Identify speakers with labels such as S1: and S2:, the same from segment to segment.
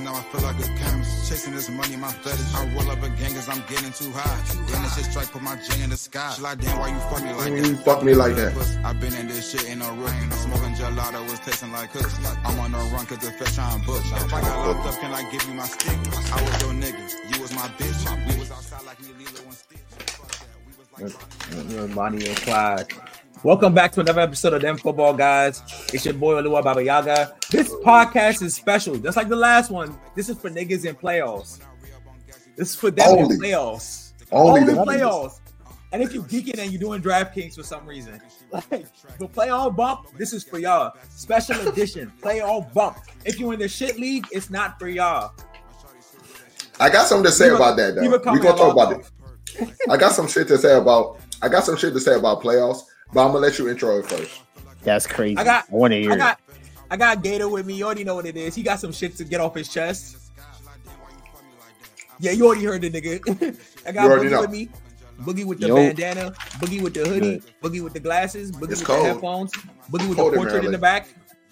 S1: now I feel like a chemist. Chasing this money, my fetish. I roll up a gang cause I'm getting too high. Then this shit strike, put my gin in the sky. Shall I damn why you fuck me like
S2: Mm,
S1: that?
S2: you fuck me like that.
S1: I've been in this shit in a rain. Smoking gelato was tasting like hooks. I'm on the run cause the fetch I'm bush. If I got locked up, can I give you my stick? I was your nigga, you was my bitch. We was outside like me, Lilo and Stitch. Fuck that, we was like.
S3: Money and Clyde. Welcome back to another episode of Them Football Guys. It's your boy Olua Baba Yaga. This podcast is special, just like the last one. This is for niggas in playoffs. This is for them
S2: Only.
S3: in playoffs.
S2: Only,
S3: Only
S2: the
S3: playoffs. And if you geeking and you're doing DraftKings for some reason, like the playoff bump, this is for y'all. Special edition playoff bump. If you in the shit league, it's not for y'all.
S2: I got something to say
S3: You were-
S2: about that though.
S3: you
S2: We're
S3: were coming
S2: gonna talk
S3: along.
S2: about it. I got some shit to say about I got some shit to say about playoffs, but I'm gonna let you intro it first.
S4: That's crazy.
S3: I
S4: I,
S3: got-
S4: want to hear
S3: I got
S4: it.
S3: I got Gator with me. You already know what it is. He got some shit to get off his chest. Yeah, you already heard the nigga. I got
S2: You already
S3: Boogie
S2: know.
S3: with me. Boogie with the
S4: Yo.
S3: bandana, Boogie with the hoodie,
S4: Good.
S3: Boogie with the glasses, Boogie
S2: It's
S3: with
S2: cold.
S3: the headphones, Boogie with
S2: Cold
S3: the
S2: in
S3: portrait in
S2: LA.
S3: the back.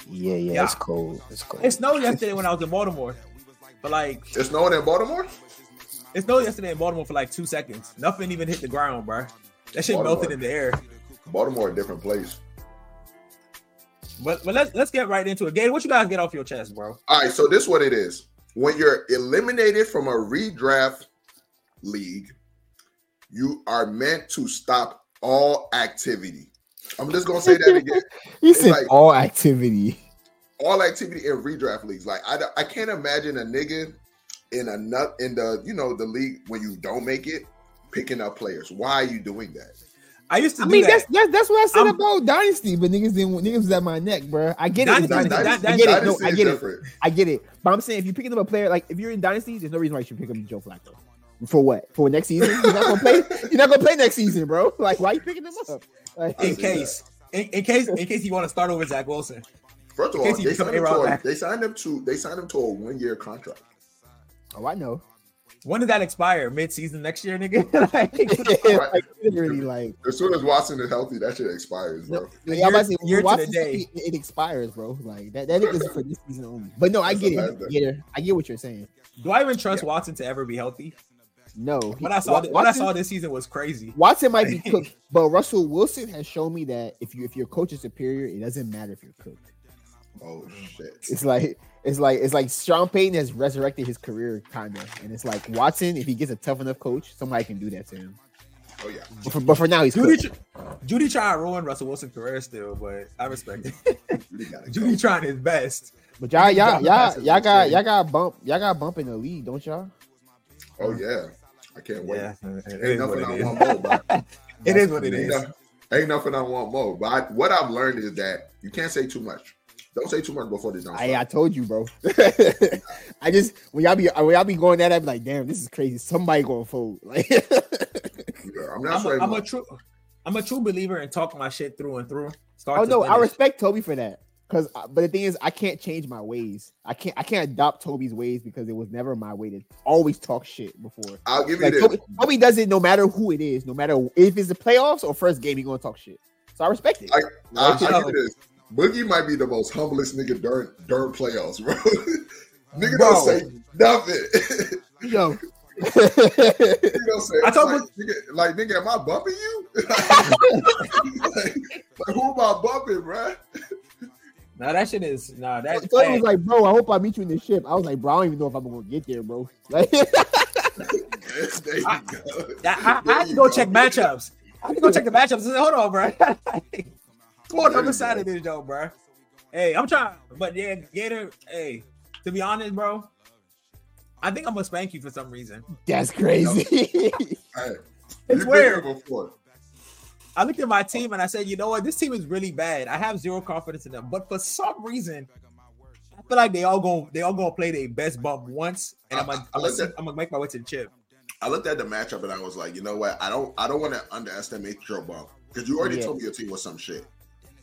S4: Yeah, yeah,
S3: Yeah.
S4: it's cold. It's cold.
S3: It snowed yesterday when I was in Baltimore. But like
S2: It's snowing in Baltimore?
S3: It snowed yesterday in Baltimore for like two seconds. Nothing even hit the ground, bro. That shit
S2: Baltimore.
S3: melted in the air.
S2: Baltimore a different place.
S3: But but let's let's get right into it. Gator, what you guys get off your chest, bro?
S2: All right, so this what it is. When you're eliminated from a redraft league, you are meant to stop all activity. I'm just gonna say that again.
S4: He said
S2: like-
S4: all activity.
S2: all activity in redraft leagues. Like I, I can't imagine a nigga in a nut in the you know the league when you don't make it picking up players. Why are you doing that?
S3: I used to
S4: I
S3: do
S4: mean,
S3: that.
S4: that's, that's that's what I said
S3: I'm-
S4: about dynasty, but niggas didn't. Niggas was at my neck, bro. I get it.
S3: Dynasty-
S4: Dynasty,
S3: Dy-
S4: I get it. No,
S2: Dynasty
S4: I
S2: is
S4: get it.
S2: different.
S4: I get it. But I'm saying if you're picking up a player, like if you're in dynasty, there's no reason why you should pick up Joe Flacco. For what? For next season? You're not gonna play. You're not gonna play next season, bro. Like why you picking him up? Like,
S2: I
S3: in
S2: see
S3: case in, in case in case you want to start over Zach Wilson.
S2: First of
S3: In
S2: all,
S3: case you
S2: they
S3: become
S2: signed, him to
S3: A-Rod
S2: a,
S3: back.
S2: they signed him to they signed him to a one year contract.
S4: oh, I know.
S3: When does that expire? Mid season next year, nigga? like,
S2: Right.
S4: like literally, like
S2: As soon as Watson is healthy, that shit expires, bro.
S4: Like,
S3: Year-
S4: I'm about to say, when
S3: year
S4: you
S3: to
S4: watch
S3: the
S4: this
S3: day.
S4: movie, it, it expires, bro. Like that, that is for this season only. But no, I
S2: That's
S4: get
S2: a bad
S4: it.
S2: thing.
S4: Get it. I get what you're saying.
S3: do I even trust Watson to ever be healthy?
S4: No,
S3: What I saw
S4: Wa-
S3: what I
S4: Watson-
S3: saw this season was crazy.
S4: Watson might be cooked, but Russell Wilson has shown me that if you if your coach is superior, it doesn't matter if you're cooked.
S2: Oh shit!
S4: It's like it's like it's like Sean Payton has resurrected his career kind of, and it's like Watson, if he gets a tough enough coach, somebody can do that to him.
S2: Oh yeah.
S4: But for, but for now, he's
S3: Judy
S4: cooked.
S3: tr- Judy trying to ruin Russell Wilson's career still, but I respect it.
S2: Judy got it.
S3: Judy trying his best.
S4: But y'all
S3: dropped the
S4: y'all y'all
S3: passes
S4: y'all
S3: last
S4: got
S3: year.
S4: y'all got bump y'all got bump in the league, don't y'all?
S2: Oh yeah. I can't wait.
S3: Yeah. It
S2: Ain't
S3: is what
S2: nothing
S3: it
S2: I
S3: is.
S2: want more. bro.
S3: It is what it
S2: Ain't,
S3: is.
S2: no- ain't nothing I want more. But I, what I've learned is that you can't say too much. Don't say too much before the
S4: I,
S2: downside.
S4: I told you, bro. I just when y'all be when y'all be going that, I be like, damn, this is crazy. Somebody going fold. Like,
S2: Yeah, I'm not
S3: I'm a,
S2: saying
S3: I'm a
S2: much.
S3: true I'm a true believer in talking my shit through and through. Start
S4: oh
S3: to
S4: no, I
S3: finish.
S4: respect Toby for that. Cause, I- but the thing is, I can't change my ways. I can't. I can't adopt Toby's ways because it was never my way to always talk shit before.
S2: I'll give you
S4: Like
S2: this.
S4: Toby, Toby does it no matter who it is, no matter if it's the playoffs or first game, he gonna talk shit. So I respect it.
S2: I,
S4: Like,
S2: I give you this. Boogie might be the most humblest nigga during during playoffs, bro. nigga
S4: Bro.
S2: don't say nothing.
S4: yo,
S2: nigga don't say.
S3: I told
S2: like, nigga, like nigga, am I bumping you? like, like, who am I bumping, bro?
S3: Nah, that shit is nah. That
S4: Toby
S3: hey,
S4: was like, bro, I hope I meet you in the ship. I was like, bro, I don't even know if I'm gonna get there, bro. Like,
S2: there you go.
S3: I, I,
S2: There
S3: I had to
S2: you
S3: go check matchups. I had to go check the matchups. I said, hold on, bro. Pull
S2: There you
S3: another side
S2: go.
S3: of this, though, bro. Hey, I'm trying, but yeah, Gator. Hey, to be honest, bro, I think I'm gonna spank you for some reason.
S4: that's crazy.
S2: Hey, you've
S3: It's
S2: been
S3: weird.
S2: here before.
S3: I looked at my team and I said, you know what, this team is really bad. I have zero confidence in them, but for some reason, I feel like they all going they all gonna play their best bump once, and I'm
S2: I-
S3: gonna
S2: I
S3: I'm
S2: looked
S3: gonna
S2: at-
S3: I'm gonna make my way to the chip.
S2: I looked at the matchup and I was like, you know what? I don't I don't want to underestimate your bump because you already
S4: Yeah.
S2: told me your team was some shit.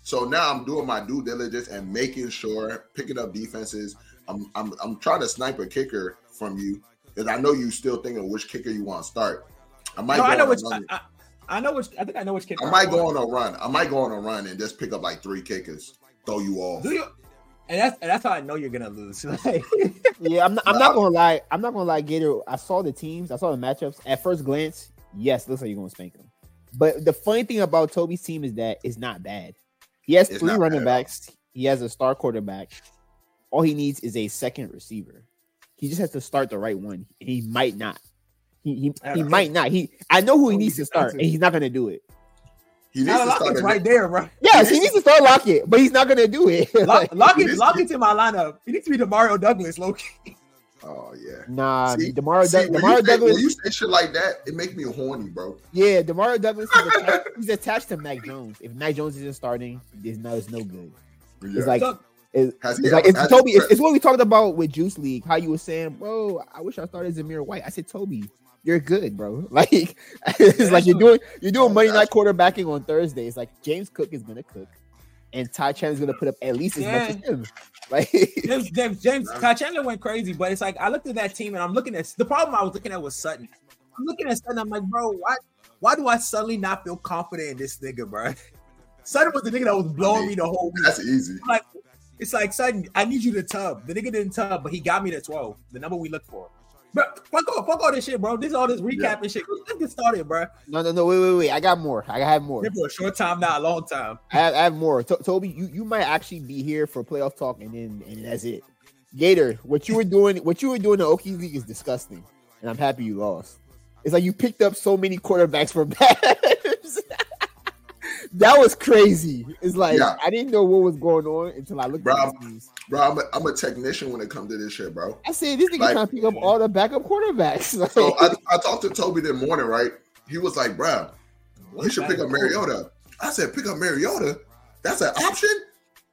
S2: So now I'm doing my due diligence and making sure picking up defenses. I'm I'm I'm trying to snipe a kicker from you because I know you still thinking which kicker you want to start. I might
S3: No,
S2: go
S3: I know
S2: on
S3: which
S2: a
S3: I,
S2: run.
S3: I, I know which I think I know which kid.
S2: I might go on a run. I might go on a run and just pick up like three kickers. Throw you off.
S3: Do you And that's and that's how I know you're gonna lose. Like,
S4: Yeah, I'm not, I'm not gonna lie. I'm not gonna lie, Gator. I saw the teams, I saw the matchups. At first glance, yes, looks like you're gonna spank them. But the funny thing about Toby's team is that it's not bad. He has
S2: It's
S4: three
S2: not
S4: running
S2: bad at all.
S4: backs. He has a star quarterback. All he needs is a second receiver. He just has to start the right one. He might not. He he,
S3: I
S4: he
S3: don't-
S4: might not. He I know who he
S3: Oh,
S4: needs
S3: he's
S4: to start, and
S3: expensive.
S4: he's not gonna do it.
S2: He needs
S3: Tyler
S2: to start.
S3: Lockett's
S2: a-
S3: right there, bro.
S4: Yes, he needs to start Lockett, but he's not gonna do it.
S3: Lock,
S4: Like,
S3: Lockett,
S2: is-
S3: Lockett's in my lineup. He needs to be Demario Douglas, Loki.
S2: Oh yeah.
S4: nah,
S2: See-
S4: Demario,
S2: See,
S4: Doug
S2: when,
S4: Demario
S2: you say,
S4: Douglas.
S2: when you say shit like that, it make me horny, bro.
S4: Yeah, Demario Douglas is attached, he's attached to Mac Jones. If Mac Jones isn't starting, there's no, it's no good.
S2: Yeah.
S4: It's like
S3: Doug-
S4: it's,
S2: Has he-
S4: it's like it's
S2: has-
S4: Toby. It's, it's what we talked about with Juice League. How you were saying, bro, I wish I started Zamir White. I said, Toby, you're good, bro. Like it's like you're doing you're doing Monday night quarterbacking on Thursday. It's like James Cook is gonna cook, and Ty Chandler's gonna put up at least as much as him. Like
S3: James, James, James Ty Chandler went crazy, but it's like I looked at that team and I'm looking at the problem I was looking at was Sutton. I'm looking at Sutton, I'm like, bro, why why do I suddenly not feel confident in this nigga, bro? Sutton was the nigga that was blowing me the whole week.
S2: That's easy.
S3: I'm like, it's like Sutton, I need you to tub. The nigga didn't tub, but he got me to 12, the number we look for. But fuck all, fuck all this shit, bro. This all this recap and shit. Let's get started, bro.
S4: no, no, no, wait, wait, wait. I got more. I have more.
S3: Here for a short time, not a long time.
S4: I have, I have more. To- Toby, you, you might actually be here for playoff talk, and then and that's it. Gator, what you were doing, what you were doing in Okie League is disgusting, and I'm happy you lost. It's like you picked up so many quarterbacks for Babs. that was crazy. It's like
S2: Yeah.
S4: I didn't know what was going on until I looked
S2: Bro.
S4: at these.
S2: Bro, I'm a, I'm a technician when it comes to this shit, bro.
S4: I said this nigga
S2: Like-
S4: trying to pick up all the backup quarterbacks. Like,
S2: So I, I talked to Toby that morning, right? He was like, bro, you should pick up Mariota. I said, pick up Mariota? That's an option?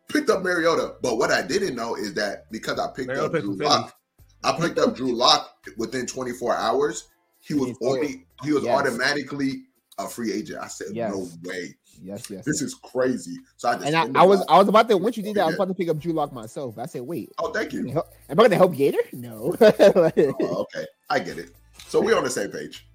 S2: Picked up Mariota. But what I didn't know is that because I picked
S3: Mariota
S2: up
S3: picked
S2: Drew
S3: Philly.
S2: Lock, I picked up Drew Lock within 24 hours. He was
S4: He's free.
S2: already he was
S4: Yes.
S2: automatically a free agent. I said,
S4: Yes.
S2: no way.
S4: yes, yes.
S2: This
S4: yes.
S2: is crazy. So I just
S4: And I,
S2: ended
S4: I was
S2: up-
S4: I was about to once you did that I was about to pick up Drew Lock myself. I said, wait,
S2: oh thank you.
S4: am I going to help Gator? No.
S2: Oh, okay, I get it. So we're on the same page.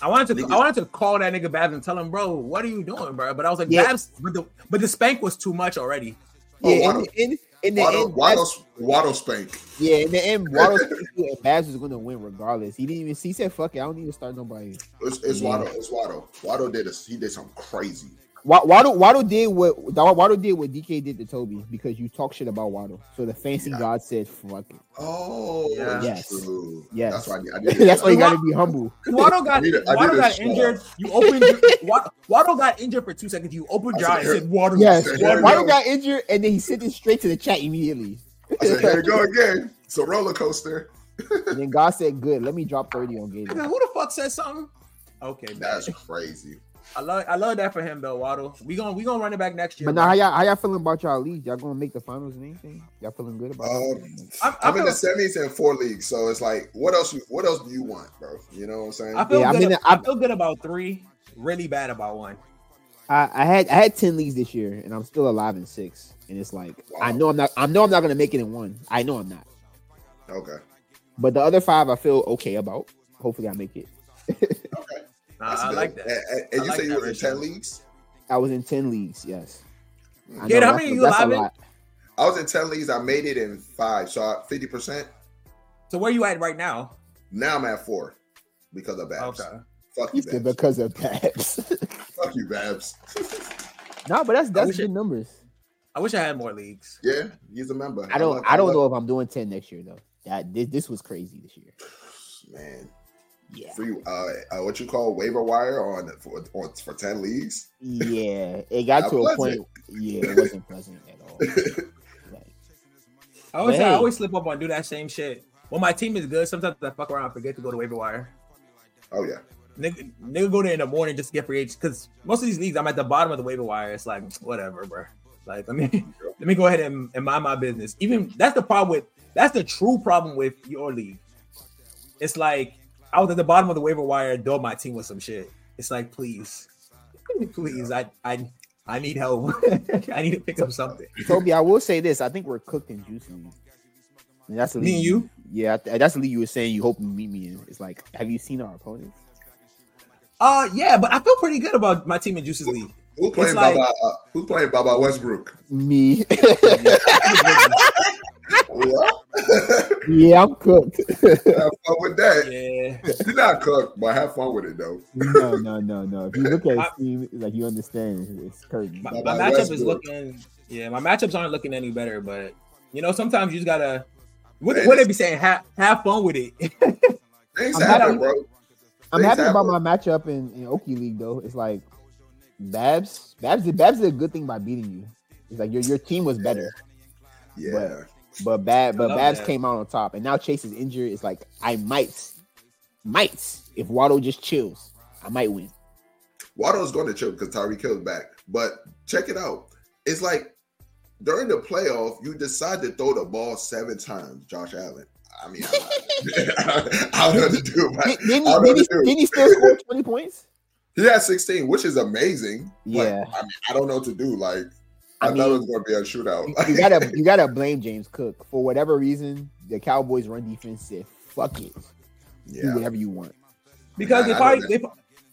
S3: I wanted to
S2: Nigga.
S3: I wanted to call that nigga Babs and tell him, bro, what are you doing, bro? But I was like,
S4: Yeah.
S3: Babs, but the but the spank was too much already.
S2: Oh,
S4: Yeah, in
S2: Waddle.
S4: the end, in the
S2: Waddle,
S4: end, Waddle,
S2: Waddle, Waddle spank.
S4: yeah, in the end, Waddle and Babs was going to win regardless. He didn't even. He said, "Fuck it, I don't need to start nobody."
S2: It's, it's
S4: Yeah.
S2: Waddle. It's Waddle. Waddle did a, He did something crazy.
S4: Wa- Waddle, Waddle did what Waddle did what DK did to Toby because you talk shit about Waddle. So the fancy
S2: Yeah.
S4: god said, "Fuck it."
S2: Oh,
S3: Yeah.
S2: that's
S4: Yes.
S2: true.
S4: Yes.
S2: That's why I need. I need to-
S4: That's why you got to be humble.
S3: Waddle got
S2: I need a- I
S3: Waddle
S2: need a
S3: got
S2: shot.
S3: injured. You opened Waddle, Waddle got injured for two seconds. You opened your
S2: I
S3: eyes and
S2: said,
S3: said Waddle.
S4: Yes,
S2: There you
S4: Waddle
S2: go.
S4: got injured and then he sent it straight to the chat immediately.
S2: I said, here we go again. It's a roller coaster.
S4: And then God said, "Good, let me drop thirty on
S3: I said,
S4: Gator."
S3: Who the fuck said something? Okay, man.
S2: That's crazy.
S3: I love I love that for him though, Waddle. We gonna we gonna run it back next year.
S4: But now,
S3: bro.
S4: how y'all, how y'all feeling about y'all league? Y'all gonna make the finals and anything? Y'all feeling good about? it?
S2: Um,
S3: I'm-
S2: I'm,
S3: I'm
S2: in the
S3: a-
S2: semis and four leagues, so it's like, what else? you- What else do you want, bro? You know what I'm saying?
S3: I feel
S4: Yeah, I
S3: good.
S4: mean,
S3: I
S4: I'm-
S3: feel good about three. Really bad about one.
S4: I, I had I had ten leagues this year, and I'm still alive in six. And it's like I
S2: Wow.
S4: know I'm not I know I'm not gonna make it in one. I know I'm not.
S2: okay.
S4: But the other five, I feel okay about. Hopefully, I make it.
S3: Nah,
S2: That's
S3: I
S2: good.
S3: like that.
S2: And, and- and
S3: I
S2: you
S3: like
S2: say you
S3: that
S2: was in
S3: ratio.
S2: ten leagues.
S4: I was in ten leagues. Yes. I
S3: Gator,
S4: know
S3: how
S4: that's-
S3: many you
S4: that's a
S3: alive in?
S4: lot.
S2: I was in ten leagues. I made it in five, so fifty percent.
S3: So where you at right now?
S2: Now I'm at four because of Babs.
S3: Okay.
S2: Fuck
S4: He
S2: you,
S4: said
S2: Babs.
S4: because of Babs.
S2: Fuck you, Babs.
S4: no, but that's that's
S3: wish
S4: good
S3: it-
S4: numbers.
S3: I wish I had more leagues.
S2: Yeah, he's a member.
S4: I don't
S2: love-
S4: I don't
S2: love-
S4: know if I'm doing ten next year though. That this, this was crazy this year.
S2: Man,
S4: Yeah,
S2: free uh, uh, what you call waiver wire on for on, for ten leagues.
S4: yeah. It got
S2: Not
S4: to a point.
S2: pleasant.
S4: Yeah, it wasn't pleasant at all. Like,
S3: I always
S4: Hey.
S3: I always slip up on do that same shit. When my team is good, sometimes I fuck around and forget to go to waiver wire.
S2: Oh yeah,
S3: Nigga, nigga go there in the morning just to get free agents because most of these leagues I'm at the bottom of the waiver wire. It's like whatever, bro. Like let me let me go ahead and, and mind my business. Even that's the problem with that's the true problem with your league. It's like I was at the bottom of the waiver wire, dubbed my team with some shit. It's like please, please, I I I need help. I need to pick up something.
S4: Toby, I will say this. I think we're cooked in juice league. And that's the
S3: Me
S4: league-
S3: and you.
S4: Yeah, th- that's the league you were saying you hope you meet me in. It's like, have you seen our opponents?
S3: Uh yeah, but I feel pretty good about my team in Juices League.
S2: who's playing
S3: like-
S2: Baba? Uh, who's playing Baba Westbrook?
S4: Me. Yeah, I'm cooked.
S2: Oh, Have fun with that.
S3: Yeah.
S2: You're not cooked, but have fun with it though.
S4: no, no, no, no. If you look at his team, like you understand, it's curtain.
S3: My,
S2: Bye-bye,
S3: my matchup
S2: Westbrook.
S3: is looking. Yeah, my matchups aren't looking any better, but you know, sometimes you just gotta. What,
S2: Man,
S3: what they be saying? Have have fun with it.
S2: Things
S4: I'm
S2: happen,
S4: happy-
S2: bro.
S4: I'm
S2: Things
S4: happy about
S2: happen.
S4: my matchup in, in Oki League though. It's like Babs, Babs, did- Babs did a good thing by beating you. It's like your your team was better,
S2: Yeah.
S4: but bad, but
S3: love
S4: Babs
S3: that.
S4: came out on top. And now Chase is injured. It's like I might, might if Waddle just chills, I might win.
S2: Waddle's going to chip because Tyreek Hill's back. But check it out. It's like during the playoff, you decide to throw the ball seven times, Josh Allen. I mean, I'm not- I don't know what to do.
S4: Did,
S2: But
S4: didn't,
S2: I don't
S4: he, didn't, he,
S2: know.
S4: didn't he still score twenty points?
S2: he had 16, which is amazing. But,
S4: Yeah.
S2: I mean, I don't know what to do. Like, I,
S4: I
S2: thought it
S4: mean,
S2: was going to be a shootout.
S4: you gotta you gotta blame James Cook for whatever reason. The Cowboys run defense said, "Fuck it, do
S2: yeah.
S4: whatever you want."
S3: because
S2: Yeah,
S3: they
S2: I know
S3: probably they,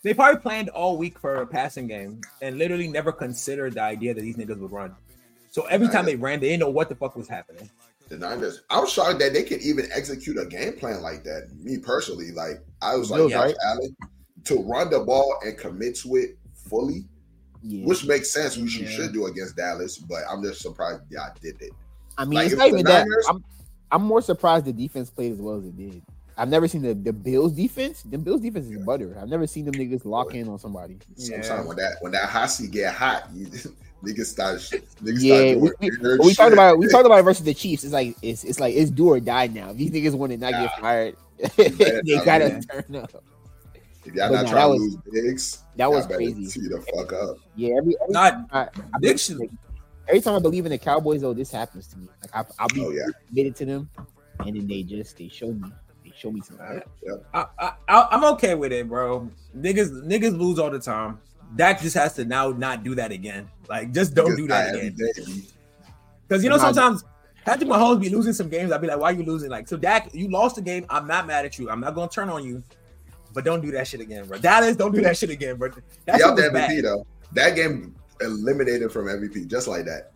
S3: they probably planned all week for a passing game and literally never considered the idea that these niggas would run. So every
S2: I
S3: time
S2: know.
S3: they ran, they didn't know what the fuck was happening.
S2: The Niners. I'm shocked that they could even execute a game plan like that. Me personally, like, I was like,
S4: Bills,
S2: Josh
S4: right?
S2: Allen, to run the ball and commit to it fully.
S4: Yeah,
S2: which makes sense. Which you
S3: Yeah.
S2: should do against Dallas, but I'm just surprised y'all did it.
S4: I mean,
S2: like,
S4: it's
S2: if
S4: not
S2: the
S4: even that.
S2: Niners-
S4: I'm, I'm more surprised the defense played as well as it did. I've never seen the, the Bills defense. The Bills defense is butter. I've never seen them niggas lock in on somebody.
S3: Yeah.
S2: Sometimes when that when that hot seat get hot, you niggas start niggas
S4: Yeah, we,
S2: start
S4: we,
S2: doing
S4: but
S2: weird
S4: we talked
S2: shit.
S4: about it- we talked about it versus the Chiefs. It's like it's it's like it's do or die now. If these niggas want to not get fired,
S2: better
S4: they
S2: not
S4: gotta
S3: win.
S4: turn up.
S2: If y'all
S4: but
S2: not trying
S4: nah,
S2: to
S4: that was-
S2: lose bigs,
S4: That was
S2: y'all better
S4: crazy.
S2: Tee the fuck up.
S4: Yeah, every, every
S3: Not
S4: I- I
S3: Dick
S4: believe-
S3: should-
S4: every time I believe in the Cowboys, though, this happens to me. Like I, I'll be
S2: Oh yeah,
S4: committed to them, and then they just they show me, they show me something.
S3: I, I, I I'm okay with it, bro. Niggas niggas lose all the time. Dak just has to now not do that again. Like just don't
S2: Niggas
S3: do
S2: die
S3: that
S2: every
S3: again.
S2: day, B.
S3: Because you know
S4: Nah,
S3: sometimes Patrick Mahomes be losing some games. I'd be like, why you losing? Like, so Dak, you lost the game. I'm not mad at you. I'm not gonna turn on you, but don't do that shit again, bro. Dallas, don't do that shit again, bro. That
S2: Y'all
S3: shit
S2: the
S3: was
S2: MVP
S3: bad.
S2: though. That game eliminated from MVP just like that.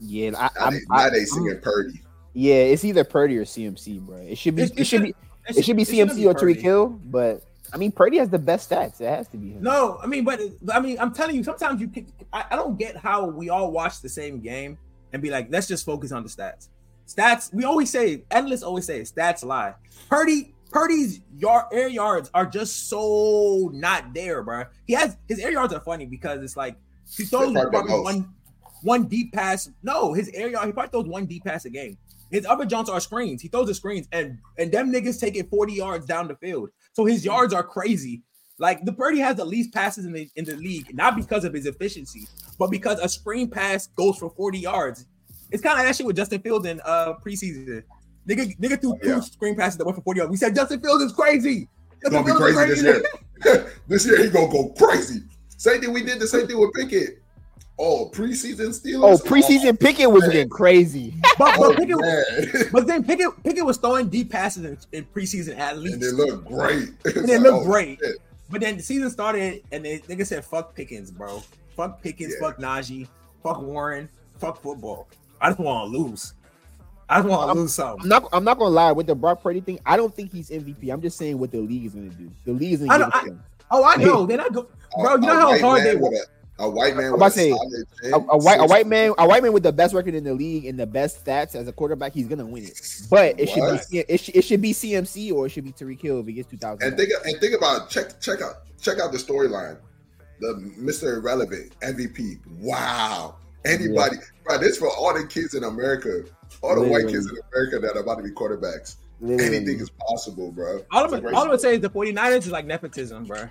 S4: Yeah, I,
S2: Now
S4: I'm,
S2: they,
S4: I,
S2: now they
S4: I'm-
S2: singing Purdy.
S4: yeah, it's either Purdy or CMC, bro. It should be
S3: It-
S4: it,
S3: it should-
S4: should be it should be
S3: shouldn't
S4: CMC or
S3: Purdy.
S4: Tariq Hill, but I mean Purdy has the best stats. It has to be him.
S3: No, I mean, but, but I mean, I'm telling you, sometimes you can. I, I don't get how we all watch the same game and be like, let's just focus on the stats. Stats, we always say, analysts always say, stats lie. Purdy, Purdy's yard air yards are just so not there, bro. He has his air yards are funny because it's like he throws
S2: probably
S3: probably
S2: most.
S3: one one deep pass. No, his air yard, he probably throws one deep pass a game. His upper jumps are screens. He throws the screens, and and them niggas take it 40 yards down the field. So his yards are crazy. Like the Purdy has the least passes in the in the league, not because of his efficiency, but because a screen pass goes for 40 yards. It's kind of that shit with Justin Fields in uh preseason. Nigga, nigga threw
S2: Yeah.
S3: two screen passes that went for 40 yards. We said Justin Fields is crazy.
S2: It's gonna be
S3: Justin Fields
S2: crazy
S3: is
S2: this year. this year he gonna go crazy. Same thing we did the same thing with Pickett. Oh, preseason
S4: Oh,
S2: Steelers.
S4: preseason Pickett was getting crazy.
S3: But,
S2: Oh,
S3: but, Pickett,
S2: man.
S3: but then Pickett, Pickett was throwing deep passes in, in preseason at least.
S2: and they look great.
S3: and it
S2: It's
S3: looked
S2: oh,
S3: great.
S2: shit.
S3: But then the season started, and they nigga said, "Fuck Pickens, bro. Fuck Pickens.
S2: Yeah.
S3: Fuck Najee. Fuck Warren. Fuck football. I just want to lose. I just want
S4: I'm-
S3: to lose
S4: I'm
S3: something.
S4: not I'm not gonna lie with the Brock Purdy thing. I don't think he's MVP. I'm just saying what the league is gonna do. The league is
S3: I
S4: gonna
S3: don't-
S4: give it to him.
S3: Oh, I know. They're not go-
S2: Oh, A-
S3: bro. You know
S2: a
S3: how
S2: white
S3: hard
S2: man
S3: they
S2: with a, a white man
S4: I'm
S2: with
S4: about
S2: a
S4: to say,
S2: solid chin,
S4: a, a white a
S2: six-
S4: white man a white man with the best record in the league and the best stats as a quarterback, he's gonna win it. But
S2: What?
S4: it should be it should, it should be CMC or it should be Tariq Hill if he gets two thousand.
S2: And think and think about check check out check out the storyline. The Mr. Irrelevant MVP. Wow. Anybody, bro, this for all the kids in America, all the white kids in America that are about to be quarterbacks. Anything is possible, bro.
S3: All
S2: It's
S3: I'm,
S2: crazy.
S3: all I'm gonna say is the 49ers is like nepotism, bro.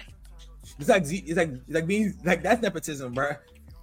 S3: It's like Z- it's like it's like being like that's nepotism, bro.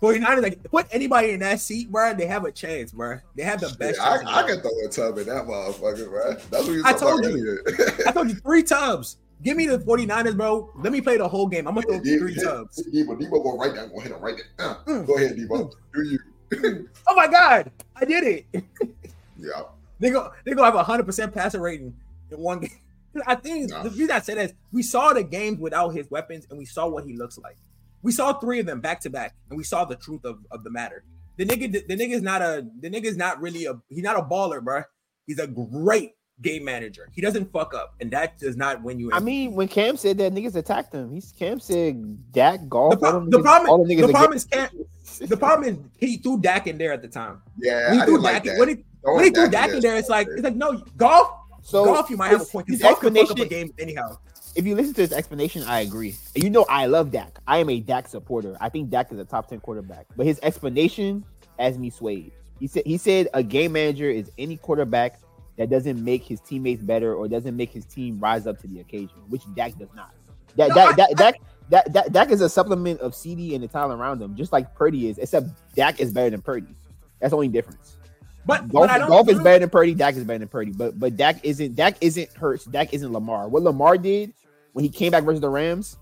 S3: 49ers like put anybody in that seat, bro. They have a chance, bro. They have the best.
S2: Yeah,
S3: chance in the
S2: I, I
S3: world.
S2: can throw a tub in that motherfucker, bro. That's what you
S3: I
S2: talking about
S3: told you.
S2: earlier.
S3: I told you three tubs. Give me the 49ers, bro. Let me play the whole game. I'm gonna throw
S2: Yeah,
S3: three
S2: yeah.
S3: tubs.
S2: Debo, Debo, go right down. Go ahead and write that down.
S3: Mm.
S2: Go ahead, Debo. Do you?
S3: Oh my god, I did it.
S2: Yeah.
S3: They go they gonna have a hundred percent passer rating in one game. 'Cause I think
S2: Nah.
S3: the reason I said that is we saw the games without his weapons and we saw what he looks like. We saw three of them back to back and we saw the truth of, of the matter. The nigga the nigga's not a the nigga's not really a he's not a baller, bruh. He's a great game manager. He doesn't fuck up, and that does not win you.
S4: I mean, when Cam said that niggas attacked him, he's Cam said Dak golf.
S3: the, pro-
S4: all them
S3: the
S4: niggas- all
S3: problem,
S4: them niggas
S3: the
S4: are
S3: problem is Cam,
S4: good.
S3: the problem is he threw Dak in there at the time.
S2: Yeah,
S3: When he
S2: I
S3: threw
S2: didn't
S3: Dak,
S2: like
S3: in-
S2: that.
S3: when he,
S2: Throwing
S3: when he threw
S2: Dak in
S3: Dak
S2: there
S3: in
S2: is
S3: there, it's like
S2: stupid.
S3: it's like no golf.
S4: So
S3: golf, you might have a
S4: his-
S3: point. 'cause
S4: his
S3: Golf can fuck up a
S4: explanation-
S3: game anyhow.
S4: If you listen to his explanation, I agree. You know, I love Dak. I am a Dak supporter. I think Dak is a top ten quarterback. But his explanation has me swayed. He said he said a game manager is any quarterback that doesn't make his teammates better or doesn't make his team rise up to the occasion, which Dak does not. That
S3: No, I-
S4: that, that, that that that Dak is a supplement of CD and the talent around him, just like Purdy is. Except Dak is better than Purdy. That's the only difference.
S3: But,
S4: Golf,
S3: but I don't.
S4: golf
S3: I
S4: is
S3: don't-
S4: better than Purdy. Dak is better than Purdy. But but Dak isn't Dak isn't Hurts. Dak isn't Lamar. What Lamar did when he came back versus the Rams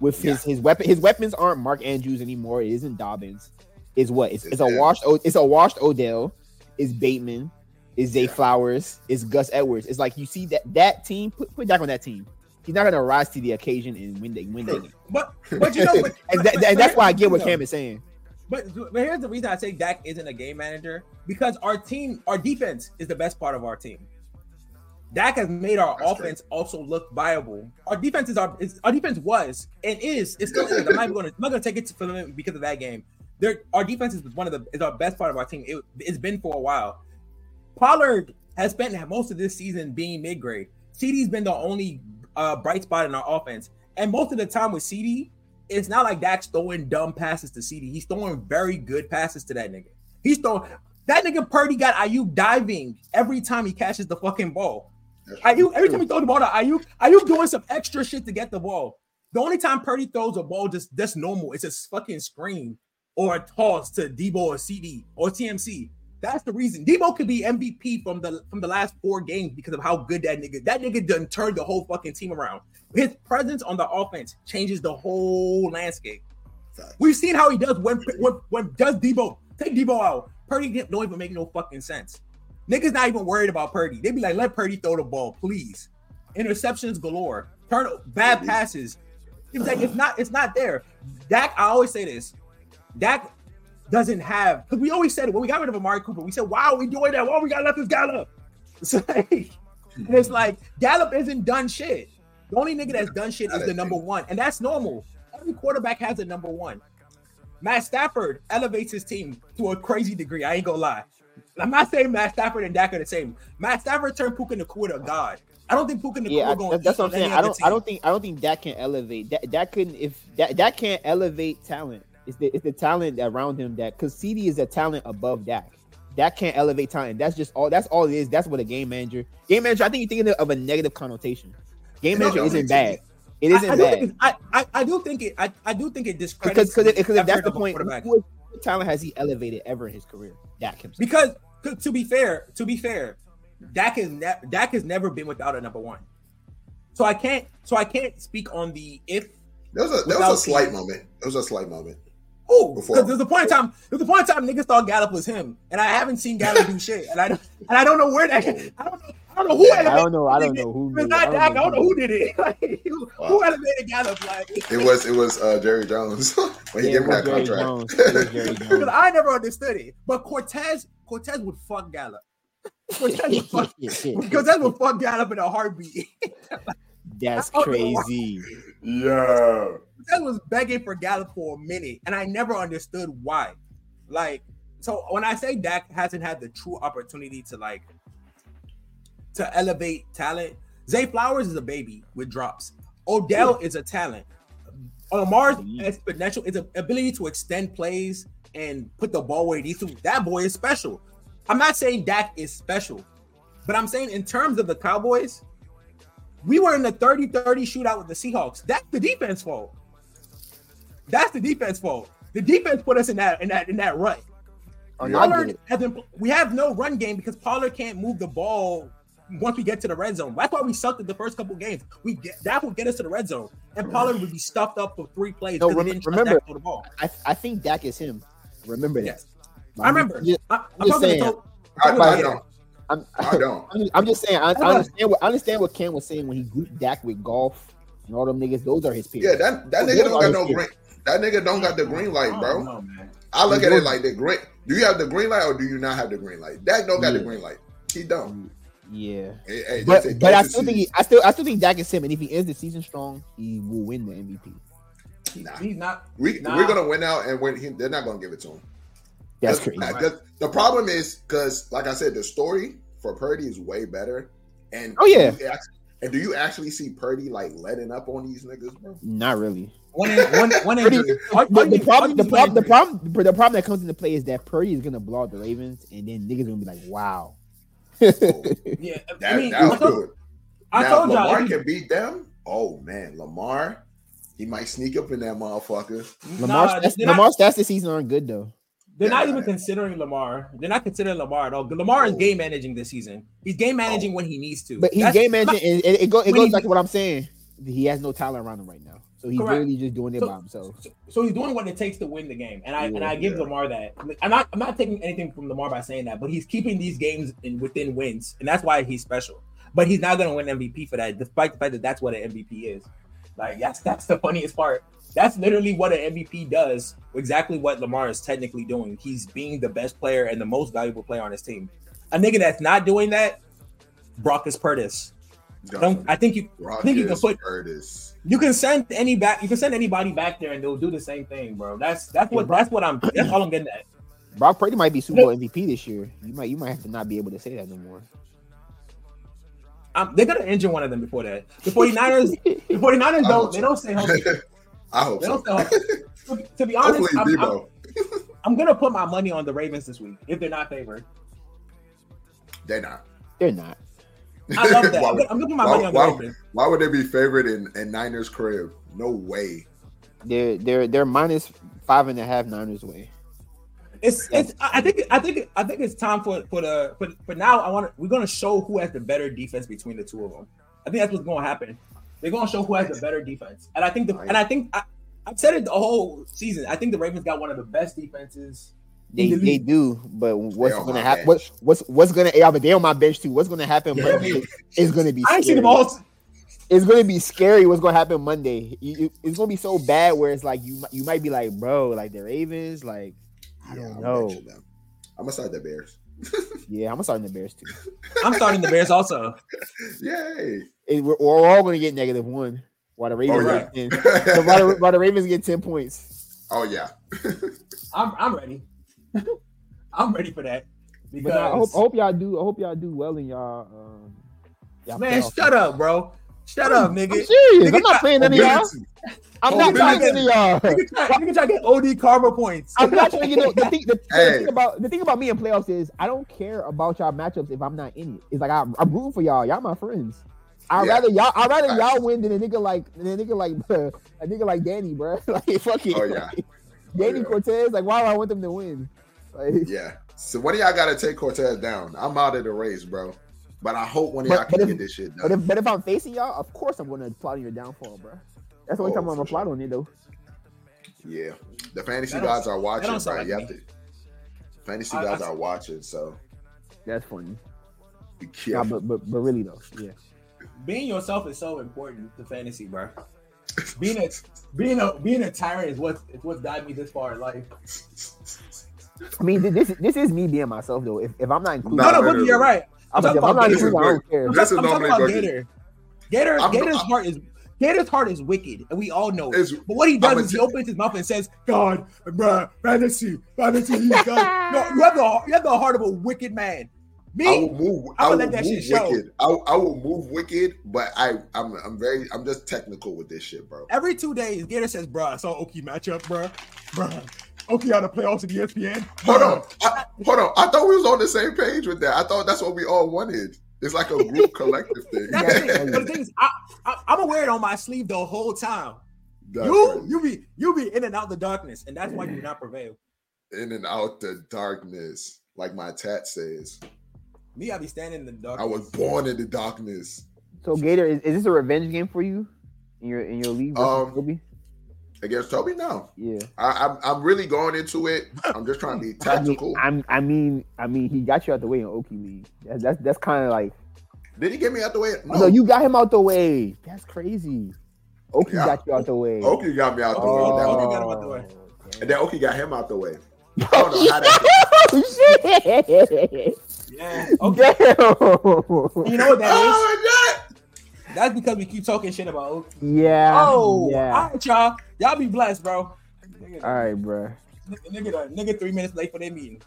S4: with his his weapon his weapons aren't Mark Andrews anymore. It isn't Dobbins. Is what it's, it's a
S2: Yeah.
S4: washed O- it's a washed Odell. Is Bateman. Is Zay Flowers. Is Gus Edwards. It's like you see that that team put put Dak on that team. He's not gonna rise to the occasion and win the win the game.
S3: But but you know, but, but-
S4: And, that,
S3: but-
S4: and
S3: but
S4: that's why I
S3: here's the
S4: get what
S3: thing,
S4: Cam is saying.
S3: though. But, but here's the reason I say Dak isn't a game manager because our team, our defense is the best part of our team. Dak has made our
S2: That's
S3: offense also look viable. Our defense is our is, our defense was and is it's still is. I'm not even going to I'm not going to take it from them because of that game. Their our defense is one of the is our best part of our team. It, it's been for a while. Pollard has spent most of this season being mid grade. CD's been the only uh, bright spot in our offense, and most of the time with CD, it's not like Dak's throwing dumb passes to CD. He's throwing very good passes to that nigga. He's throwing that nigga Purdy got Ayuk diving every time he catches the fucking ball. Ayuk, every time he throws the ball to Ayuk, Ayuk doing some extra shit to get the ball. The only time Purdy throws a ball just that's normal, it's a fucking screen or a toss to Debo or CD or TMC. That's the reason Debo could be MVP from the from the last four games because of how good that nigga. That nigga done turned the whole fucking team around. His presence on the offense changes the whole landscape.
S2: Facts.
S3: We've seen how he does when when when does Debo take Debo out. Purdy didn't- don't even make no fucking sense. Niggas not even worried about Purdy. They be like, let Purdy throw the ball, please. Interceptions galore. Turn bad
S2: Maybe.
S3: passes. It's like it's not it's not there. Dak, I always say this. Dak doesn't have because we always said it when we got rid of Amari Cooper. We said, why are we doing that? Why we got left is Gallup? It's like, and it's like Gallup isn't done shit. The only nigga that's done shit is the number one, and that's normal. Every quarterback has a number one. Matt Stafford elevates his team to a crazy degree. I ain't gonna lie. I'm not saying Matt Stafford and Dak are the same. Matt Stafford turned Puka Nakua to God. I don't think Puka Nakua
S4: Yeah, I,
S3: gonna
S4: that-
S3: eat
S4: that's what I'm
S3: on
S4: saying.
S3: any
S4: I
S3: other
S4: don't.
S3: team.
S4: I don't think. I don't think that can elevate. That that couldn't. If that that can't elevate talent. It's the it's the talent around him that because CD is a talent above Dak. That can't elevate talent. That's just all. That's all it is. That's what a game manager. Game manager. I think you're thinking of a negative connotation. Game
S2: No,
S4: manager
S2: no,
S4: isn't
S2: it's-
S4: bad. It
S3: I-
S4: isn't
S3: I, do
S4: bad
S3: think it- I, I, I do think it. I, I do think it discredits
S4: because because because if that's
S3: effort
S4: the
S3: of a
S4: point,
S3: quarterback.
S4: what talent has he elevated ever in his career? Dak himself.
S3: Because c- to be fair, to be fair, Dak has ne- Dak has never been without a number one. So I can't. So I can't speak on the if.
S2: There was a there
S3: Without
S2: was a slight
S3: Keaton.
S2: moment. There was a slight moment.
S3: Oh,
S2: Before.
S3: because there's a point in time. There's a point in time niggas thought Gallup was him, and I haven't seen Gallup do shit, and I don't, and I don't know where that. I don't know. I don't know who.
S2: I
S4: I
S3: elevated
S4: don't know. I don't
S3: it.
S4: know who.
S3: If
S4: made-
S3: It's not Dak. I don't know who
S4: who-
S3: did it. Like, who, who elevated Gallup? Like,
S2: It was it was uh, Jerry Jones when he
S4: Yeah,
S2: gave him that
S4: Jerry
S2: contract.
S4: Jones. It was Jerry Jones.
S3: because I never understood it. But Cortez, Cortez would fuck Gallup. Cortez would fuck. Cortez would fuck Gallup in a heartbeat.
S4: That's
S3: I don't know
S4: crazy.
S2: Yeah.
S3: Cortez was begging for Gallup for a minute, and I never understood why. Like, so when I say Dak hasn't had the true opportunity to like to elevate talent, Zay Flowers is a baby with drops. Odell is a talent. Omar's
S4: Mhm.
S3: exponential is an ability to extend plays and put the ball where it needs to. That boy is special. I'm not saying Dak is special, but I'm saying in terms of the Cowboys, we were in the 30-30 shootout with the Seahawks. That's the defense fault. That's the defense fault. The defense put us in that in that in that rut. Pollard hasn't. We have no run game because Pollard can't move the ball once we get to the red zone. That's why we sucked at the first couple games. We get, that would get us to the red zone, and Pollard would be stuffed up for three plays.
S4: No,
S3: 'cause he
S4: rem-
S3: didn't trust
S4: remember-
S3: Dak to the ball.
S4: I, I think Dak is him. Remember that.
S3: Yes. I remember.
S4: Yeah,
S3: I, am
S4: just
S3: talking
S4: saying.
S3: about
S2: I, I
S3: Yeah.
S2: don't.
S4: I'm,
S2: I don't.
S4: I'm, just, I'm just saying. I, I
S3: know.
S4: understand what I understand what Cam was saying when he grouped Dak with golf and all them niggas. Those are his peers.
S2: Yeah, that that
S4: Those
S2: nigga don't
S4: are
S2: got
S4: his
S2: no
S4: peers.
S2: green. That nigga don't got the green light,
S3: I don't
S2: bro.
S3: know, man.
S2: I look
S4: He
S2: at it
S4: don't.
S2: like the green. Do you have the green light or do you not have the green light? Dak don't got the
S4: Yeah.
S2: green light. He don't.
S4: Yeah.
S2: Hey, hey,
S4: But,
S2: that's it.
S4: but I
S2: That's
S4: still
S2: the
S4: think he, I still I still think Dak is him, and if he ends the season strong, he will win the MVP.
S2: season. Nah.
S3: He's not.
S2: We
S3: Nah.
S2: we're gonna win out and win. He, they're not gonna give it to him.
S4: That's
S2: Just-
S4: crazy.
S2: nah, just- The problem is because, like I said, the story for Purdy is way better. And
S4: Oh, yeah.
S2: do you act- and do you actually see Purdy like letting up on these niggas, bro?
S4: Not really.
S3: One, in, one, one
S4: Pretty-
S3: injury. All- all
S4: But the
S3: you- all
S4: problem,
S3: you
S4: the
S3: need is
S4: problem, the
S3: one
S4: problem, the problem that comes into play is that Purdy is gonna blow out the Ravens, and then niggas gonna be like, "Wow."
S3: injury. Yeah, I-
S2: That,
S3: I mean, I
S2: that'll
S3: told,
S2: do it.
S3: I
S2: now,
S3: told
S2: if Lamar
S3: y'all.
S2: can beat them. Oh man, Lamar, he might sneak up in that motherfucker.
S4: Lamar,
S3: nah,
S4: stats,
S3: they're
S4: Lamar
S3: not,
S4: stats this season aren't good though.
S3: they're not
S2: Yeah.
S3: even considering Lamar. They're not considering Lamar at all. Lamar is
S2: Oh.
S3: game managing this season. He's game managing when he needs to.
S4: Oh. But he's
S3: That's-
S4: game managing, and it, it, go, it
S3: when
S4: goes
S3: he-
S4: back to what I'm saying. He has no talent around him right now, so he's
S3: Correct.
S4: literally just doing it
S3: So-
S4: by himself.
S3: So, so he's doing what it takes to win the game, and I and I
S2: Yeah,
S3: give
S2: yeah.
S3: Lamar that. I'm not I'm not taking anything from Lamar by saying that, but he's keeping these games in within wins, and that's why he's special. But he's not going to win MVP for that, despite the fact that that's what an MVP is. Like that's that's the funniest part. That's literally what an MVP does. Exactly what Lamar is technically doing. He's being the best player and the most valuable player on his team. A nigga that's not doing that, Brock is Purtis. I don't- I think you
S2: Rockets,
S3: think you can put-
S2: Curtis.
S3: you can send any back. You can send anybody back there, and they'll do the same thing, bro. That's that's what that's what I'm. That's all I'm getting at.
S4: Brock Purdy might be Super Bowl MVP this year. You might you might have to not be able to say that no more.
S3: Um, they're gonna injure one of them before that. The 49ers, the 49ers
S2: I
S3: don't.
S2: hope
S3: They
S2: so.
S3: don't stay healthy.
S2: I hope
S3: They
S2: so.
S3: don't stay healthy. To, to be honest,
S2: Hopefully,
S3: I'm, I'm,
S2: Debo.
S3: I'm gonna put my money on the Ravens this week if they're not favored.
S2: They're not.
S4: They're not.
S3: I love that.
S2: Why
S3: I'm
S2: would-
S3: gonna, I'm gonna put my
S2: why-
S3: money on the
S2: why-
S3: Ravens.
S2: Why would they be favored in, in Niners crib? No way.
S4: They're they're they're minus five and a half Niners way.
S3: It's it's. I I think I think I think it's time for for the for, for now. I want to. We're gonna show who has the better defense between the two of them. I think that's what's gonna happen. They're gonna show who has the better defense, and I think the and I think I, I've said it the whole season. I think the Ravens got one of the best defenses.
S4: They
S3: In the
S4: they
S3: league.
S4: do, but what's
S2: on
S4: gonna
S2: my
S4: happen?
S2: bench.
S4: What, what's what's gonna? Yeah, but they on my bench too. What's gonna happen Monday is gonna be.
S3: I ain't seen
S4: scary.
S3: them all.
S4: It's gonna be scary. What's gonna happen Monday? You- you- It's gonna be so bad where it's like you mi- you might be like, bro, like the Ravens, like I don't know.
S2: I'm gonna start the Bears.
S4: yeah, I'm gonna start in the Bears too.
S3: I'm starting the Bears also.
S2: Yay!
S4: It, we're, we're all gonna get negative one while
S3: Oh,
S4: the Ravens
S2: yeah.
S4: get ten. So while, the, while the Ravens get ten points.
S2: oh yeah.
S3: I'm I'm ready. I'm ready for that
S4: But nah, I, hope,
S3: because
S4: I hope y'all do. I hope y'all do well in y'all. Um, y'all
S3: man,
S4: playoff.
S3: shut up, bro. Shut up,
S4: I'm
S3: nigga.
S4: serious.
S3: Nigga
S4: I'm not
S3: try-
S4: playing none of y'all.
S2: Ability.
S4: I'm not playing none of y'all.
S3: Nigga try, nigga try to get OD karma points.
S4: I'm not trying to get no, the, thing, the, the
S2: Hey.
S4: thing about the thing about me in playoffs is I don't care about y'all matchups if I'm not in it. It's like I'm, I'm rooting for y'all. Y'all my friends. I would
S2: Yeah.
S4: rather y'all I would rather
S2: Facts.
S4: y'all win than a nigga like than a nigga like bruh, a nigga like Danny, bro. like fuck it.
S2: Oh, yeah. Oh,
S4: Like, Danny
S2: yeah.
S4: Cortez. Like why would I want them to win? Like,
S2: Yeah. So what do y'all gotta take Cortez down? I'm out of the race, bro. But I hope one of
S4: But-
S2: y'all can
S4: but if-
S2: get this shit
S4: but
S2: done.
S4: if but if I'm facing y'all, of course I'm gonna plot on your downfall, bro. That's the only
S2: Oh,
S4: time I'm gonna
S2: for sure.
S4: plot on it though.
S2: yeah. The fantasy
S3: That don't-
S2: guys are
S3: that
S2: watching,
S3: don't
S2: bro.
S3: sound
S2: you
S3: like
S2: have to. Fantasy
S3: I-
S2: guys
S3: I-
S2: are watching, so
S4: That's funny.
S2: be
S4: Yeah,
S2: careful.
S4: but, but but really though, yeah.
S3: being yourself is so important to fantasy, bro. Being a being a being a tyrant is what is what got me this far in life.
S4: I mean, th- this this is me being myself though. If, if I'm not included,
S3: No,
S2: Nah,
S3: no,
S2: man,
S3: Boogie, you're right. I'm
S4: I'm,
S3: talking
S4: if I'm
S3: about
S4: not
S3: Gator.
S2: this is good. This is
S3: I'm, talking-
S4: included. I don't care.
S3: I'm
S2: normally
S3: talking about
S2: Boogie.
S3: Gator. Gator,
S2: I'm-
S3: Gator's
S2: I'm-
S3: heart is Gator's heart is wicked, and we all know it.
S2: It's-
S3: but what he does
S2: I'm a
S3: is he
S2: t-
S3: opens his mouth and says, "God, bruh, fantasy, fantasy, God." No, you have the you have the heart of a wicked man.
S2: I
S3: Me,
S2: will move.
S3: I
S2: I
S3: will
S2: will
S3: let that
S2: move
S3: shit show.
S2: wicked. I, I will move wicked, but I I'm I'm very I'm just technical with this shit, bro.
S3: every two days, Gator says, "Bruh, I saw Oki matchup, bruh, bruh, Oki out of playoffs E at ESPN."
S2: Hold
S3: bruh."
S2: on, I, hold on. I thought we was on the same page with that. I thought that's what we all wanted. It's like a group collective thing.
S3: That's the
S4: Yeah.
S3: thing. But the thing is, I, I, I'm gonna wear it on my sleeve the whole time.
S2: That's
S3: you,
S2: crazy.
S3: you be, you be in and out the darkness, and that's why you do not prevail.
S2: in and out the darkness, like my tat says.
S3: Me, I be standing in the dark.
S2: I was born in the darkness.
S4: So Gator, is, is this a revenge game for you in your in your league? versus
S2: Um,
S4: Kobe?
S2: Against Toby, no.
S4: Yeah.
S2: I, I'm I'm really going into it. I'm just trying to be
S4: I mean,
S2: tactical.
S4: I'm, I mean, I mean, he got you out the way in Okie League. That's that's, that's kind of like
S2: Did he get me out the way?
S4: Oh, no. you got him out the way. That's crazy. Okie
S2: Yeah.
S4: got you out the way.
S2: Okie got me out the way.
S3: Oh.
S2: That one.
S3: got him out the way.
S4: damn.
S2: And then Okie got him out the way. I don't know how that.
S4: Shit.
S3: Yeah. Okay.
S4: Oh, Damn.
S3: You know what that
S2: Oh my god!
S3: is? That's because we keep talking shit about Oak.
S4: Yeah.
S3: Oh,
S4: Yeah.
S3: all right, y'all. Y'all be blessed, bro. Nigga,
S4: All right, bro.
S3: nigga, nigga, done- nigga three minutes late for their meeting.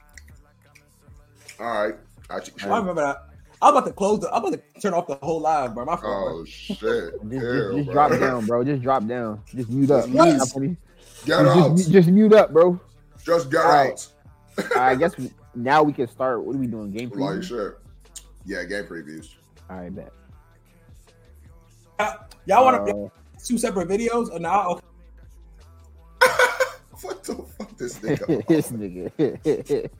S2: All right. I should-
S3: I remember that. I'm about to close the. I'm about to turn off the whole live, bro. My phone.
S2: Oh shit!
S4: Just,
S2: Ew,
S4: just, just
S2: bro.
S4: drop down, bro. Just drop down. Just mute up.
S2: Yes.
S4: Just,
S2: Get out!
S4: just, just mute up, bro.
S2: Just get
S4: Alright.
S2: out!
S4: I guess we, now we can start. What are we doing? Game preview?
S2: Like shit. Yeah, game previews.
S4: All right, bet.
S3: Y'all want to
S4: Uh,
S3: two separate videos or not? Okay.
S2: What the fuck, this nigga?
S4: this nigga,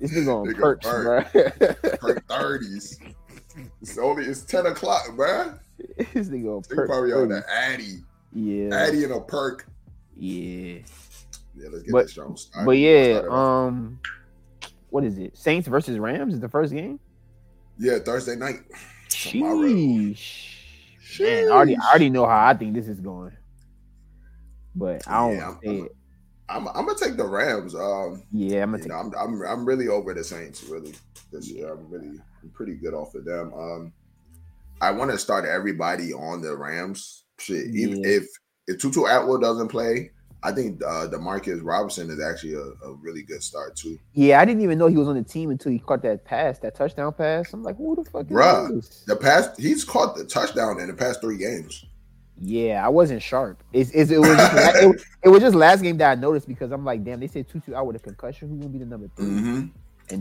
S4: this nigga on
S2: Nigga
S4: perks,
S2: burnt.
S4: bro.
S2: Her thirties. It's only it's ten o'clock, bruh.
S4: this nigga on
S2: They
S4: perks.
S2: probably on the
S4: bro.
S2: Addy,
S4: Yeah,
S2: Addy and a perk.
S4: yeah.
S2: Yeah, let's get
S4: But-
S2: this show started.
S4: But yeah,
S2: Sorry.
S4: um, what is it? Saints versus Rams is the first game.
S2: yeah, Thursday night. Tomorrow.
S4: Sheesh. Man, I already, I already know how I think this is going, but I don't
S2: Yeah,
S4: want
S2: I'm-
S4: to say it.
S2: I'm, I'm gonna take the Rams. Um,
S4: Yeah, I'm gonna
S2: you
S4: take.
S2: know, I'm, I'm I'm really over the Saints really this year. I'm really I'm pretty good off of them. Um, I want to start everybody on the Rams. Shit, even
S4: Yeah.
S2: if if Tutu Atwell doesn't play, I think uh, Demarcus Robinson is actually a, a really good start too.
S4: Yeah, I didn't even know he was on the team until he caught that pass, that touchdown pass. I'm like, who the fuck is
S2: Bruh.
S4: this?
S2: The past he's caught the touchdown in the past three games.
S4: Yeah, I wasn't sharp. It's, it's, it, was just, la- it, it was just last game that I noticed because I'm like, damn, they said Tutu out with a concussion. Who gonna be the number 3
S2: Mm-hmm. And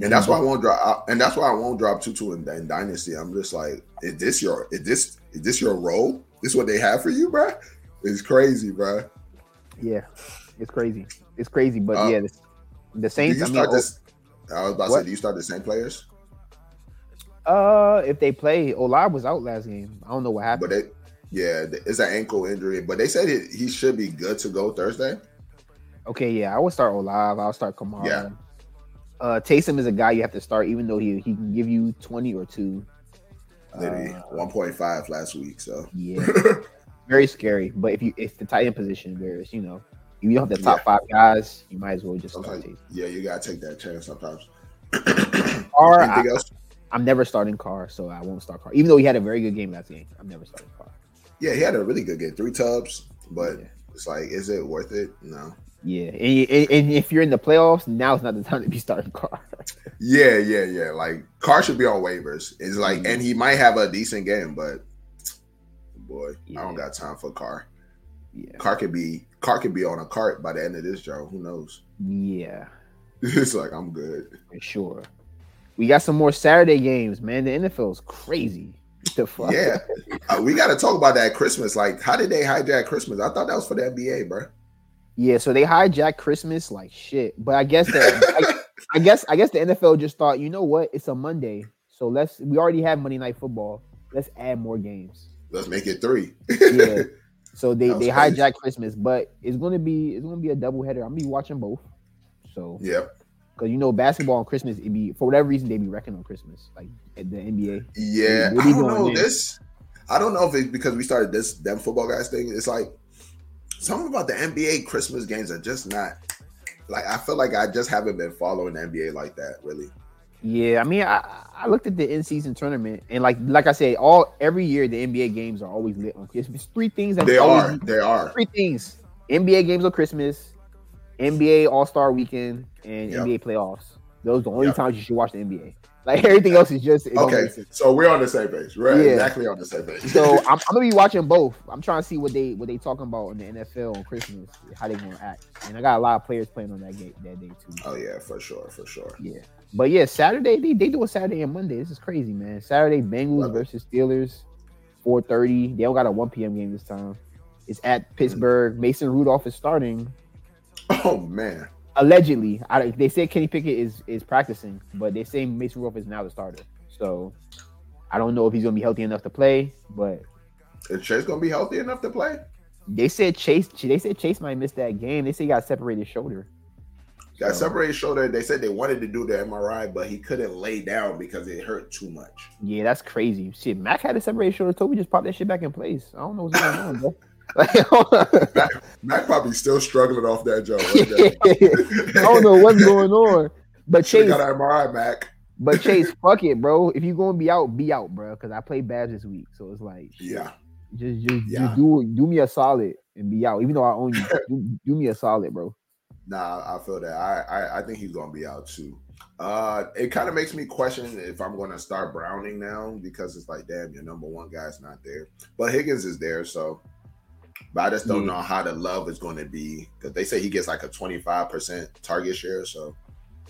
S4: Mm-hmm.
S2: that's why I won't drop. I- And that's why I won't drop Tutu in, in Dynasty. I'm just like, is this your is this is this your role? This what they have for you, bruh? It's crazy, bruh.
S4: Yeah, it's crazy. It's crazy, but
S2: Uh,
S4: yeah, the, the
S2: Do
S4: Saints.
S2: you
S4: I mean, oh,
S2: start this? I was about to
S4: What?
S2: say, do you start the same players?
S4: uh, if they play, Olave was out last game. I don't know what
S2: But
S4: happened.
S2: they, yeah, th- it's an ankle injury. But they said he, he should be good to go Thursday.
S4: okay, yeah, I would start Olave. I'll start Kamara.
S2: Yeah.
S4: Uh, Taysom is a guy you have to start, even though he he can give you twenty or two.
S2: Literally
S4: Uh,
S2: 1.5 last week. So
S4: Yeah, very scary. But if you if the tight end position, where it's you know if you don't have the top
S2: Yeah.
S4: five guys, you might as well just start
S2: sometimes,
S4: Taysom.
S2: yeah, you gotta take that chance sometimes.
S4: Or I-
S2: Anything else?
S4: I'm never starting Carr, so I won't start Carr. Even though he had a very good game last game, I'm never starting Carr.
S2: Yeah, he had a really good game, three tubs. But
S4: yeah,
S2: it's like, is it worth it? No.
S4: yeah. And, and, and if you're in the playoffs, now's not the time to be starting Carr.
S2: Yeah, yeah, yeah. Like Carr should be on waivers. It's like,
S4: Mhm.
S2: and he might have a decent game, but boy, I don't
S4: Yeah.
S2: got time for Carr.
S4: Yeah,
S2: Carr could be Carr could be on a cart by the end of this show. Who knows?
S4: yeah,
S2: It's like I'm good.
S4: for sure. We got some more Saturday games, man. The NFL is crazy. The fuck?
S2: Yeah, Uh, we got to talk about that Christmas. Like, how did they hijack Christmas? I thought that was for the NBA, bro.
S4: Yeah, so they hijacked Christmas like shit. But I guess that I, I guess I guess the NFL just thought, you know what? It's a Monday, so let's. We already have Monday Night Football. Let's add more games.
S2: Let's make it three.
S4: yeah. So they
S2: That was
S4: they
S2: crazy.
S4: hijack Christmas, but it's gonna be it's gonna be a doubleheader. I'm gonna be watching both. So
S2: Yep.
S4: because you know basketball on Christmas, it be for whatever reason they be wrecking on Christmas, like at the NBA.
S2: Yeah. I
S4: What are you
S2: don't
S4: doing
S2: know
S4: next?
S2: this. I don't know if it's because we started this them football guys thing. It's like something about the NBA Christmas games are just not like I feel like I just haven't been following the NBA like that really.
S4: Yeah, I mean I, I looked at the in season tournament and like like I said, all every year the NBA games are always lit on Christmas. It's Three things that
S2: They
S4: always-
S2: are. They are.
S4: three things: NBA games on Christmas, NBA All Star Weekend, and
S2: Yep.
S4: NBA playoffs. Those are the only
S2: Yep.
S4: times you should watch the NBA. Like everything else is just it don't
S2: Okay,
S4: make sense.
S2: so we're on the same page. We're
S4: Yeah.
S2: exactly on the same page.
S4: So I'm, I'm gonna be watching both. I'm trying to see what they what they talking about in the NFL on Christmas, how they gonna act. And I got a lot of players playing on that game that day too.
S2: oh yeah, for sure, for sure.
S4: Yeah. But yeah, Saturday they, they do a Saturday and Monday. This is crazy, man. Saturday Bengals
S2: Love it.
S4: versus Steelers, four thirty. They don't got a one p.m. game this time. It's at
S2: Mm.
S4: Pittsburgh. Mason Rudolph is starting
S2: Oh man,
S4: allegedly. I, they said Kenny Pickett is is practicing, but they say Mason Rudolph is now the starter. So I don't know if he's gonna be healthy enough to play, but
S2: is Chase gonna be healthy enough to play?
S4: They said Chase. They said Chase might miss that game. They said he got separated shoulder.
S2: Got
S4: So,
S2: separated shoulder. They said they wanted to do the MRI, but he couldn't lay down because it hurt too much.
S4: Yeah, that's crazy. Shit, Mac had a separated shoulder. Toby just popped that shit back in place. I don't know what's going on, bro. Like,
S2: Mac, Mac probably still struggling off that joke. Right there.
S4: I don't know what's going on. But
S2: She
S4: Chase,
S2: got an MRI, Mac.
S4: but Chase, fuck it, bro. If you gonna be out, be out, bro. Because I play Babs this week, so it's like
S2: Yeah,
S4: just just,
S2: Yeah.
S4: just do do me a solid and be out. Even though I own you, do, do me a solid, bro.
S2: nah, I feel that. I I, I think he's gonna be out too. Uh, it kind of makes me question if I'm gonna start Browning now because it's like, damn, your number one guy's not there, but Higgins is there, so. But I just don't
S4: Mm.
S3: Yeah.
S2: know how the love is going to be because they say he gets like a 25% target share. So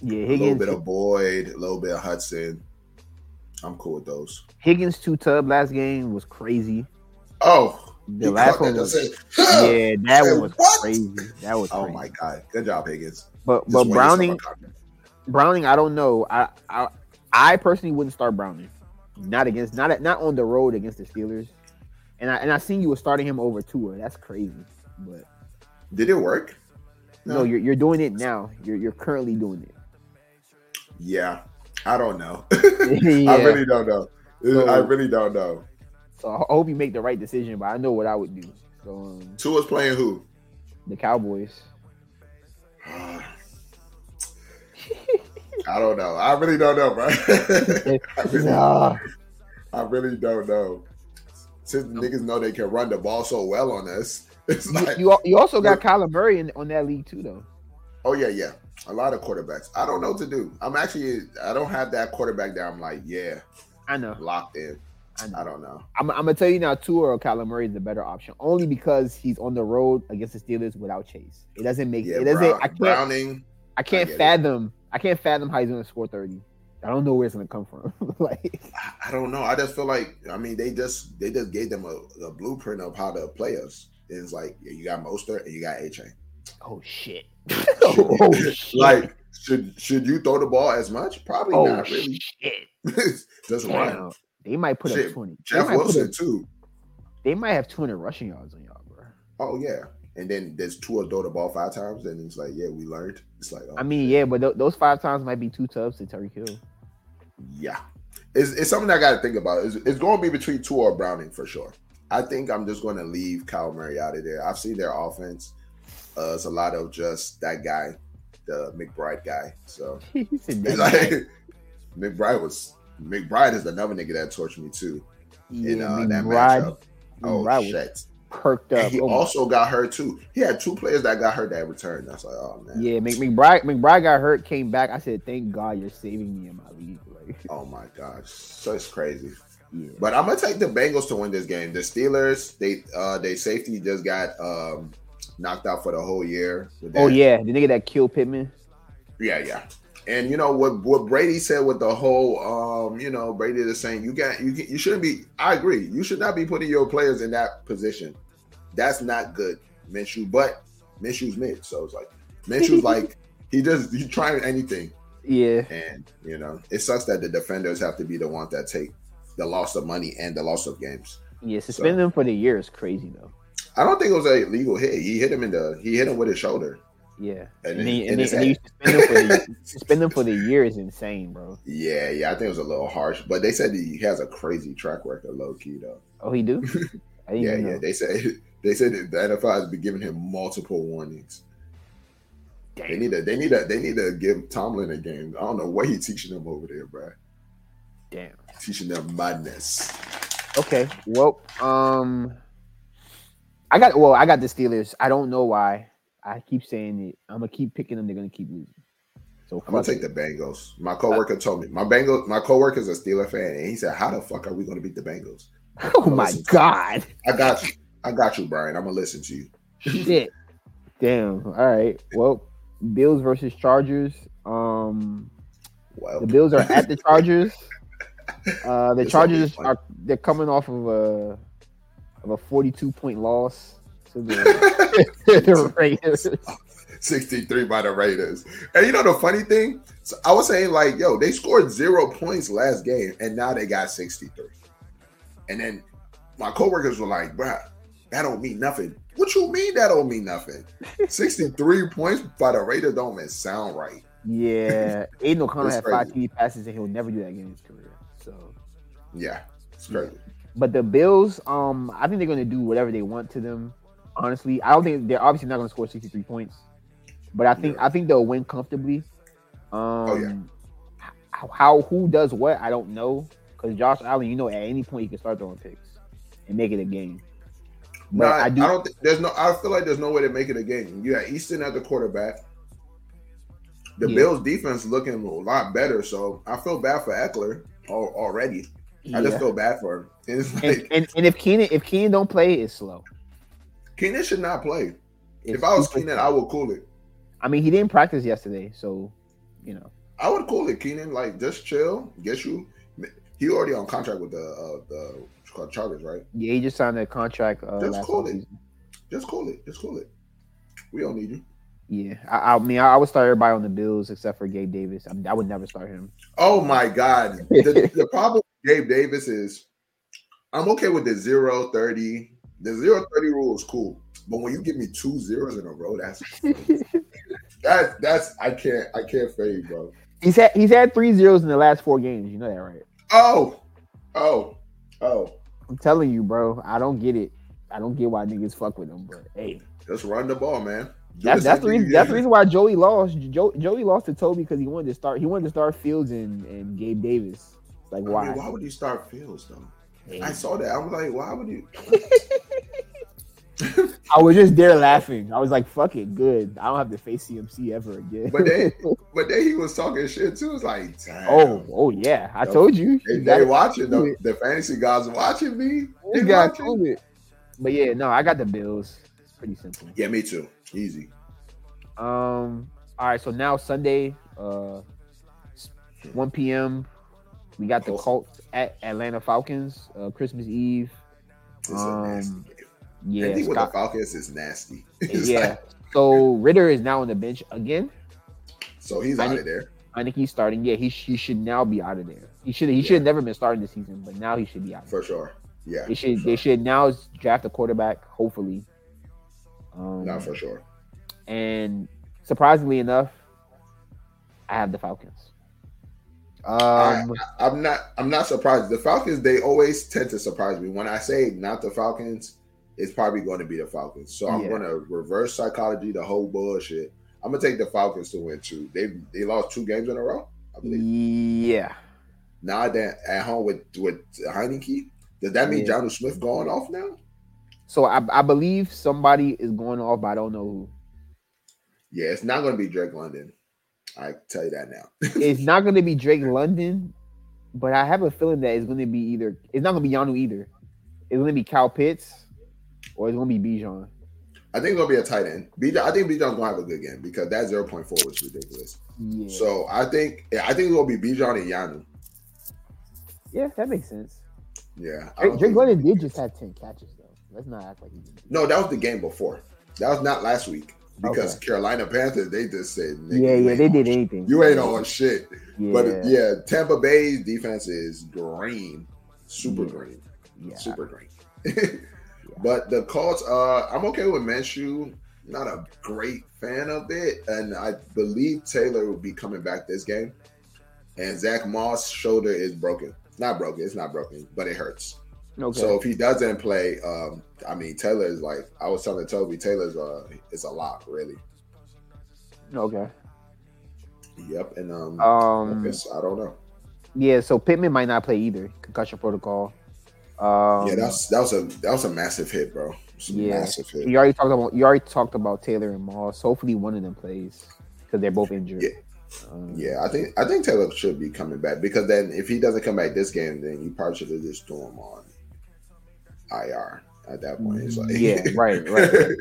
S4: Yeah,
S2: a little
S4: Higgins,
S2: bit of Boyd, a little bit of Hudson. I'm cool with those.
S4: Higgins two tub last game was crazy.
S2: Oh,
S4: The
S2: he
S4: last
S2: caught that.
S4: one was
S2: That's it.
S4: yeah, that
S2: Hey,
S4: one was
S2: what?
S4: crazy. That was
S2: Oh
S4: crazy.
S2: my god, good job, Higgins.
S4: But
S2: Just
S4: but
S2: win yourself
S4: Browning
S2: a contract.
S4: Browning, I don't know. I I, I personally wouldn't start Browning. Not against not at, not on the road against the Steelers. And I and I seen you were starting him over Tua. That's crazy. But
S2: Did it work?
S4: no,
S2: No.
S4: you're you're doing it now. You're you're currently doing it.
S2: Yeah, I don't know.
S4: yeah.
S2: I really don't know. Uh, I really don't know.
S4: so I hope you make the right decision, but I know what I would do. So um,
S2: Tua's playing who?
S4: the Cowboys.
S2: I don't know. I really don't know, bro. I, really,
S4: Nah.
S2: I really don't know. Since niggas know they can run the ball so well on us, it's
S4: You,
S2: like
S4: you, al- you also got Kyler Murray in, on that league too, though.
S2: Oh yeah, yeah. A lot of quarterbacks. I don't know what to do. I'm actually I don't have that quarterback that I'm like, yeah,
S4: I know.
S2: locked in.
S4: I know.
S2: I don't know.
S4: I'm, I'm gonna tell you now, Tua or Kyler Murray is the better option, only because he's on the road against the Steelers without Chase. It doesn't make
S2: Yeah,
S4: it doesn't.
S2: Brown-
S4: I can't.
S2: Browning.
S4: I can't
S2: get it.
S4: fathom. I can't fathom how he's gonna score thirty. I don't know where it's gonna come from. like,
S2: I- I don't know. I just feel like I mean they just they just gave them a, a blueprint of how to play us. And it's like yeah, you got Moster and you got A Chain.
S4: oh shit. oh, oh, shit.
S2: Like should should you throw the ball as much? Probably
S4: oh
S2: not really.
S4: shit.
S2: just
S4: Damn.
S2: run.
S4: They might put
S2: Shit.
S4: up twenty. They
S2: Jeff
S4: might, put
S2: Wilson
S4: up,
S2: too.
S4: they might have two hundred rushing yards on y'all, bro.
S2: Oh yeah. And then there's two of throw the ball five times, and it's like, yeah, we learned. It's like, oh,
S4: I mean, yeah, but th- those five times might be two tubs to Terry Hill.
S2: Yeah, it's, it's something I got to think about. It's, it's going to be between two or Browning for sure. I think I'm just going to leave Kyle Murray out of there. I've seen their offense. Uh, it's a lot of just that guy, the McBride guy. So
S4: he said
S2: it's
S4: that.
S2: like McBride was McBride is another nigga that tortured me too in
S4: yeah,
S2: uh,
S4: Big
S2: that
S4: Rod-
S2: matchup. Oh
S4: Rod was
S2: shit!
S4: perked
S2: And
S4: up.
S2: he
S4: Oh, my
S2: also got hurt too. He had two players that got hurt that returned. I was like, oh man,
S4: Yeah, Mc- McBride McBride got hurt, came back. I said, "Thank God you're saving me in my league." Like,
S2: oh my gosh, so it's crazy.
S4: yeah,
S2: But I'm gonna take the Bengals to win this game. The Steelers, they uh they safety just got um knocked out for the whole year. with
S4: oh
S2: that-
S4: yeah, the nigga that killed Pittman.
S2: yeah, yeah. And you know what what Brady said with the whole um you know Brady is saying you got you you shouldn't be. I agree. You should not be putting your players in that position. That's not good, Minshew. But Minshew's mid, so it's like Minshew's like he just he's trying anything,
S4: Yeah,
S2: and you know it sucks that the defenders have to be the ones that take the loss of money and the loss of games.
S4: yeah. Suspend him for the year is crazy though.
S2: I don't think it was a legal hit. He hit him in the he hit him with his shoulder.
S4: Yeah,
S2: And
S4: and,
S2: then-
S4: then,
S2: and
S4: and then,
S2: his
S4: and then you suspend him for the suspend him for the year is insane, bro.
S2: Yeah, yeah, I think it was a little harsh, but they said he has a crazy track record, low key though.
S4: Oh, he do? I didn't
S2: Yeah,
S4: even
S2: yeah.
S4: know.
S2: They said they said that the NFL has been giving him multiple warnings. They need to they need to they need to give Tomlin a game. I don't know what he's teaching them over there, bro.
S4: Damn.
S2: Teaching them madness.
S4: Okay. Well, um, I got well, I got the Steelers. I don't know why. I keep saying it. I'm gonna keep picking them. They're gonna keep losing. So
S2: I'm gonna
S4: fuck it.
S2: take the Bengals. My coworker told me my Bengals my coworker's a Steeler fan, and he said, "How the fuck are we gonna beat the Bengals?"
S4: Oh my god.
S2: I got you. I got you, Brian. I'm gonna listen to you.
S4: Shit. Damn. All right. Well, Bills versus Chargers. Um,
S2: Well,
S4: the Bills are at the Chargers. Uh,
S2: This gonna
S4: the
S2: be
S4: Chargers
S2: fun.
S4: are they're coming off of a of a forty two point loss to the, the Raiders.
S2: 63 by the Raiders. And you know the funny thing? So I was saying, like, yo, they scored zero points last game and now they got 63. And then my coworkers were like, bruh, that don't mean nothing. What you mean that don't mean nothing? 63 points by the Raiders don't even sound right.
S4: Yeah, Aiden O'Connell
S2: That's
S4: had five
S2: crazy.
S4: TD passes and he'll never do that again in his career. So,
S2: Yeah, it's crazy.
S4: but the Bills, um, I think they're gonna do whatever they want to them. honestly. I don't think they're obviously not going to score 63 points, but I think I think they'll win comfortably. Um,
S2: Oh, yeah.
S4: h- How who does what I don't know because Josh Allen, you know, at any point he can start throwing picks and make it a game. But
S2: Nah,
S4: I
S2: I,
S4: do.
S2: don't. Think, there's no. I feel like there's no way to make it a game. You got Easton at the quarterback. The
S4: Yeah.
S2: Bills' defense looking a lot better, so I feel bad for Eckler al- already. I just
S4: yeah.
S2: feel bad for him. And it's
S4: and,
S2: like
S4: and, and if Keenan if Keenan don't play, it's slow.
S2: Keenan should not play.
S4: It's
S2: if I was
S4: super
S2: Keenan,
S4: slow.
S2: I would cool it.
S4: I mean, he didn't practice yesterday, so you know.
S2: I would cool it, Keenan. Like just chill, get you. He already on contract with the uh, the what's it called, Chargers, right?
S4: Yeah, he just signed a contract. Uh,
S2: Just
S4: last
S2: call it.
S4: offseason.
S2: Just cool it. Just cool it. We don't need you.
S4: Yeah, I, I mean, I, I would start everybody on the Bills except for Gabe Davis. I, mean, I would never start him.
S2: Oh my God. The, the problem with Gabe Davis is I'm okay with the zero thirty. The zero thirty rule is cool. But when you give me two zeros in a row, that's that that's I can't I can't fade, bro.
S4: he's had he's had three zeros in the last four games. You know that, right?
S2: Oh, oh, oh.
S4: I'm telling you, bro. I don't get it. I don't get why niggas fuck with him. But hey,
S2: Just run the ball, man. Do the
S4: that's that's the
S2: same thing
S4: reason,
S2: you
S4: that's
S2: did.
S4: the reason why Joey lost. Jo- Joey lost to Toby because he wanted to start. He wanted to start Fields and and Gabe Davis. Like
S2: I mean,
S4: why?
S2: why would you start Fields though?
S4: Hey,
S2: I saw that. I'm like, why would you?
S4: I was just there laughing. I was like, "Fuck it, good. I don't have to face CMC ever again."
S2: But then, but then he was talking shit too. It's like, damn.
S4: oh, oh yeah, I told you.
S2: They,
S4: You
S2: they
S4: gotta-
S2: watching the, the fantasy guys watching me. They
S4: You got
S2: watching.
S4: it. But yeah, no, I got the Bills. It's pretty simple.
S2: Yeah, me too. Easy.
S4: Um. All right. So now Sunday, uh, 1 p.m. We got the
S2: Oh.
S4: Colts at Atlanta Falcons. Uh, Christmas Eve.
S2: It's a nasty
S4: Um,
S2: game.
S4: Yeah.
S2: Anything with the
S4: Scott-
S2: Falcons is nasty. It's
S4: yeah.
S2: like-
S4: so Ritter is now on the bench again.
S2: so he's
S4: I
S2: out
S4: need-
S2: of there.
S4: I think he's starting. Yeah, he, sh- he should now be out of there. He should he should have never been starting this season, but now he should be out.
S2: For sure. Yeah.
S4: They
S2: for
S4: should
S2: sure.
S4: they should now draft a quarterback, hopefully. Um,
S2: Not for sure.
S4: and surprisingly enough, I have the Falcons. Um,
S2: I'm not I'm not surprised. The Falcons, they always tend to surprise me. When I say not the Falcons, it's probably going to be the Falcons. So I'm
S4: Yeah.
S2: gonna reverse psychology, the whole bullshit. I'm gonna take the Falcons to win too. They they lost two games in a row, I believe.
S4: Mm. yeah,
S2: Now that at home with with Heineke, does that mean
S4: Yeah.
S2: Jonathan Smith going off now?
S4: so I, I believe somebody is going off, but I don't know
S2: Yeah, it's not going to be Drake London. I tell you that now.
S4: who. it's not going to be Drake London, but I have a feeling that it's going to be either it's not going to be Yanu either. It's going to be Cal Pitts, or it's going to be Bijan.
S2: I think it's going to be a tight end. B. I think Bijan's going to have a good game because that 0.4 was ridiculous.
S4: Yeah,
S2: So I think yeah, I think it's going to be Bijan and Yanu.
S4: yeah, that makes sense.
S2: Yeah. I don't
S4: Drake, Drake
S2: think-
S4: London did just have ten catches though. Let's not act like he didn't.
S2: No, that was the game before. That was not last week because Carolina Panthers, they just said, Nigga,
S4: Yeah,
S2: you
S4: yeah,
S2: ain't
S4: they
S2: on
S4: did
S2: shit.
S4: anything.
S2: You ain't on shit.
S4: Yeah,
S2: But yeah, Tampa Bay's defense is green, super
S4: Yeah.
S2: green.
S4: yeah.
S2: super green. but the Colts, uh, I'm okay with Minshew. Not a great fan of it, and I believe Taylor will be coming back this game. And Zach Moss' shoulder is broken. Not broken. It's not broken, but it hurts.
S4: Okay.
S2: So if he doesn't play, um, I mean, Taylor is like I was telling Toby, Taylor's uh, it's a lot really.
S4: okay.
S2: Yep, and um,
S4: Um.
S2: Lucas, I don't know.
S4: Yeah. So Pittman might not play either. Concussion protocol. Um,
S2: yeah, that's that was a that was a massive hit, bro. It's a
S4: Yeah.
S2: massive hit.
S4: You already talked about. You already talked about Taylor and Moss. Hopefully, one of them plays because they're both injured.
S2: Yeah.
S4: Um,
S2: Yeah, I think I think Taylor should be coming back because then if he doesn't come back this game, then you probably should have just threw him on IR at that point. It's like
S4: yeah. Right. Right.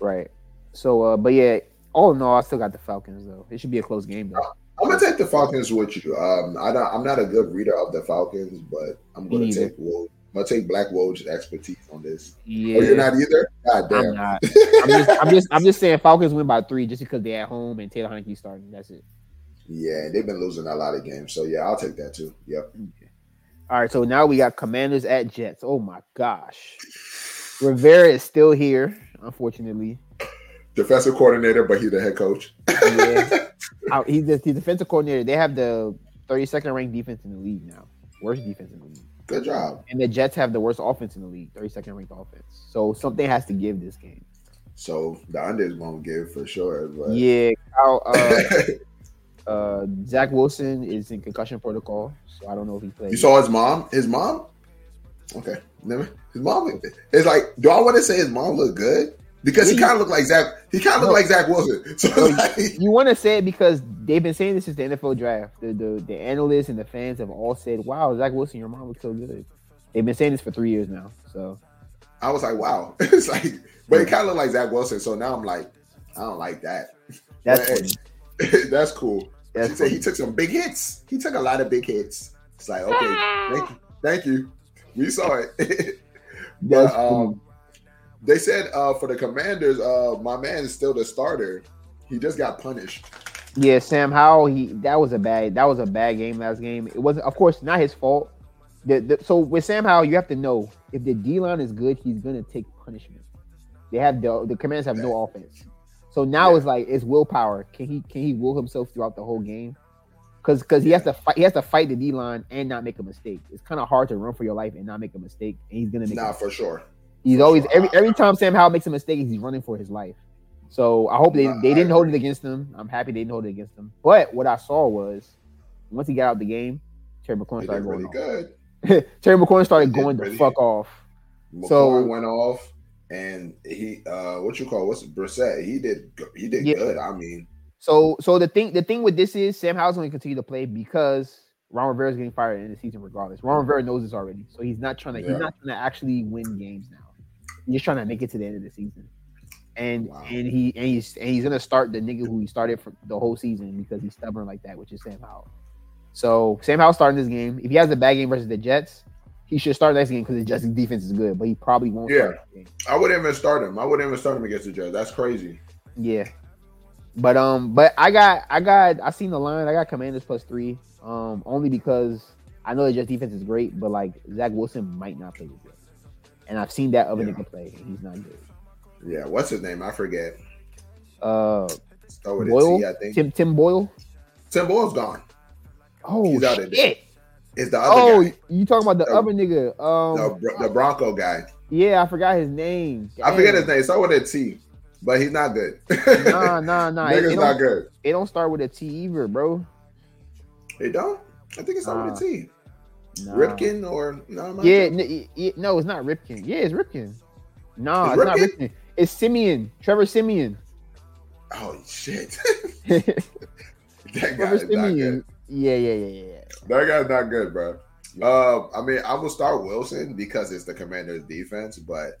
S4: right. So, uh, but yeah. All in all, I still got the Falcons though. It should be a close game though.
S2: I'm gonna take the Falcons with you. Um, I don't, I'm not a good reader of the Falcons, but I'm gonna
S4: Me either.
S2: take Woj. I'm gonna take Black Woj's expertise on this.
S4: Yeah.
S2: Oh, you're not either. God
S4: I'm
S2: damn.
S4: not. I'm just, I'm just. I'm just saying Falcons win by three just because they're at home and Taylor Heineke's starting. That's it.
S2: Yeah, they've been losing a lot of games, so yeah, I'll take that too. Yep.
S4: All right, so now we got Commanders at Jets. Oh my gosh. Rivera is still here, unfortunately.
S2: Defensive coordinator, but he the head coach.
S4: Yeah. Uh, he's the, the defensive coordinator. They have the 32nd ranked defense in the league now. Worst defense in the league.
S2: Good job.
S4: And the Jets have the worst offense in the league, 32nd ranked offense. So something has to give this game.
S2: So the under is going to give for sure. But
S4: Yeah, Kyle, uh, uh, Zach Wilson is in concussion protocol, so I don't know if he plays.
S2: you saw his mom? His mom? Okay. Never. His mom It's like, do I want to say his mom look good? Because he
S4: Yeah,
S2: kind of looked like Zach. He kind of
S4: No.
S2: looked like Zach Wilson. So
S4: No,
S2: like,
S4: you want to say it because they've been saying this is the NFL draft. The, the the analysts and the fans have all said, "Wow, Zach Wilson, your mom looks so good." They've been saying this for three years now. So
S2: I was like, wow. It's like, but he kind of looked like Zach Wilson. So now I'm like, I don't like that.
S4: that's
S2: But,
S4: funny.
S2: hey, that's cool.
S4: That's
S2: she said he took some big hits. He took a lot of big hits. It's like, okay, thank you. Thank you. We saw it. but
S4: That's
S2: um, they said uh, for the commanders, uh, my man is still the starter. He just got punished.
S4: Yeah, Sam Howell. He that was a bad that was a bad game last game. It wasn't, of course, not his fault. The, the, so with Sam Howell, you have to know if the D line is good, he's gonna take punishment. They have the the Commanders have no offense. So now
S2: Yeah.
S4: it's like it's willpower. Can he can he will himself throughout the whole game? Because because he has to fight he has to fight the D line and not make a mistake. It's kind of hard to run for your life and not make a mistake. And he's gonna make. a
S2: Nah, for sure.
S4: He's
S2: For
S4: always
S2: sure.
S4: every every time Sam Howell makes a mistake, he's running for his life. So I hope they,
S2: I-
S4: they
S2: I
S4: didn't hold it against him. I'm happy they didn't hold it against him. But what I saw was once he got out of the game, Terry McLaurin
S2: He
S4: started
S2: did
S4: going
S2: really good.
S4: off. Terry McLaurin started
S2: He did
S4: going the
S2: really
S4: fuck off.
S2: McCoy
S4: So-
S2: went off, and he uh, what you call what's it, Brissett? He did go- he did
S4: Yeah.
S2: good. I mean,
S4: So so the thing the thing with this is Sam Howell's going to continue to play because Ron Rivera is getting fired in the season regardless. Ron Rivera knows this already, so he's not trying to
S2: Yeah.
S4: he's not trying to actually win games now. He's just trying to make it to the end of the season, and
S2: Wow.
S4: and he and he's and he's going to start the nigga who he started for the whole season because he's stubborn like that, which is Sam Howell. So Sam Howell starting this game. If he has a bad game versus the Jets, he should start next game because the Jets' defense is good, but he probably won't.
S2: Yeah.
S4: start next game.
S2: I wouldn't even start him. I wouldn't even start him against the Jets. That's crazy.
S4: Yeah. But um, but I got I got I seen the line. I got Commanders plus three. Um, only because I know the Jets defense is great, but like Zach Wilson might not play this game, and I've seen that other
S2: Yeah.
S4: nigga play, and he's not good.
S2: Yeah, what's his name? I forget.
S4: Uh,
S2: Start with a
S4: Boyle,
S2: T, I think. Tim,
S4: Tim Tim Boyle.
S2: Boyle's gone.
S4: Oh
S2: He's out of there.
S4: shit!
S2: It's the other
S4: Oh,
S2: guy,
S4: you talking about the
S2: Oh.
S4: other nigga?
S2: the,
S4: Um,
S2: Bro- the Bronco guy.
S4: yeah, I forgot his name.
S2: I forget his
S4: Damn.
S2: name. Start with a T, but he's not good.
S4: Nah, nah, nah. it,
S2: Nigga's
S4: it
S2: not
S4: don't,
S2: good.
S4: it don't start with a T either, bro.
S2: They don't. I think it's not with a T.
S4: Nah.
S2: Ripken or no? I'm not
S4: Yeah,
S2: sure.
S4: n- y- y- no, it's not Ripken. Yeah, it's Ripken. No,
S2: It's
S4: it's, not Ripken. It's Simeon. Trevor Simeon.
S2: Oh shit.
S4: Trevor
S2: that guy is not good.
S4: Simeon. Yeah, yeah, yeah, yeah.
S2: That guy's not good, bro. Uh, I mean, I will start Wilson because it's the Commanders' defense, but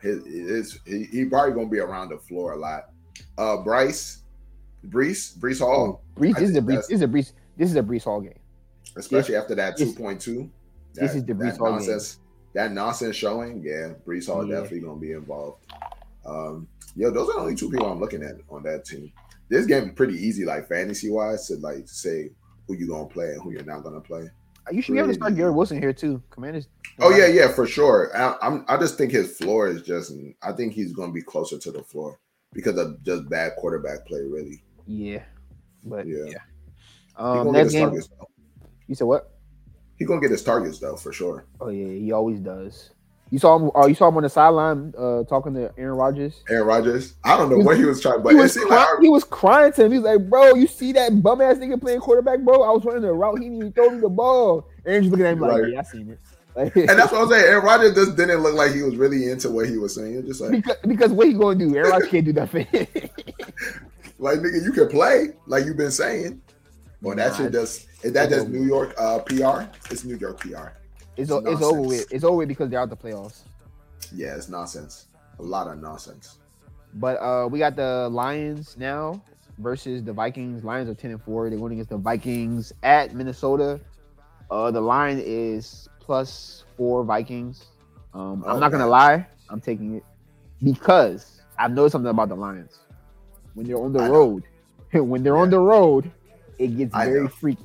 S2: his, his he, he probably gonna be around the floor a lot. Uh, Bryce, Brees, Brees
S4: Oh,
S2: Hall,
S4: Brees,
S2: I
S4: this is a
S2: think
S4: Brees. This is a Brees. This is a Brees Hall game.
S2: especially after that
S4: this-
S2: two point two.
S4: this is the Brees Hall game.
S2: nonsense. That nonsense showing, yeah, Brees Hall
S4: Yeah.
S2: definitely gonna be involved. Um, yo, those are the only two people I'm looking at on that team. This game is pretty easy, like fantasy wise, to like say who you gonna play and who you're not gonna play.
S4: Uh, You should be able to start
S2: Really?
S4: Garrett Wilson here too. Commanders.
S2: Oh yeah, yeah, for sure. I, I'm. I just think his floor is just. I think he's going to be closer to the floor because of just bad quarterback play. Really,
S4: yeah. But
S2: Yeah.
S4: yeah.
S2: He he's
S4: Um,
S2: going to get
S4: next
S2: his
S4: game.
S2: targets. Though.
S4: You said what?
S2: He's going to get his targets though, for sure.
S4: Oh yeah, he always does. You saw him. Oh, you saw him on the sideline uh, talking to Aaron Rodgers.
S2: Aaron Rodgers. I don't know
S4: He was-
S2: what he was trying, but
S4: he,
S2: it
S4: was
S2: seemed
S4: cry-
S2: like
S4: he was crying to him. He was like, "Bro, you see that bum ass nigga playing quarterback, bro? I was running the route. He didn't even throw me the ball." Andrew's looking at him like,
S2: Right.
S4: "Yeah, I seen it."
S2: and that's what I'm saying. Aaron Rodgers just didn't look like he was really into what he was saying. Just like,
S4: because, because what he gonna do? Aaron Rodgers can't do nothing.
S2: like nigga, you can play like you've been saying. Well, that
S4: Nah,
S2: should just if that just New York uh, PR. It's New York PR.
S4: it's, o- it's
S2: Nonsense.
S4: over with. It's over with because they're out the playoffs.
S2: Yeah, it's nonsense. A lot of nonsense.
S4: But uh, we got the Lions now versus the Vikings. Lions are ten and four. They're going against the Vikings at Minnesota. Uh, the line is plus four Vikings. Um, I'm not
S2: Okay.
S4: gonna lie, I'm taking it because I've noticed something about the Lions when they're on the
S2: I know.
S4: road. when they're on the road, it gets
S2: I
S4: very
S2: know.
S4: freaky.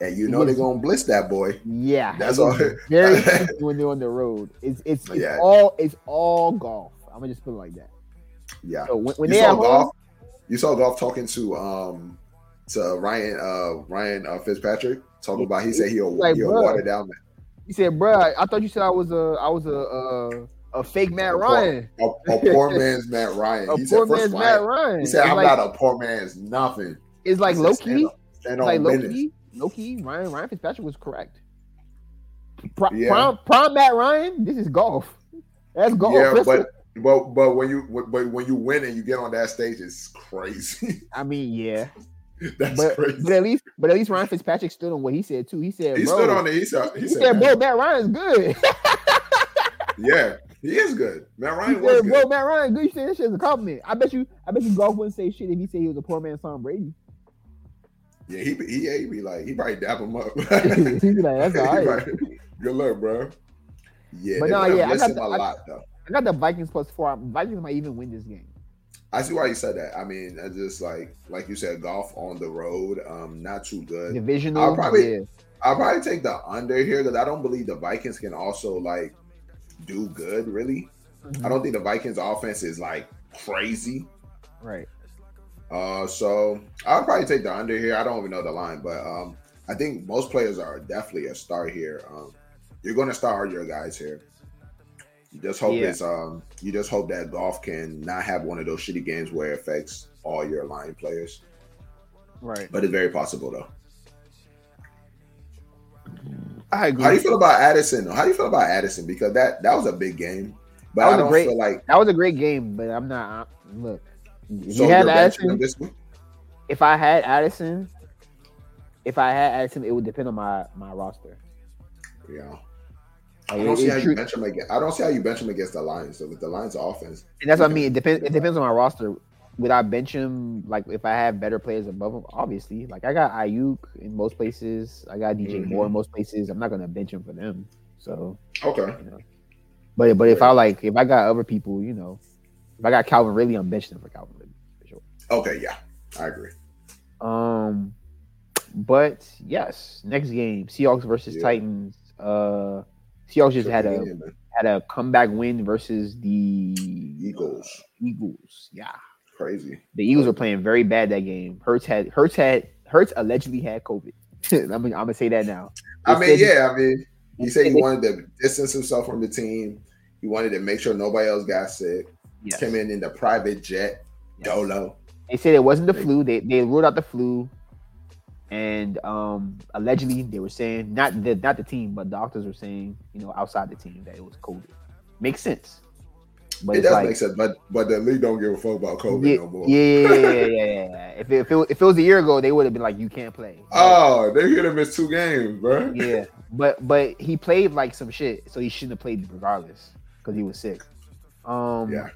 S2: And you know they're gonna blitz that boy.
S4: Yeah, it
S2: That's
S4: gets
S2: all.
S4: Very freaky when they're on the road. It's it's, it's
S2: Yeah.
S4: all it's all golf. I'm gonna just put it like that.
S2: Yeah.
S4: So when, when
S2: you
S4: they
S2: saw
S4: at home,
S2: golf. You saw golf talking to um to Ryan uh Ryan uh, Fitzpatrick talking about. He said he'll
S4: Like,
S2: he'll
S4: bruh.
S2: water down.
S4: He said, "Bro, I, I thought you said I was a I was a a, a fake Matt
S2: A poor-
S4: Ryan,
S2: A, a poor man's Matt Ryan.
S4: a
S2: He said,
S4: poor
S2: first
S4: man's
S2: of all,
S4: Matt Ryan."
S2: He said,
S4: It's
S2: "I'm
S4: like,
S2: not a poor man's nothing."
S4: It's
S2: He
S4: like
S2: said,
S4: low
S2: "Stand
S4: key.
S2: on- Stand
S4: It's like
S2: on
S4: low
S2: business.
S4: key, low key. Ryan Ryan Fitzpatrick was correct. Pro,
S2: Yeah.
S4: Prime prime Matt Ryan. This is golf. That's golf.
S2: Yeah,
S4: That's
S2: but but but when you but when you win and you get on that stage, it's crazy.
S4: I mean, yeah,
S2: That's
S4: but,
S2: crazy.
S4: but at least, but at least Ryan Fitzpatrick stood on what he said too. He said,
S2: He
S4: bro,
S2: stood on it. He said, he
S4: he
S2: said,
S4: said, bro, Matt Ryan's good.
S2: yeah, he is good. Matt
S4: He
S2: Ryan was
S4: said, bro,
S2: good.
S4: Matt Ryan, good. You said this shit is a compliment. I bet you, I bet you, golf wouldn't say shit if he said he was a poor man's Tom Brady.
S2: Yeah, he be- he, yeah, he be like, he probably dap him up.
S4: He'd be like, that's
S2: He
S4: all right.
S2: probably- good luck, bro. Yeah,
S4: But
S2: they
S4: nah,
S2: would have
S4: yeah, I
S2: blessed him
S4: got
S2: a
S4: the- I-
S2: lot though.
S4: I got the Vikings plus four. Vikings might even win this game.
S2: I see why you said that. I mean, I just like like you said, golf on the road, um, not too good.
S4: Divisional.
S2: I'll probably-
S4: yeah.
S2: I'll probably take the under here because I don't believe the Vikings can also like do good. Really,
S4: Mm-hmm.
S2: I don't think the Vikings' offense is like crazy.
S4: Right.
S2: Uh, so I'll probably take the under here. I don't even know the line, but um, I think most players are definitely a start here. Um, you're going to start all your guys here. You just hope
S4: Yeah.
S2: it's um, you just hope that golf can not have one of those shitty games where it affects all your line players.
S4: Right.
S2: But it's very possible though.
S4: I agree.
S2: How do you feel about Addison? How do you feel about Addison? Because that that was a big game, but
S4: That was
S2: I
S4: a
S2: don't
S4: great-
S2: feel like
S4: That was a great game, but I'm not. I, look, if
S2: so
S4: you had
S2: you're benching him
S4: Addison.
S2: this week.
S4: If I had Addison, if I had Addison, it would depend on my my roster.
S2: Yeah,
S4: Like,
S2: I don't
S4: Oh, it-
S2: see
S4: it
S2: how you
S4: true-
S2: bench him against. I don't see how you bench him against the Lions. So with the Lions' offense,
S4: and that's what I mean. It depends. It depends on my roster. Would I bench him? Like if I have better players above him, obviously. Like I got Ayuk in most places. I got DJ
S2: Mm-hmm.
S4: Moore in most places. I'm not gonna bench him for them. So,
S2: okay.
S4: but but if I like, if I got other people, you know, if I got Calvin Ridley, I'm benching him for Calvin Ridley for sure.
S2: Okay, yeah, I agree.
S4: Um, but yes, next game Seahawks versus
S2: Yeah.
S4: Titans. Uh, Seahawks just had a
S2: man.
S4: had a comeback win versus the
S2: Eagles.
S4: Eagles, yeah.
S2: Crazy.
S4: The Eagles were playing very bad that game. Hurts had Hurts had Hurts allegedly had COVID. I'm, gonna- I'm gonna say that now.
S2: I
S4: They
S2: mean,
S4: said-
S2: yeah. I mean, he said he
S4: they-
S2: wanted to distance himself from the team. He wanted to make sure nobody else got sick.
S4: Yes.
S2: Came in in the private jet, dolo.
S4: They said it wasn't the flu. They they ruled out the flu, and um allegedly they were saying not the not the team, but doctors were saying you know outside the team that it was COVID. Makes sense. But
S2: It
S4: it's
S2: does
S4: like,
S2: make sense, but but the league don't give a fuck about COVID
S4: yeah,
S2: no more.
S4: yeah, yeah, yeah, yeah, yeah, yeah. If it, if, it, was- if it was a year ago, they would have been like, you can't play.
S2: Oh, they hit him miss two games, bro.
S4: yeah, but but he played like some shit, so he shouldn't have played regardless because he was sick. Um,
S2: Yeah.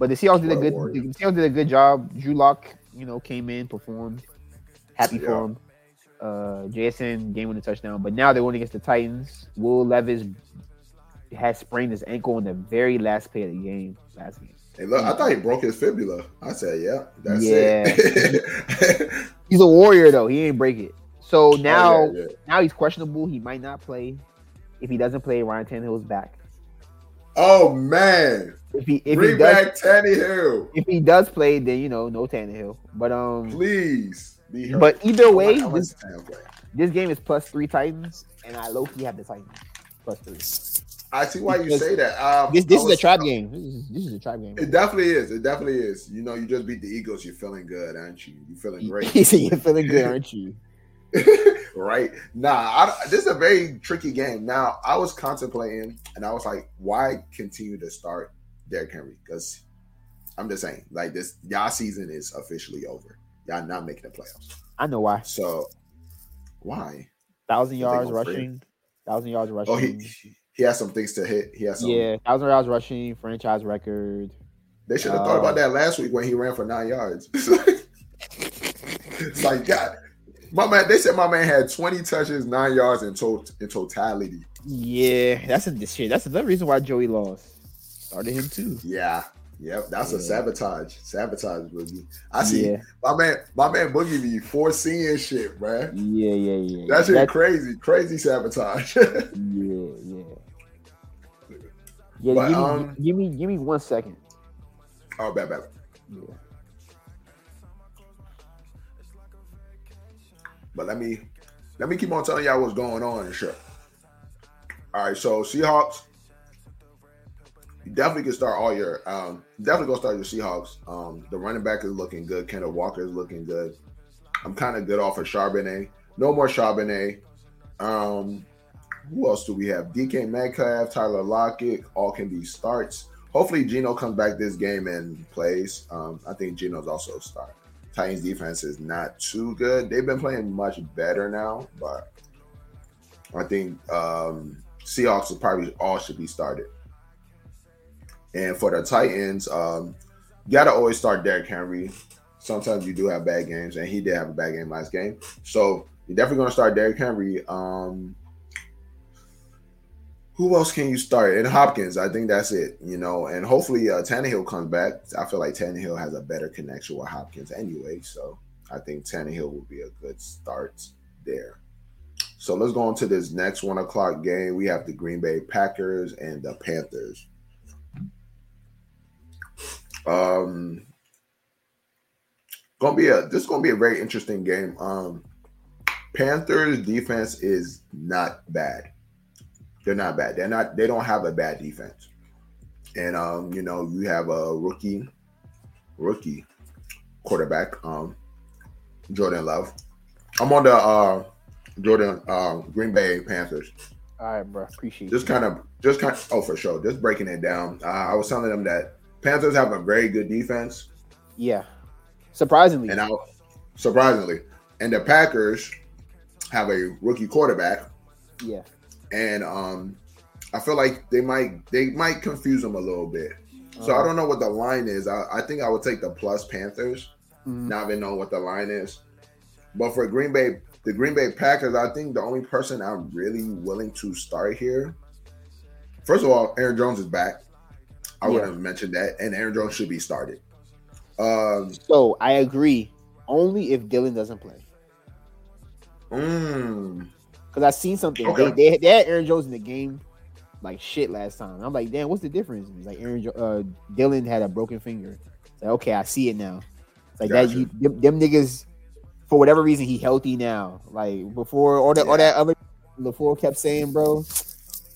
S4: But the Seahawks did a
S2: What a
S4: good.
S2: warrior.
S4: The Seahawks did a good job. Drew Lock, you know, came in, performed, happy
S2: Yeah.
S4: for him. Uh, JSN game winning touchdown, but now they're going against the Titans. Will Levis has sprained his ankle on the very last play of the game. Last game,
S2: Hey, look, I thought he broke his fibula. I said, yeah, that's it. Oh,
S4: he's a warrior though. He ain't break it. So now,
S2: Oh, yeah, yeah.
S4: now he's questionable. He might not play. If he doesn't play, Ryan Tannehill's back.
S2: Oh, man,
S4: If he if he
S2: bring
S4: does,
S2: back Tanny Hill,
S4: if he does play, then you know no Tannehill. But um,
S2: please. Be Oh, hurt.
S4: but either
S2: I'm
S4: way,
S2: like, I'm
S4: this,
S2: like, damn, bro.
S4: this game is plus three Titans, and I low key have the Titans plus three. This
S2: I see why you
S4: Because
S2: say that. Um,
S4: this
S2: I
S4: is a
S2: was-
S4: trap game. This is, this is a trap game.
S2: It definitely is. It definitely is. You know, you just beat the Eagles. You're feeling good, aren't you? You're feeling great.
S4: He said, "You're feeling good, aren't you?"
S2: right? Nah, I, this is a very tricky game. Now, I was contemplating, and I was like, why continue to start Derrick Henry? Because I'm just saying, like this, y'all season is officially over. Y'all not making the playoffs.
S4: I know why.
S2: So, why?
S4: Thousand
S2: I think
S4: yards
S2: I'm free.
S4: rushing, thousand yards rushing.
S2: Oh, he he has some things to hit. He has some.
S4: Mm-hmm. yeah, thousand yards rushing, franchise record.
S2: They should have thought
S4: Uh,
S2: about that last week when he ran for nine yards. it's like God, my man. They said my man had twenty touches, nine yards in tot in totality.
S4: Yeah, that's a this shit. That's another reason why Joey lost. Started him too.
S2: Yeah, yep. That's a
S4: Yeah.
S2: sabotage. Sabotage boogie. I see
S4: Yeah,
S2: my man. My man boogie be foreseeing shit, bruh.
S4: yeah, yeah, yeah.
S2: That shit
S4: That's-
S2: crazy, crazy sabotage.
S4: Yeah, yeah. Yeah,
S2: But,
S4: give, me,
S2: um,
S4: give me give me one second.
S2: oh, bad, bad.
S4: Yeah.
S2: But let me let me keep on telling y'all what's going on and shit. All right, so Seahawks. You definitely can start all your um definitely gonna start your Seahawks. Um the running back is looking good. Kendall Walker is looking good. I'm kind of good off of Charbonnet. No more Charbonnet. Um who else do we have? DK Metcalf, Tyler Lockett, all can be starts. Hopefully Gino comes back this game and plays. Um, I think Gino's also a start. Titans defense is not too good. They've been playing much better now, but I think um, Seahawks will probably all should be started. And for the Titans, um, you gotta always start Derrick Henry. Sometimes you do have bad games, and he did have a bad game last game. So you're definitely gonna start Derrick Henry. Um, who else can you start? And Hopkins, I think that's it, you know. And hopefully uh, Tannehill comes back. I feel like Tannehill has a better connection with Hopkins anyway, so I think Tannehill will be a good start there. So let's go on to this next one o'clock game. We have the Green Bay Packers and the Panthers. Um, gonna be a this is gonna be a very interesting game. Um, Panthers defense is not bad they're not bad. They're not. They don't have a bad defense. And um, you know, you have a rookie, rookie quarterback, um, Jordan Love. I'm on the uh, Jordan uh, Green Bay Panthers.
S4: All right, bro. Appreciate
S2: Just
S4: you.
S2: kind of, just kind. Of, oh, for sure. Just breaking it down. Uh, I was telling them that Panthers have a very good defense,
S4: yeah. Surprisingly,
S2: and I surprisingly, and the Packers have a rookie quarterback
S4: yeah.
S2: and um, I feel like they might they might confuse them a little bit. So
S4: Uh-huh.
S2: I don't know what the line is. I, I think I would take the plus Panthers,
S4: Mm,
S2: not even know what the line is. But for Green Bay, the Green Bay Packers, I think the only person I'm really willing to start here. First of all, Aaron Jones is back. I
S4: Yeah.
S2: wouldn't have mentioned that, and Aaron Jones should be started. Um,
S4: So I agree. Only if Dylan doesn't play,
S2: mm,
S4: because I seen something.
S2: Okay.
S4: They, they they had Aaron Jones in the game, like shit last time. I'm like, damn, what's the difference? It's like Aaron jo- uh, Dylan had a broken finger. It's like, okay, I see it now. It's like that.
S2: Gotcha.
S4: You, them, them niggas, for whatever reason, he healthy now. Like before, all that all that other. LaFleur kept saying, bro,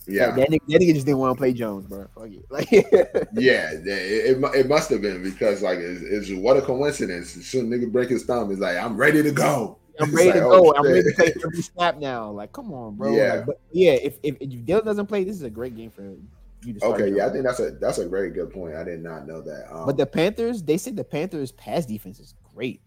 S2: yeah,
S4: like, that, nigga, that nigga just didn't want to play Jones, bro. Fuck it. Like,
S2: Yeah, it, it, mu- it must have been because like it's, it's what a coincidence. As soon as nigga break his thumb, he's like, I'm ready to go.
S4: I'm
S2: It's
S4: ready to
S2: like,
S4: go.
S2: oh,
S4: I'm ready to
S2: shit.
S4: play every snap now. Like, come on, bro.
S2: Yeah.
S4: Like, but yeah, if, if if Dylan doesn't play, this is a great game for you to start.
S2: Okay,
S4: Dylan.
S2: yeah, I think that's a that's a very good point. I did not know that. Um,
S4: But the Panthers, they said the Panthers' pass defense is great.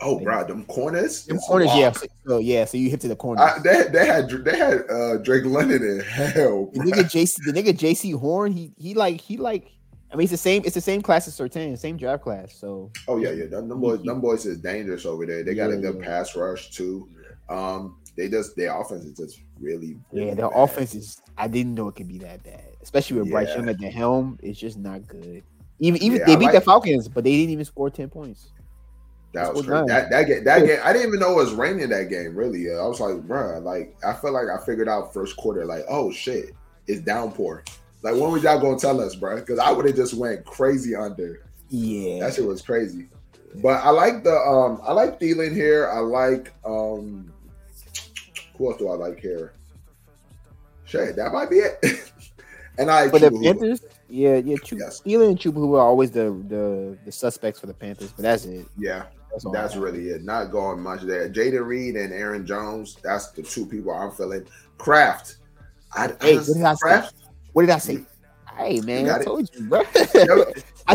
S2: oh, bro, them corners,
S4: Them
S2: it's a
S4: corners,
S2: lot.
S4: yeah. So, so, yeah, so you hit to the corners.
S2: I, they, they had they had uh, Drake London in hell.
S4: the
S2: bruh.
S4: nigga JC, the nigga JC Horn, he he like he like. I mean, it's the same. It's the same class as Sertan, same draft class. So
S2: Oh yeah, yeah. Them, them boys, them boys is dangerous over there. They got a good
S4: Mm-hmm. Yeah.
S2: pass rush too. Um, they just their offense is just really,
S4: yeah,
S2: really
S4: their
S2: bad.
S4: offense is. I didn't know it could be that bad, especially with Bryce
S2: Yeah.
S4: Young at the helm. It's just not good. Even even
S2: Yeah,
S4: they
S2: I
S4: beat the
S2: like-
S4: Falcons, but they didn't even score ten points.
S2: That was
S4: That's
S2: crazy.
S4: what
S2: That that game, that
S4: Yeah.
S2: game, I didn't even know it was raining that game. Really, Uh, I was like, bruh, like I felt like I figured out first quarter, like, oh shit, it's downpour. Like, when was y'all gonna tell us, bruh? Because I would have just went crazy under.
S4: Yeah,
S2: That shit was crazy. But I like the um, I like Thielen here. I like um, who else do I like here? Shit, that might be it. and I
S4: for the
S2: Chuba Hubbard.
S4: Panthers, yeah, yeah, Chuba,
S2: Yes.
S4: Thielen and Chuba who are always the, the the suspects for the Panthers, but that's it.
S2: yeah.
S4: That's all.
S2: That's really it. Not going much there. Jaden Reed and Aaron Jones. That's the two people I'm feeling. Kraft. I, I
S4: Hey,
S2: just-
S4: what did I say?
S2: Kraft.
S4: What did I say? Hey man,
S2: got
S4: I
S2: it.
S4: told you, bro.
S2: Yo,
S4: I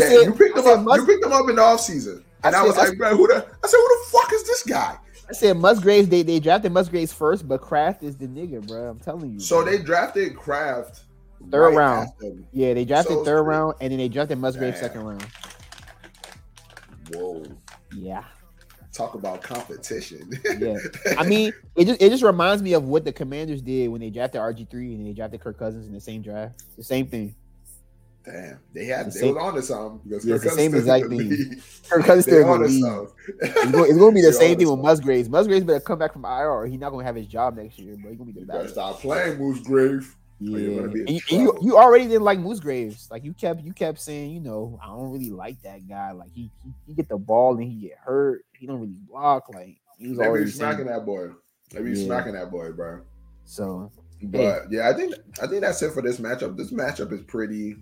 S2: yeah,
S4: said,
S2: you picked
S4: I
S2: them
S4: said,
S2: up.
S4: Mus-
S2: you picked them up in the offseason. And I,
S4: I
S2: was
S4: said- I
S2: like, man, who the? I said, who the fuck is this guy?
S4: I said Musgraves. They they drafted Musgraves first, but Kraft is the nigga, bro. I'm telling you.
S2: So
S4: bruh.
S2: they drafted Kraft
S4: Mm-hmm. Third round.
S2: after-
S4: yeah they drafted
S2: so
S4: third
S2: it's-
S4: round, and then they drafted Musgraves
S2: Damn.
S4: second round.
S2: Whoa,
S4: Yeah,
S2: talk about competition.
S4: yeah. I mean, it just it just reminds me of what the Commanders did when they drafted RG three and they drafted Kirk Cousins in the same draft. The same thing.
S2: damn, they had
S4: The
S2: they
S4: same-
S2: was on to something because
S4: Yeah, it's the
S2: Kirk
S4: same
S2: Cousins still
S4: exact
S2: in the
S4: thing.
S2: league.
S4: Kirk Cousins
S2: They
S4: still
S2: on
S4: in the
S2: to
S4: league. It's
S2: something.
S4: gonna, it's gonna be the
S2: You're
S4: same
S2: on
S4: thing
S2: to
S4: with Musgraves. Musgraves better come back from IR. He's not gonna have his job next year, but he's gonna be
S2: You
S4: the
S2: better Oh,
S4: best.
S2: stop playing, Moose Grave.
S4: Yeah.
S2: you're gonna be in
S4: And you, and you
S2: trouble.
S4: you already didn't like Musgraves. Like you kept you kept saying, you know, I don't really like that guy. Like he he, he get the ball and he get hurt. He don't really block. Like he was
S2: Maybe
S4: already
S2: he's
S4: saying,
S2: smacking that boy. Maybe he's
S4: Yeah.
S2: smacking that boy, bro.
S4: So
S2: But yeah, I think I think that's it for this matchup. This matchup is pretty.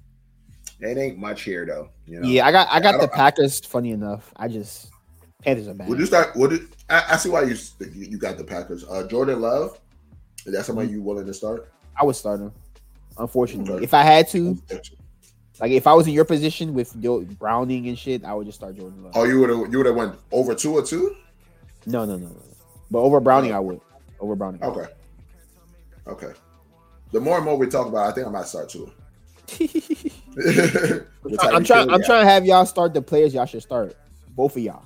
S2: It ain't much here though. You know?
S4: yeah, I got I got
S2: I
S4: the
S2: don't-
S4: Packers. Funny enough, I just Panthers are bad.
S2: Would you start? Would it, I, I see why you you got the Packers. Uh, Jordan Love. Is that
S4: Mm-hmm.
S2: somebody you willing to start?
S4: I would start him. Unfortunately,
S2: Okay.
S4: if I had to, like if I was in your position with Yo- Browning and shit, I would just start Jordan Love.
S2: Oh, you would have you would have went over two or two.
S4: No, no, no, no. But over Browning, I would. Over Browning.
S2: Okay. Okay. The more and more we talk about, it, I think I might start two.
S4: I'm trying. I'm trying to have y'all start the players y'all should start. Both of y'all.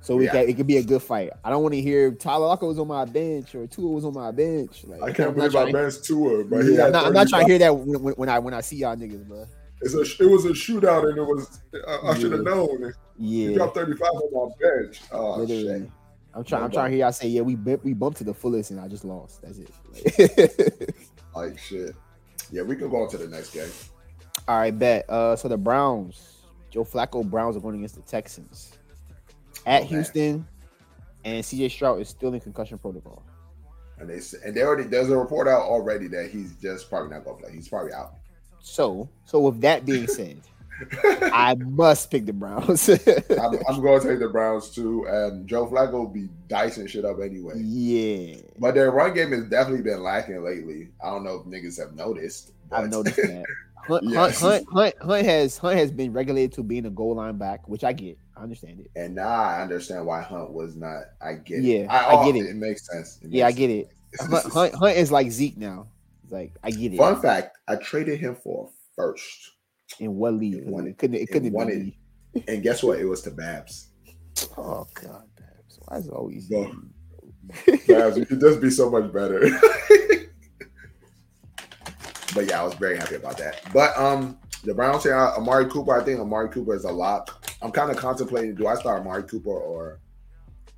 S4: So we
S2: Yeah.
S4: can, it could be a good fight. I don't want to hear Tyler Lockett was on my bench or Tua was on my bench. Like,
S2: I can't
S4: I'm
S2: believe
S4: not
S2: I
S4: trying-
S2: bench two, but he
S4: Yeah,
S2: had
S4: I'm, not, I'm not
S2: 35.
S4: trying to hear that when, when, when I when I see y'all niggas, bro.
S2: It's a, it was a shootout, and it was uh, I, I should have
S4: Yeah.
S2: known. He
S4: Yeah,
S2: dropped 35 on my bench. Oh,
S4: literally.
S2: shit.
S4: I'm trying. I'm
S2: Nobody.
S4: trying to hear y'all say, yeah, we bu- we bumped to the fullest and I just lost. That's it. Like-
S2: Like, shit. Yeah, we can go on to the next game.
S4: All right, bet. Uh, so the Browns, Joe Flacco Browns are going against the Texans at
S2: Okay.
S4: Houston, and CJ Stroud is still in concussion protocol.
S2: And they s- and they already there's a report out already that he's just probably not gonna play. He's probably out.
S4: So, so with that being said, I must pick the Browns.
S2: I'm, I'm going to take the Browns too, and Joe Flacco will be dicing shit up anyway.
S4: yeah,
S2: But their run game has definitely been lacking lately. I don't know if niggas have noticed. but-
S4: I've noticed that. Hunt,
S2: Yes.
S4: Hunt, Hunt, Hunt, Hunt has Hunt has been regulated to being a goal line back, which I get. I understand it.
S2: And now I understand why Hunt was not. I get it.
S4: Yeah, I get
S2: oh,
S4: it.
S2: It makes sense. It
S4: Yeah, I
S2: makes
S4: get it.
S2: sense.
S4: Hunt, Hunt, Hunt is like Zeke now. Like I get it.
S2: Fun fact: I traded him for a first,
S4: In what league?
S2: It won
S4: It couldn't. It
S2: It
S4: couldn't.
S2: won
S4: be
S2: it.
S4: me.
S2: and guess what? It was to Babs.
S4: Oh God, Babs. Why is it always?
S2: Bro.
S4: you?
S2: Babs, you could just be so much better. but yeah, I was very happy about that. But um, the Browns here, uh, Amari Cooper. I think Amari Cooper is a lock. I'm kind of contemplating: do I start Amari Cooper or,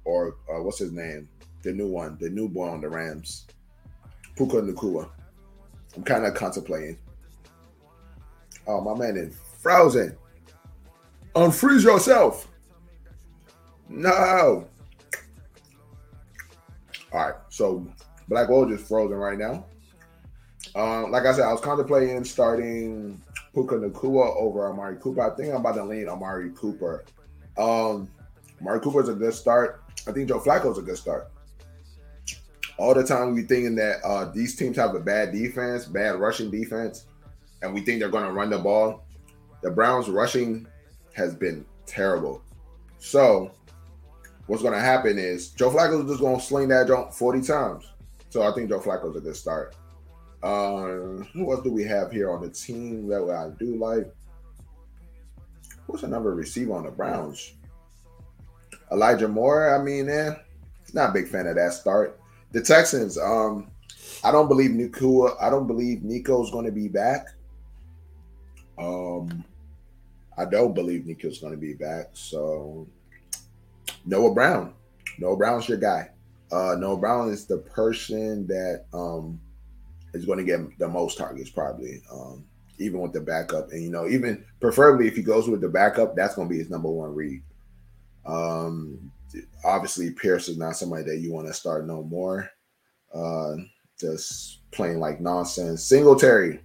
S2: or uh, what's his name, the new one, the new boy on the Rams, Puka Nakua? I'm kind of contemplating. Oh, my man is frozen. Unfreeze yourself. No. All right, so Black Oil just frozen right now. Um, like I said, I was contemplating starting Puka Nakua over Amari Cooper. I think I'm about to lean Amari Cooper. Um, Amari Cooper's a good start. I think Joe Flacco's a good start. All the time we thinking that uh, these teams have a bad defense, bad rushing defense, and we think they're going to run the ball. The Browns rushing has been terrible. So what's going to happen is Joe Flacco's just going to sling that jump 40 times. So I think Joe Flacco's a good start. Um, who else do we have here on the team that I do like? What's another receiver on the Browns? Elijah Moore. I mean, eh, not a big fan of that start. The Texans. Um, I don't believe Nakua. I don't believe Nico's going to be back. Um, I don't believe Nico's going to be back. So Noah Brown. Noah Brown's your guy. Uh, Noah Brown is the person that um, is going to get the most targets, probably, um, even with the backup. And, you know, even preferably if he goes with the backup, that's going to be his number one read. Um, obviously, Pierce is not somebody that you want to start no more. Uh, just playing like nonsense. Singletary.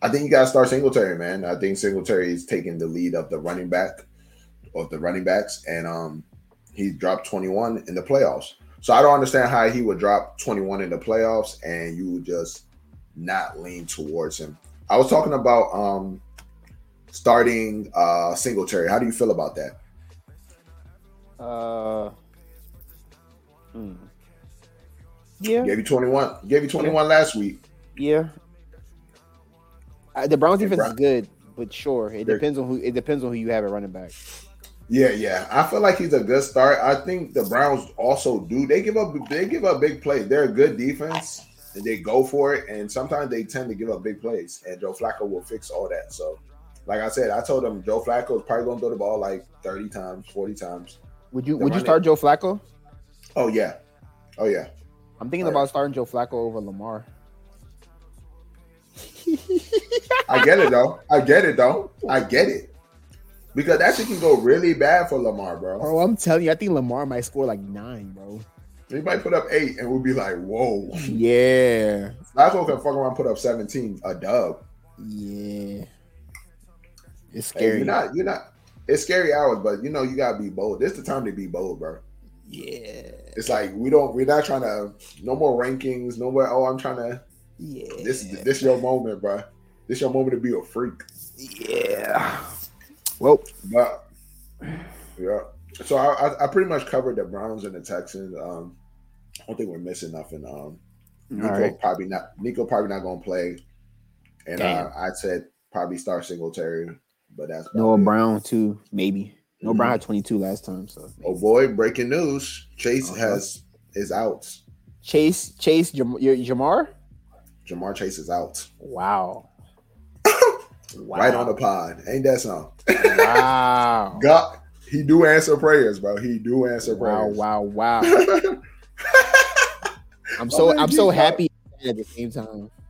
S2: I think you got to start Singletary, man. I think Singletary is taking the lead of the running back, of the running backs. And um, he dropped 21 in the playoffs. So I don't understand how he would drop 21 in the playoffs and you would just not lean towards him. I was talking about um starting uh Singletary. How do you feel about that?
S4: Uh, hmm. Yeah, yeah.
S2: Gave you 21. Gave you 21 last week.
S4: Uh, the Browns
S2: Yeah,
S4: defense
S2: Brown-
S4: is good, but sure, it
S2: They're-
S4: depends on who. It depends on who you have at running back.
S2: Yeah, yeah. I feel like he's a good start. I think the Browns also do. They give up they give up big plays. They're a good defense and they go for it. And sometimes they tend to give up big plays. And Joe Flacco will fix all that. So like I said, I told him Joe Flacco is probably gonna throw the ball like 30 times, 40 times.
S4: Would you
S2: The
S4: Would you
S2: running-
S4: start Joe Flacco?
S2: Oh yeah. Oh yeah.
S4: I'm thinking
S2: All
S4: about starting Joe Flacco over Lamar.
S2: I get it though. I get it though. I get it. Because that shit can go really bad for Lamar, bro.
S4: Bro, I'm telling you, I think Lamar might score like nine, bro.
S2: He might put up eight, and we'll be like, "Whoa!"
S4: Yeah.
S2: Flacco can fuck around, put up seventeen, a dub.
S4: Yeah. It's
S2: Hey,
S4: scary.
S2: you're not, you're not. It's scary hours, but you know you gotta be bold. This is the time to be bold, bro.
S4: yeah.
S2: It's like we don't, we're not trying to. No more rankings. No more. Oh, I'm trying to.
S4: Yeah.
S2: This, this your moment, bro. This your moment to be a freak.
S4: Yeah. Well,
S2: But yeah, so I, I, I pretty much covered the Browns and the Texans. Um, I don't think we're missing nothing. Um, Nico
S4: right.
S2: probably not. Nico probably not gonna play, and uh,
S4: Damn.
S2: I said probably start Singletary, but that's
S4: Noah
S2: about it.
S4: Brown too, maybe. Noah
S2: Mhm.
S4: Brown had 22 last time, so
S2: Oh boy, breaking news: Chase
S4: Uh-huh.
S2: has is out.
S4: Chase Chase Jam- your- Jamar.
S2: Jamar Chase is out.
S4: Wow. wow.
S2: Right on the pod. Ain't that something?
S4: wow.
S2: God, he do answer prayers, bro. He do answer
S4: wow.
S2: prayers.
S4: Wow. Wow. I'm so
S2: man,
S4: I'm so
S2: he's got-
S4: happy at the same time.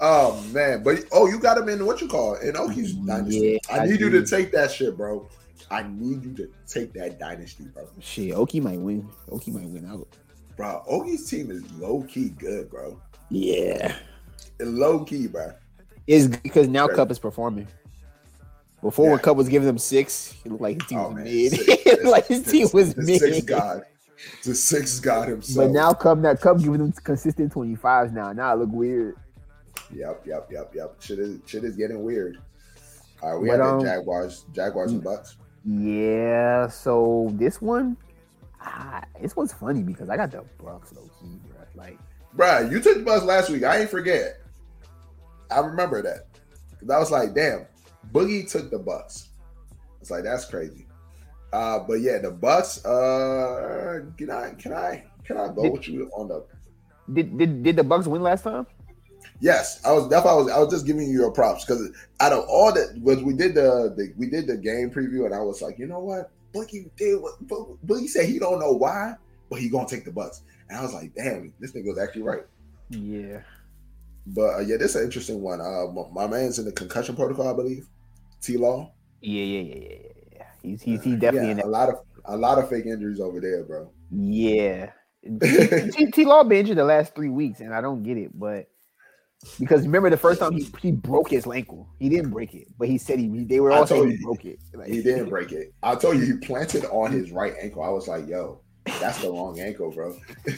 S2: Oh man, but oh, you got him in what you call it, in Oki's dynasty.
S4: Yeah,
S2: I
S4: I
S2: need you
S4: do.
S2: to take that shit, bro. I need you to take that dynasty, bro.
S4: Shit, Okie might win. Okie might win out.
S2: Bro, Oki's team is low key good, bro.
S4: Yeah.
S2: Low key, bro.
S4: It's because now
S2: Right.
S4: Cup is performing. Before when
S2: Yeah.
S4: Cup was giving them six, it looked like his team
S2: Oh,
S4: was
S2: man.
S4: mid.
S2: Six-
S4: It looked like his
S2: the-
S4: team was
S2: the
S4: mid.
S2: sixth god, the sixth god himself.
S4: But now Cup, that Cup giving them consistent twenty fives now. Now it look weird.
S2: yep, yep, yep, yep. Shit is shit is getting weird. All right, we
S4: But,
S2: have
S4: um, mm.
S2: the Jaguars, Jaguars and Bucks.
S4: Yeah. So this one, ah, this one's funny because I got the Bucks low key, bro. Like,
S2: Bruh, you took the bus last week. I ain't forget. I remember that. Cause I was like, damn, Boogie took the bus. It's like that's crazy. Uh, but yeah, the bus. Uh, can I can I can I go
S4: Did-
S2: with you on the?
S4: did did, did the Bucks win last time?
S2: Yes, I was. That's why I was. I was just giving you your props because out of all that, was we did the, the we did the game preview, and I was like, you know what, Boogie did what Bo- Boogie said. He don't know why, but he gonna take the bus. And I was like, damn, this nigga was actually right.
S4: Yeah.
S2: But uh, yeah, this is an interesting one. Uh, my, my man's in the concussion protocol, I believe. T Law.
S4: Yeah. Yeah. Yeah. Yeah. Yeah. yeah. He's he's, he's definitely
S2: yeah,
S4: in that.
S2: a lot of a lot of fake injuries over there, bro.
S4: Yeah. T- T T- Law been injured the last three weeks, and I don't get it, but because remember the first time he, he broke his ankle, he didn't break it, but he said he they were
S2: I
S4: all saying
S2: told
S4: he
S2: you.
S4: broke it. Like,
S2: He didn't break it. I told you, he planted on his right ankle. I was like, yo, that's the wrong ankle, bro.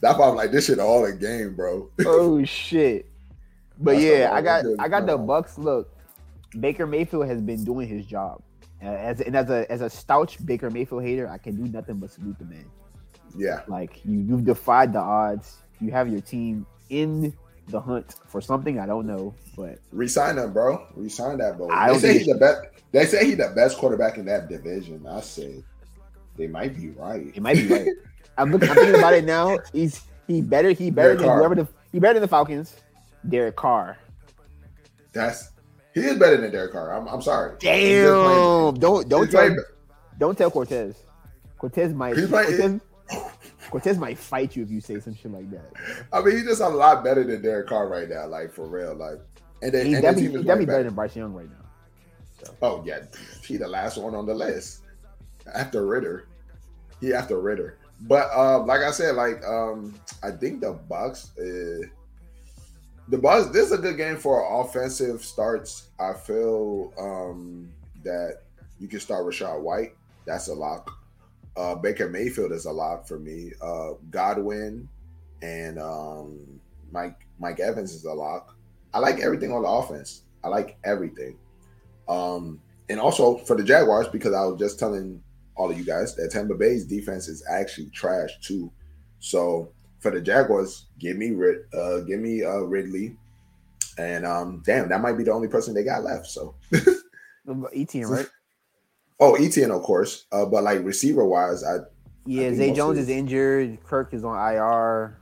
S2: that's why I'm like, this shit all a game, bro.
S4: oh shit! But
S2: That's
S4: yeah,
S2: all
S4: I got
S2: good,
S4: I got the
S2: bro.
S4: Bucks. Look, Baker Mayfield has been doing his job, Uh, as and as a as a staunch Baker Mayfield hater, I can do nothing but salute the man.
S2: Yeah,
S4: Like you, you've defied the odds. You have your team in the hunt for something I don't know, but
S2: resign him, bro. Resign that, bro.
S4: I
S2: They
S4: don't
S2: say
S4: think
S2: he's
S4: he-
S2: the best. They say he's the best quarterback in that division. I said they might be right.
S4: It might be right. I'm looking. I'm thinking about it now. He's he better. He better
S2: Derek
S4: than
S2: Carr.
S4: whoever the he better than the Falcons. Derek Carr.
S2: That's he is better than Derek Carr. I'm, I'm sorry. He's just playing-
S4: Damn. Don't don't
S2: he's
S4: tell
S2: playing-
S4: don't tell Cortez. Cortez might
S2: He's playing-
S4: Cortez, Cortez might fight you if you say some shit like that.
S2: I mean, he's just a lot better than Derek Carr right now, like for real, like. And then
S4: He's
S2: and the
S4: definitely,
S2: team is
S4: he's
S2: way
S4: definitely better
S2: better.
S4: than Bryce Young right now.
S2: Oh yeah, he the last one on the list after Ritter. He after Ritter, but uh, like I said, like um, I think the Bucks, uh, the Bucks. This is a good game for offensive starts. I feel um that you can start Rashad White. That's a lock. Uh, Baker Mayfield is a lock for me. Uh, Godwin and um, Mike Mike Evans is a lock. I like everything on the offense. I like everything. Um, and also for the Jaguars, because I was just telling all of you guys that Tampa Bay's defense is actually trash too. So for the Jaguars, give me Rid- uh, give me uh, Ridley, and um, damn, that might be the only person they got left. So
S4: Etn right?
S2: oh, Etn of course, uh, but like receiver wise, I
S4: Yeah,
S2: think
S4: Zay
S2: most
S4: Jones
S2: of
S4: is
S2: these-
S4: injured. Kirk is on IR.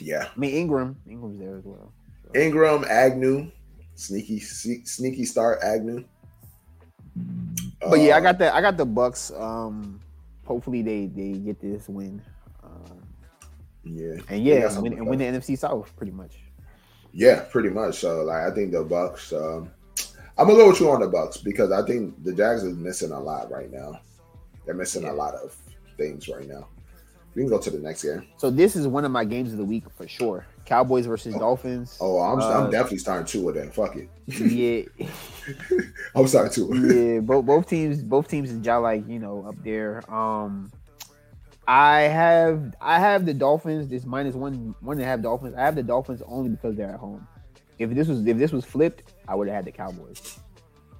S2: yeah,
S4: I mean Ingram. Ingram's there as well.
S2: Ingram, Agnew, sneaky sneak- sneaky start Agnew.
S4: But yeah, I
S2: Uh,
S4: got the I got the Bucks. Um, hopefully they they get this win. Um,
S2: yeah.
S4: and
S2: They
S4: yeah,
S2: got
S4: and win,
S2: something
S4: and win the NFC South pretty much.
S2: Yeah, pretty much. So like I think the Bucks. Um, I'm gonna go with you on the Bucks because I think the Jags is missing a lot right now. They're missing a lot of things right now. We can go to the next game.
S4: So this is one of my games of the week for sure. Cowboys versus Dolphins.
S2: Oh, I'm,
S4: Uh,
S2: I'm definitely starting two of them. Fuck it.
S4: yeah,
S2: I'm starting two.
S4: yeah. Both both teams, both teams is y'all like you know up there. Um, I have I have the Dolphins. This minus one one and a half Dolphins. I have the Dolphins only because they're at home. If this was if this was flipped, I would have had the Cowboys.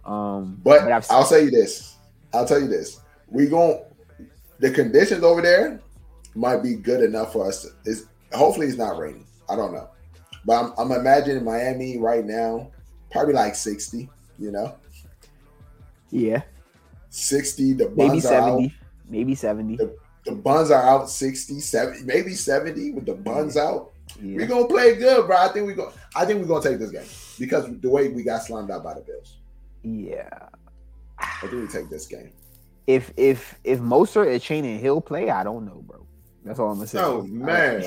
S4: Um,
S2: But,
S4: I've,
S2: I'll say you this. I'll tell you this. We gon' the conditions over there might be good enough for us. Is hopefully it's not raining. I don't know, but I'm, I'm imagining Miami right now probably like sixty. You know,
S4: yeah,
S2: sixty. The
S4: maybe
S2: buns are out.
S4: seventy, maybe seventy.
S2: The buns are out 60, 70, maybe seventy with the buns out.
S4: Yeah.
S2: We're gonna play good, bro. I think we go. I think we're gonna take this game because the way we got slammed out by the Bills.
S4: yeah.
S2: I think we take this game.
S4: if if if Moser and Chain and Hill play, I don't know, bro. That's all I'm gonna say.
S2: Oh, man.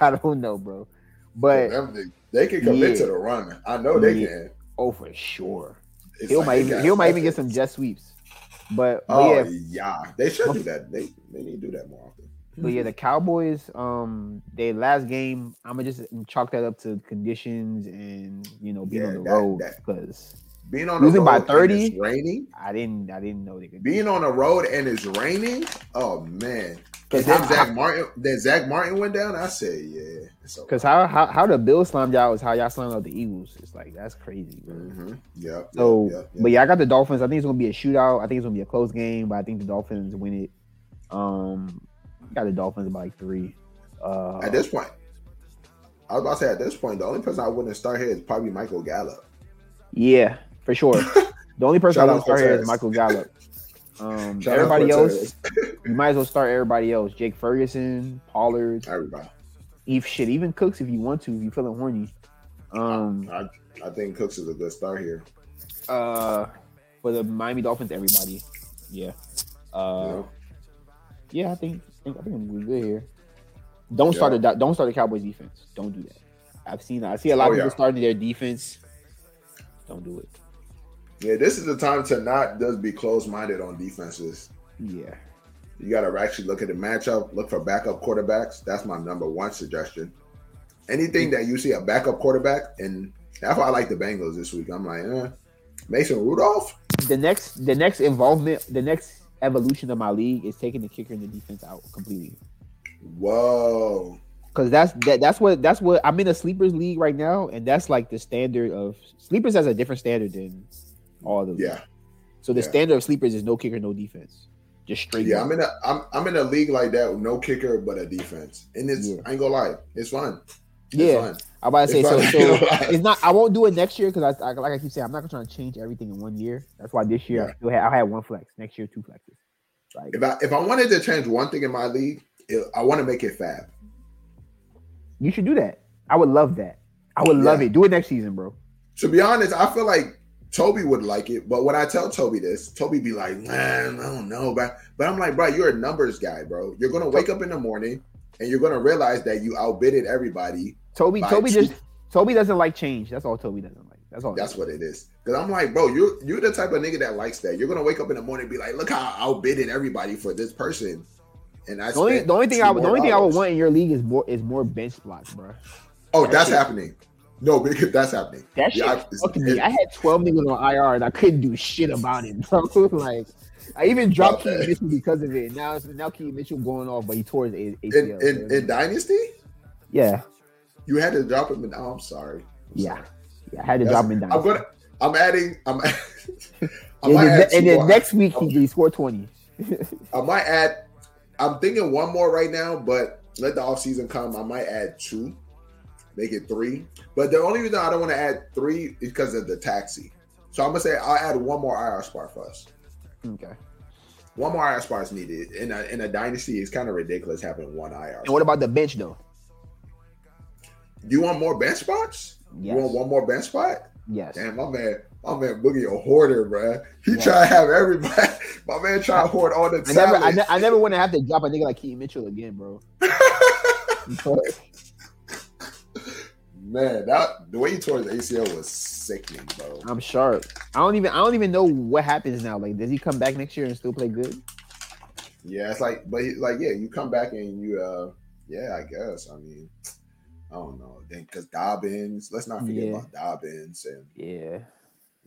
S4: I, don't know, bro. But
S2: Them- they, they can commit
S4: Yeah.
S2: to the run. I know they
S4: Yeah.
S2: can.
S4: oh, for sure,
S2: It's
S4: Hill
S2: like
S4: might
S2: they
S4: even,
S2: got
S4: Hill might even get
S2: fucking-
S4: some jet sweeps. But, but
S2: Oh
S4: yeah,
S2: yeah. they should do that. They they need to do that more often.
S4: but yeah, the Cowboys, um, their last game, I'm gonna just chalk that up to conditions and you know being
S2: Yeah,
S4: on the
S2: that-
S4: road
S2: that-
S4: because
S2: Being on the
S4: Losing
S2: road
S4: by
S2: and
S4: 30?
S2: it's raining.
S4: I didn't I didn't know they could
S2: Being on the road and it's raining. Oh man. And
S4: because
S2: then
S4: how,
S2: Zach Martin, then Zach Martin went down. I said, yeah. It's okay.
S4: because how, how how the Bills slammed y'all is how y'all slammed out the Eagles. It's like that's crazy, bro.
S2: Mm-hmm. Yep.
S4: So,
S2: yep, yep.
S4: but yeah, I got the Dolphins. I think it's gonna be a shootout. I think it's gonna be a close game, but I think the Dolphins win it. Um, I got the Dolphins by like three. Uh,
S2: at this point, I was about to say at this point, the only person I wouldn't start here is probably Michael Gallup.
S4: yeah, for sure. the only person
S2: Shout
S4: I want
S2: out
S4: to start here
S2: Cortez.
S4: is Michael Gallup. Um,
S2: Shout out
S4: everybody else,
S2: Cortez.
S4: you might as well start everybody else. Jake Ferguson, Pollard,
S2: Everybody.
S4: if shit, even Cooks if you want to, if you feeling horny. Um,
S2: I, I think Cooks is a good start here.
S4: uh, for the Miami Dolphins, everybody. Yeah.
S2: you
S4: Uh,
S2: know?
S4: Yeah, I think I think, I think we're good here. Don't
S2: Yeah.
S4: start the don't start the Cowboys defense. Don't do that. I've seen I see a lot
S2: Oh,
S4: of people
S2: yeah.
S4: starting their defense. Don't do it.
S2: Yeah, this is the time to not just be closed minded on defenses.
S4: Yeah.
S2: You got to actually look at the matchup, look for backup quarterbacks. That's my number one suggestion.
S4: Mm.
S2: Anything that you see a backup quarterback, and that's why I like the Bengals this week. I'm like, eh. Mason Rudolph?
S4: The next the next involvement the next evolution of my league is taking the kicker and the defense out completely.
S2: Whoa.
S4: Cause that's that, that's what that's what I'm in a sleepers league right now, and that's like the standard of sleepers has a different standard than all the
S2: Yeah.
S4: So the
S2: yeah.
S4: standard of sleepers is no kicker, no defense, just straight.
S2: Yeah,
S4: up.
S2: I'm in a I'm I'm in a league like that with no kicker but a defense. And it's
S4: Yeah.
S2: I ain't gonna lie, it's fun. It's
S4: Yeah.
S2: fun.
S4: I'm about to say
S2: It's
S4: so.
S2: not-
S4: so it's not. I won't do it next year because I, I like I keep saying I'm not trying to change everything in one year. That's why this year I
S2: Yeah.
S4: still had I had one flex. Next year two flexes. Like
S2: If I if I wanted to change one thing in my league, it, I want to make it fab.
S4: you should do that. I would love that. I would love
S2: Yeah.
S4: it. Do it next season, bro.
S2: To be honest, I feel like Toby would like it, but when I tell Toby this, Toby be like, "Man, I don't know, but but I'm like, bro, you're a numbers guy, bro. You're gonna wake up in the morning and you're gonna realize that you outbidded everybody.
S4: Toby.
S2: by
S4: Toby
S2: two-
S4: just. Toby doesn't like change. That's all Toby doesn't like. That's all.
S2: Oh, That's what it is. Cause I'm like, bro, you're you're the type of nigga that likes that. You're gonna wake up in the morning and be like, look how I outbidded everybody for this person. And I
S4: the only
S2: spent
S4: the only thing I
S2: two
S4: would the
S2: more
S4: only thing I would
S2: dollars.
S4: want in your league is more is more bench blocks, bro.
S2: Oh, that's
S4: Shit.
S2: happening. No, because that's happening.
S4: That shit
S2: Yeah, I-
S4: fucking me. I had twelve niggas on IR and I couldn't do shit about it, bro. like I even dropped
S2: Okay.
S4: Keith Mitchell because of it. Now it's now Keith Mitchell going off, but he tore his A-
S2: in,
S4: ACL.
S2: in,
S4: bro.
S2: in Dynasty,
S4: yeah.
S2: you had to drop him. In, oh, I'm sorry. I'm
S4: Yeah.
S2: sorry.
S4: Yeah, I had to
S2: That's-
S4: drop him down.
S2: I'm gonna. I'm adding. I'm. I
S4: and
S2: might
S4: then,
S2: add.
S4: and
S2: two
S4: then
S2: more.
S4: next week he, he scored twenty.
S2: I might add. I'm thinking one more right now, but let the offseason come. I might add two, make it three. But the only reason I don't want to add three is because of the taxi. So I'm gonna say I'll add one more IR spot for us.
S4: Okay.
S2: One more IR spot is needed in a in a dynasty. It's kind of ridiculous having one IR.
S4: And what about the bench though?
S2: You want more bench spots?
S4: Yes.
S2: You want one more bench spot?
S4: Yes.
S2: Damn, my man, my man Boogie a hoarder, bruh. He
S4: Yeah.
S2: try to have everybody. My man try to hoard all the
S4: I never, I,
S2: talent.
S4: ne- I never want to have to drop a nigga like Keith Mitchell again, bro.
S2: man, that the way he tore his ACL was sickening, bro.
S4: I'm sharp. I don't even, I don't even know what happens now. Like, does he come back next year and still play good?
S2: Yeah, it's like, but he's like, yeah, you come back and you, uh, yeah, I guess. I mean, I don't know. Then because Dobbins, let's not forget
S4: Yeah.
S2: about Dobbins, and
S4: Yeah,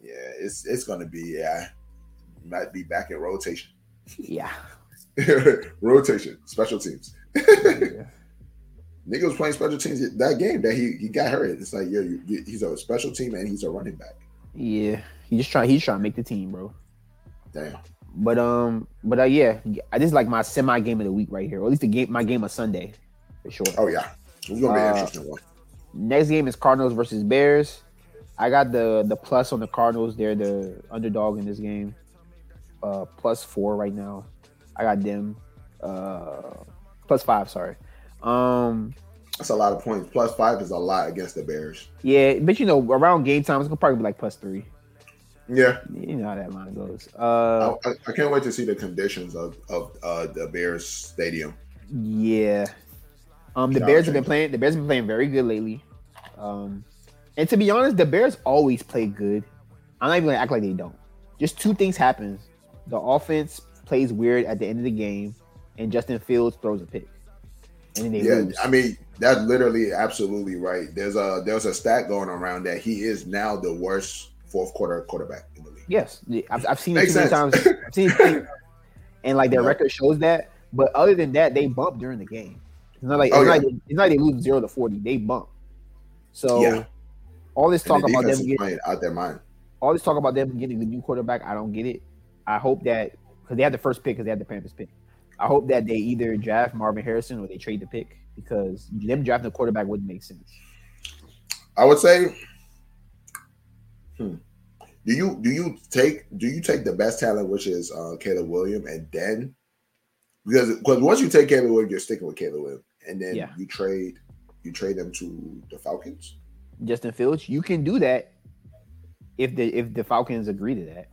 S2: yeah, it's it's gonna be yeah, might be back in rotation,
S4: yeah.
S2: rotation, special teams.
S4: yeah.
S2: Nigga was playing special teams that game that he he got hurt. It's like yeah, you, you- he's a special team and he's a running back.
S4: Yeah, he just trying. He's trying to make the team, bro.
S2: Damn.
S4: But um, but uh, yeah, I this is like my semi game of the week right here, or at least the game, my game of Sunday, for sure.
S2: Oh yeah, it's gonna be
S4: Uh,
S2: an interesting one.
S4: Next game is Cardinals versus Bears. I got the the plus on the Cardinals. They're the underdog in this game, uh, plus four right now. I got them, uh, plus five. Sorry. Um,
S2: That's a lot of points. Plus five is a lot against the Bears.
S4: yeah, but you know, around game time, it's gonna probably be like plus three.
S2: Yeah,
S4: You know how that line goes. Uh,
S2: I, I, I can't wait to see the conditions of of uh, the Bears stadium.
S4: yeah. Um, the
S2: Shout out
S4: Bears have been
S2: James.
S4: playing. The Bears have been playing very good lately. Um, and to be honest, the Bears always play good. I'm not even gonna act like they don't. Just two things happen: the offense plays weird at the end of the game, and Justin Fields throws a pick, and then they
S2: yeah,
S4: lose.
S2: I mean that's literally absolutely right. There's a there's a stat going around that he is now the worst fourth quarter quarterback in the league.
S4: Yes, the- I've, I've seen it
S2: Makes
S4: too many
S2: sense.
S4: times. I've seen it too many times. and like their
S2: Yeah.
S4: record shows that. But other than that, they bump during the game. It's not like
S2: Oh,
S4: it's,
S2: yeah.
S4: not, like- it's not like they lose zero to forty. They bump. So
S2: Yeah.
S4: all this talk
S2: and the
S4: about them
S2: defense is
S4: getting
S2: playing out their mind.
S4: all this talk about them getting the new quarterback, I don't get it. I hope that because they had the first pick because they had the Panthers pick. I hope that they either draft Marvin Harrison or they trade the pick because them drafting a quarterback wouldn't make sense.
S2: I would say, hmm, do you do you take do you take the best talent, which is uh, Caleb Williams, and then because because once you take Caleb Williams, you're sticking with Caleb Williams, and then
S4: Yeah.
S2: you trade you trade them to the Falcons.
S4: Justin Fields, you can do that if the if the Falcons agree to that.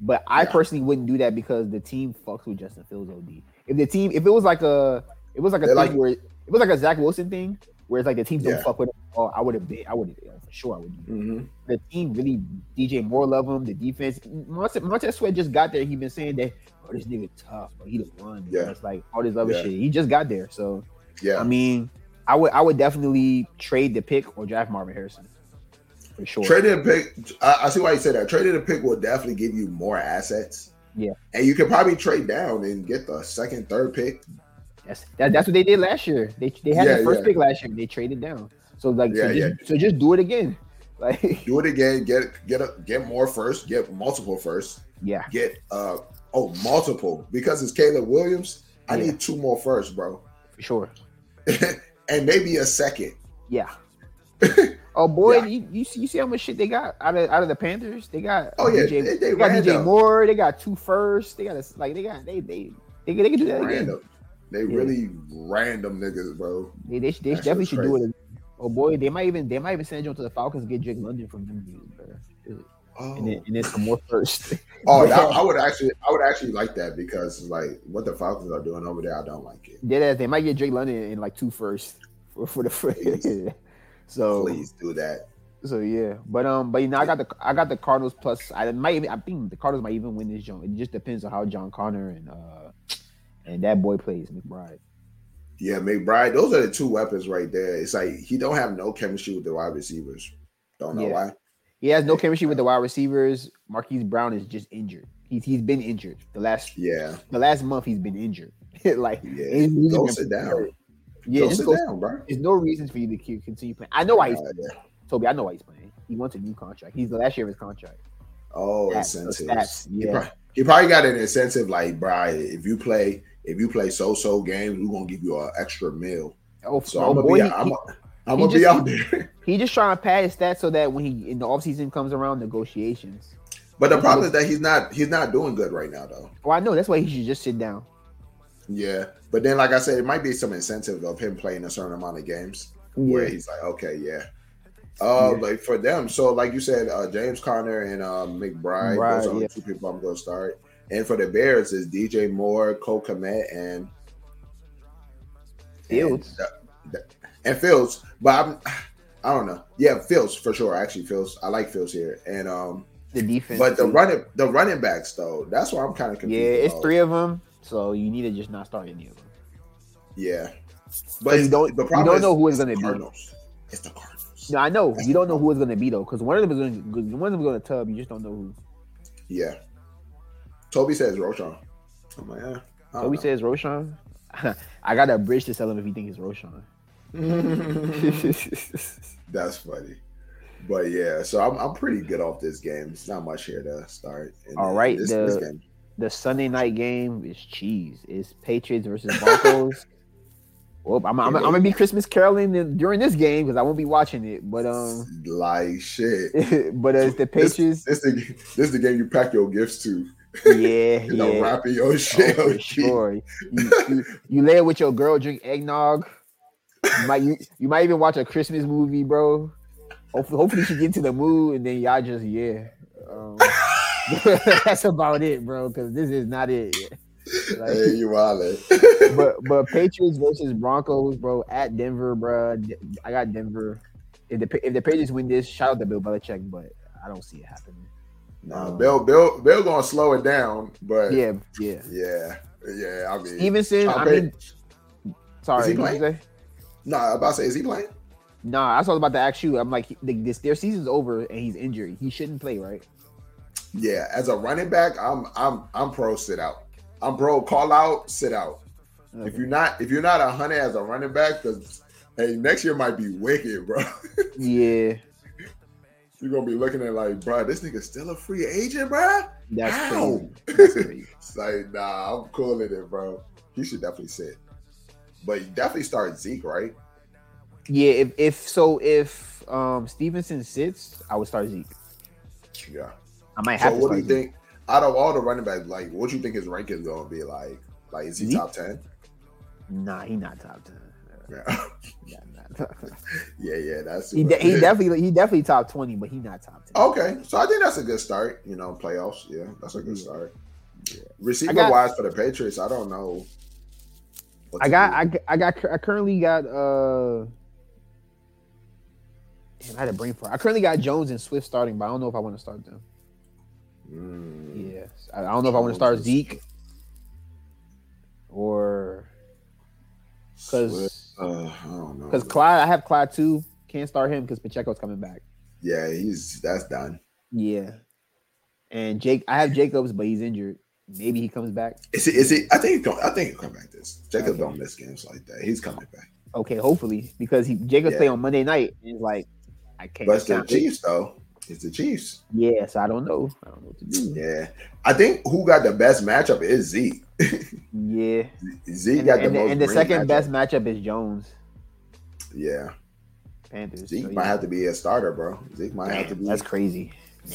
S4: But I
S2: Yeah.
S4: personally wouldn't do that because the team fucks with Justin Fields OD. If the team, if it was like a, it was like a
S2: They
S4: thing
S2: like-
S4: where it was like a Zach Wilson thing, where it's like the team don't
S2: Yeah.
S4: fuck with him. at all, I would have been, I would have for sure, I would. Do that.
S2: Mm-hmm.
S4: the team really DJ Moore love him. The defense, Montez, Montez Sweat just got there. He been saying that, oh, this nigga tough, but he the one.
S2: Yeah.
S4: it's like all this other
S2: Yeah.
S4: shit. He just got there, so
S2: Yeah,
S4: I mean, I would I would definitely trade the pick or draft Marvin Harrison for sure.
S2: Trading a pick, I, I see why you said that. Trading a pick will definitely give you more assets.
S4: Yeah.
S2: and you can probably trade down and get the second, third pick.
S4: That's that, that's what they did last year. They they had the
S2: Yeah,
S4: first
S2: yeah.
S4: pick last year. and They traded down, so like
S2: Yeah,
S4: so, just,
S2: yeah.
S4: so just do it again. Like
S2: Do it again. Get get a, get more first. Get multiple first.
S4: yeah,
S2: Get uh oh multiple because it's Caleb Williams. I
S4: Yeah.
S2: need two more first, bro,
S4: for sure.
S2: and maybe a second.
S4: Yeah. oh boy,
S2: Yeah.
S4: you, you see you see how much shit they got out of out of the Panthers. They got
S2: Oh, yeah,
S4: DJ,
S2: they- they
S4: got
S2: ran
S4: DJ
S2: them.
S4: Moore. They got two firsts. They got a, like they got they they they, they, could do that again.
S2: Random. They really random niggas, bro.
S4: They they, should- they
S2: That shit
S4: definitely
S2: was
S4: should do it. Again. Oh boy, they might even they might even send you to the Falcons and get Drake London from them dudes, bro.
S2: Oh,
S4: And then and then some more first.
S2: oh that- I would actually, I would actually like that because like what the Falcons are doing over there, I don't like it.
S4: Dead ass, they might get Drake London in like two firsts for, for the first. so
S2: Please do that.
S4: So yeah, but um, but you know, I got the I got the Cardinals plus. I might even, I think the Cardinals might even win this joint. It just depends on how John Connor and uh and that boy plays McBride.
S2: Yeah, McBride. Those are the two weapons right there. It's like he don't have no chemistry with the wide receivers. Don't know
S4: Yeah.
S2: why.
S4: He has no chemistry with the wide receivers. Marquise Brown is just injured. He's he's been injured the last
S2: Yeah,
S4: the last month. He's been injured. like
S2: yeah.
S4: he's- he's
S2: Go
S4: been-
S2: sit down.
S4: Yeah,
S2: go
S4: just
S2: sit
S4: go-
S2: down, bro.
S4: There's no reason for you to keep- continue playing. I know why he's
S2: Uh, yeah.
S4: Toby. I know why he's playing. He wants a new contract. He's the last year of his contract.
S2: Oh,
S4: Stats, those
S2: incentives.
S4: stats,
S2: He,
S4: yeah.
S2: probably, he probably got an incentive like, Brian, if you play, if you play so-so games, we're gonna give you an extra meal.
S4: Oh,
S2: So
S4: oh
S2: I'm gonna
S4: boy,
S2: be,
S4: he-
S2: I'm,
S4: he-
S2: a, I'm gonna be
S4: just-
S2: out there.
S4: He just trying to pad his stats so that when he in the offseason comes around negotiations.
S2: But the problem is that he's not, he's not doing good right now, though.
S4: Well, I know that's why he should just sit down.
S2: Yeah, but then, like I said, it might be some incentive of him playing a certain amount of games. where he's like, okay, yeah. Uh,
S4: Yeah.
S2: like for them, so like you said, uh, James Conner and uh, McBride,
S4: Right,
S2: those are the
S4: yeah.
S2: two people I'm going to start. And for the Bears, it's DJ Moore, Cole Komet, and
S4: Fields.
S2: and, the- and Fields. But I'm, I don't know. Yeah, Fields for sure. Actually, Fields. I like Fields here. And um,
S4: The defense.
S2: but the
S4: too.
S2: running, the running backs though, that's why I'm kind of
S4: Yeah,
S2: confused.
S4: it's
S2: about.
S4: three of them. So you need to just not start any of them.
S2: Yeah,
S4: But you
S2: it's-
S4: don't.
S2: the
S4: you
S2: problem
S4: don't
S2: is
S4: know who is going to be.
S2: Cardinals. It's the Cardinals.
S4: No, I know you don't know who is going to be though, because one of them is going. to One of them is going to tub. You just don't know who.
S2: Yeah. Toby says Roshan. I'm like, eh, yeah.
S4: So we says Roshan. I got a bridge to sell him if you think it's Roshan.
S2: That's funny. But yeah, so I'm, I'm pretty good off this game. It's not much here to start. And
S4: All right,
S2: This,
S4: the-
S2: this game.
S4: the Sunday night game is cheese. It's Patriots versus Broncos. well, I'm, I'm, I'm gonna be Christmas caroling in- during this game because I won't be watching it. But um,
S2: like shit.
S4: but uh, it's the Patriots.
S2: This, this, the, this the game you pack your gifts to.
S4: Yeah,
S2: You know,
S4: yeah.
S2: wrapping your
S4: Oh,
S2: shit.
S4: for
S2: up.
S4: sure. You, you, you lay it with your girl, drink eggnog. You might you, you might even watch a Christmas movie, bro. Hopefully, hopefully she get into the mood, and then y'all just yeah. Um, that's about it, bro. Because this is not it. Like-
S2: Hey, you wildin'.
S4: but but Patriots versus Broncos, bro, at Denver, bro. D- I got Denver. If the Pa- if the Patriots win this, shout out to Bill Belichick, but I don't see it happening.
S2: nah,
S4: Um,
S2: Bill, Bill, Bill gonna slow it down, but yeah,
S4: Yeah, yeah.
S2: yeah, yeah. I mean,
S4: Stevenson,
S2: I'll
S4: I
S2: bet-
S4: mean, sorry,
S2: he
S4: what you say?
S2: nah. I'm about to say, is he playing?
S4: Nah, that's what I was about to ask you. I'm like, he- the- this their season's over and he's injured. He shouldn't play, right?
S2: Yeah, as a running back, I'm I'm I'm pro sit out. I'm pro call out, sit out. If you're not if you're not a hundred as a running back, because hey, next year might be wicked, bro.
S4: Yeah,
S2: you're gonna be looking at like, bro, this nigga's still a free agent, bro.
S4: that's
S2: Ow.
S4: crazy. That's crazy.
S2: It's like, nah, I'm calling it, bro. He should definitely sit. But you definitely start Zeke, right?
S4: Yeah, if if so, if um Stevenson sits, I would start Zeke.
S2: Yeah.
S4: I might have
S2: So
S4: to.
S2: what do
S4: start
S2: you
S4: Zeke.
S2: think out of all the running backs, like what do you think his ranking's gonna be like? Like is he
S4: Zeke?
S2: top ten?
S4: Nah, he not top ten.
S2: Yeah,
S4: Yeah, nah.
S2: yeah, yeah, Oh, that's
S4: He, de- he definitely he definitely top twenty, but he not top ten.
S2: Okay, so I think that's a good start. You know, playoffs. Yeah, that's a good
S4: Yeah.
S2: start. Yeah.
S4: I
S2: Receiver
S4: got-
S2: wise for the Patriots, I don't know. what
S4: I
S2: to
S4: got
S2: do.
S4: I, got- I got I currently got uh. Damn, I had a brain fart. I currently got Jones and Swift starting, but I don't know if I want to start them.
S2: Mm,
S4: Yeah, I, I don't know if I want to start Zeke or
S2: Swift,
S4: because
S2: uh, I don't know.
S4: because Clyde I have Clyde too. Can't start him because Pacheco's coming back.
S2: yeah, he's that's done.
S4: Yeah, and Jake I have Jacobs, but he's injured. Maybe he comes back.
S2: Is he? Is he? I think. He come, I think he'll come back. This Jacob
S4: Okay.
S2: don't miss games like that. He's coming back.
S4: Okay, hopefully because he Jacobs
S2: Yeah.
S4: play on Monday night and it's like I can't.
S2: But it's the
S4: count it.
S2: Chiefs though. It's the Chiefs.
S4: Yeah, so I don't know. I don't know what to do.
S2: Yeah, I think who got the best matchup is Zeke.
S4: Yeah.
S2: Zeke
S4: And,
S2: got the
S4: and the,
S2: most.
S4: and the
S2: green
S4: second
S2: matchup.
S4: best matchup is Jones,
S2: Yeah,
S4: Panthers.
S2: Zeke
S4: So,
S2: might
S4: yeah.
S2: have to be a starter, bro. Zeke might have to
S4: Damn,
S2: be.
S4: that's crazy.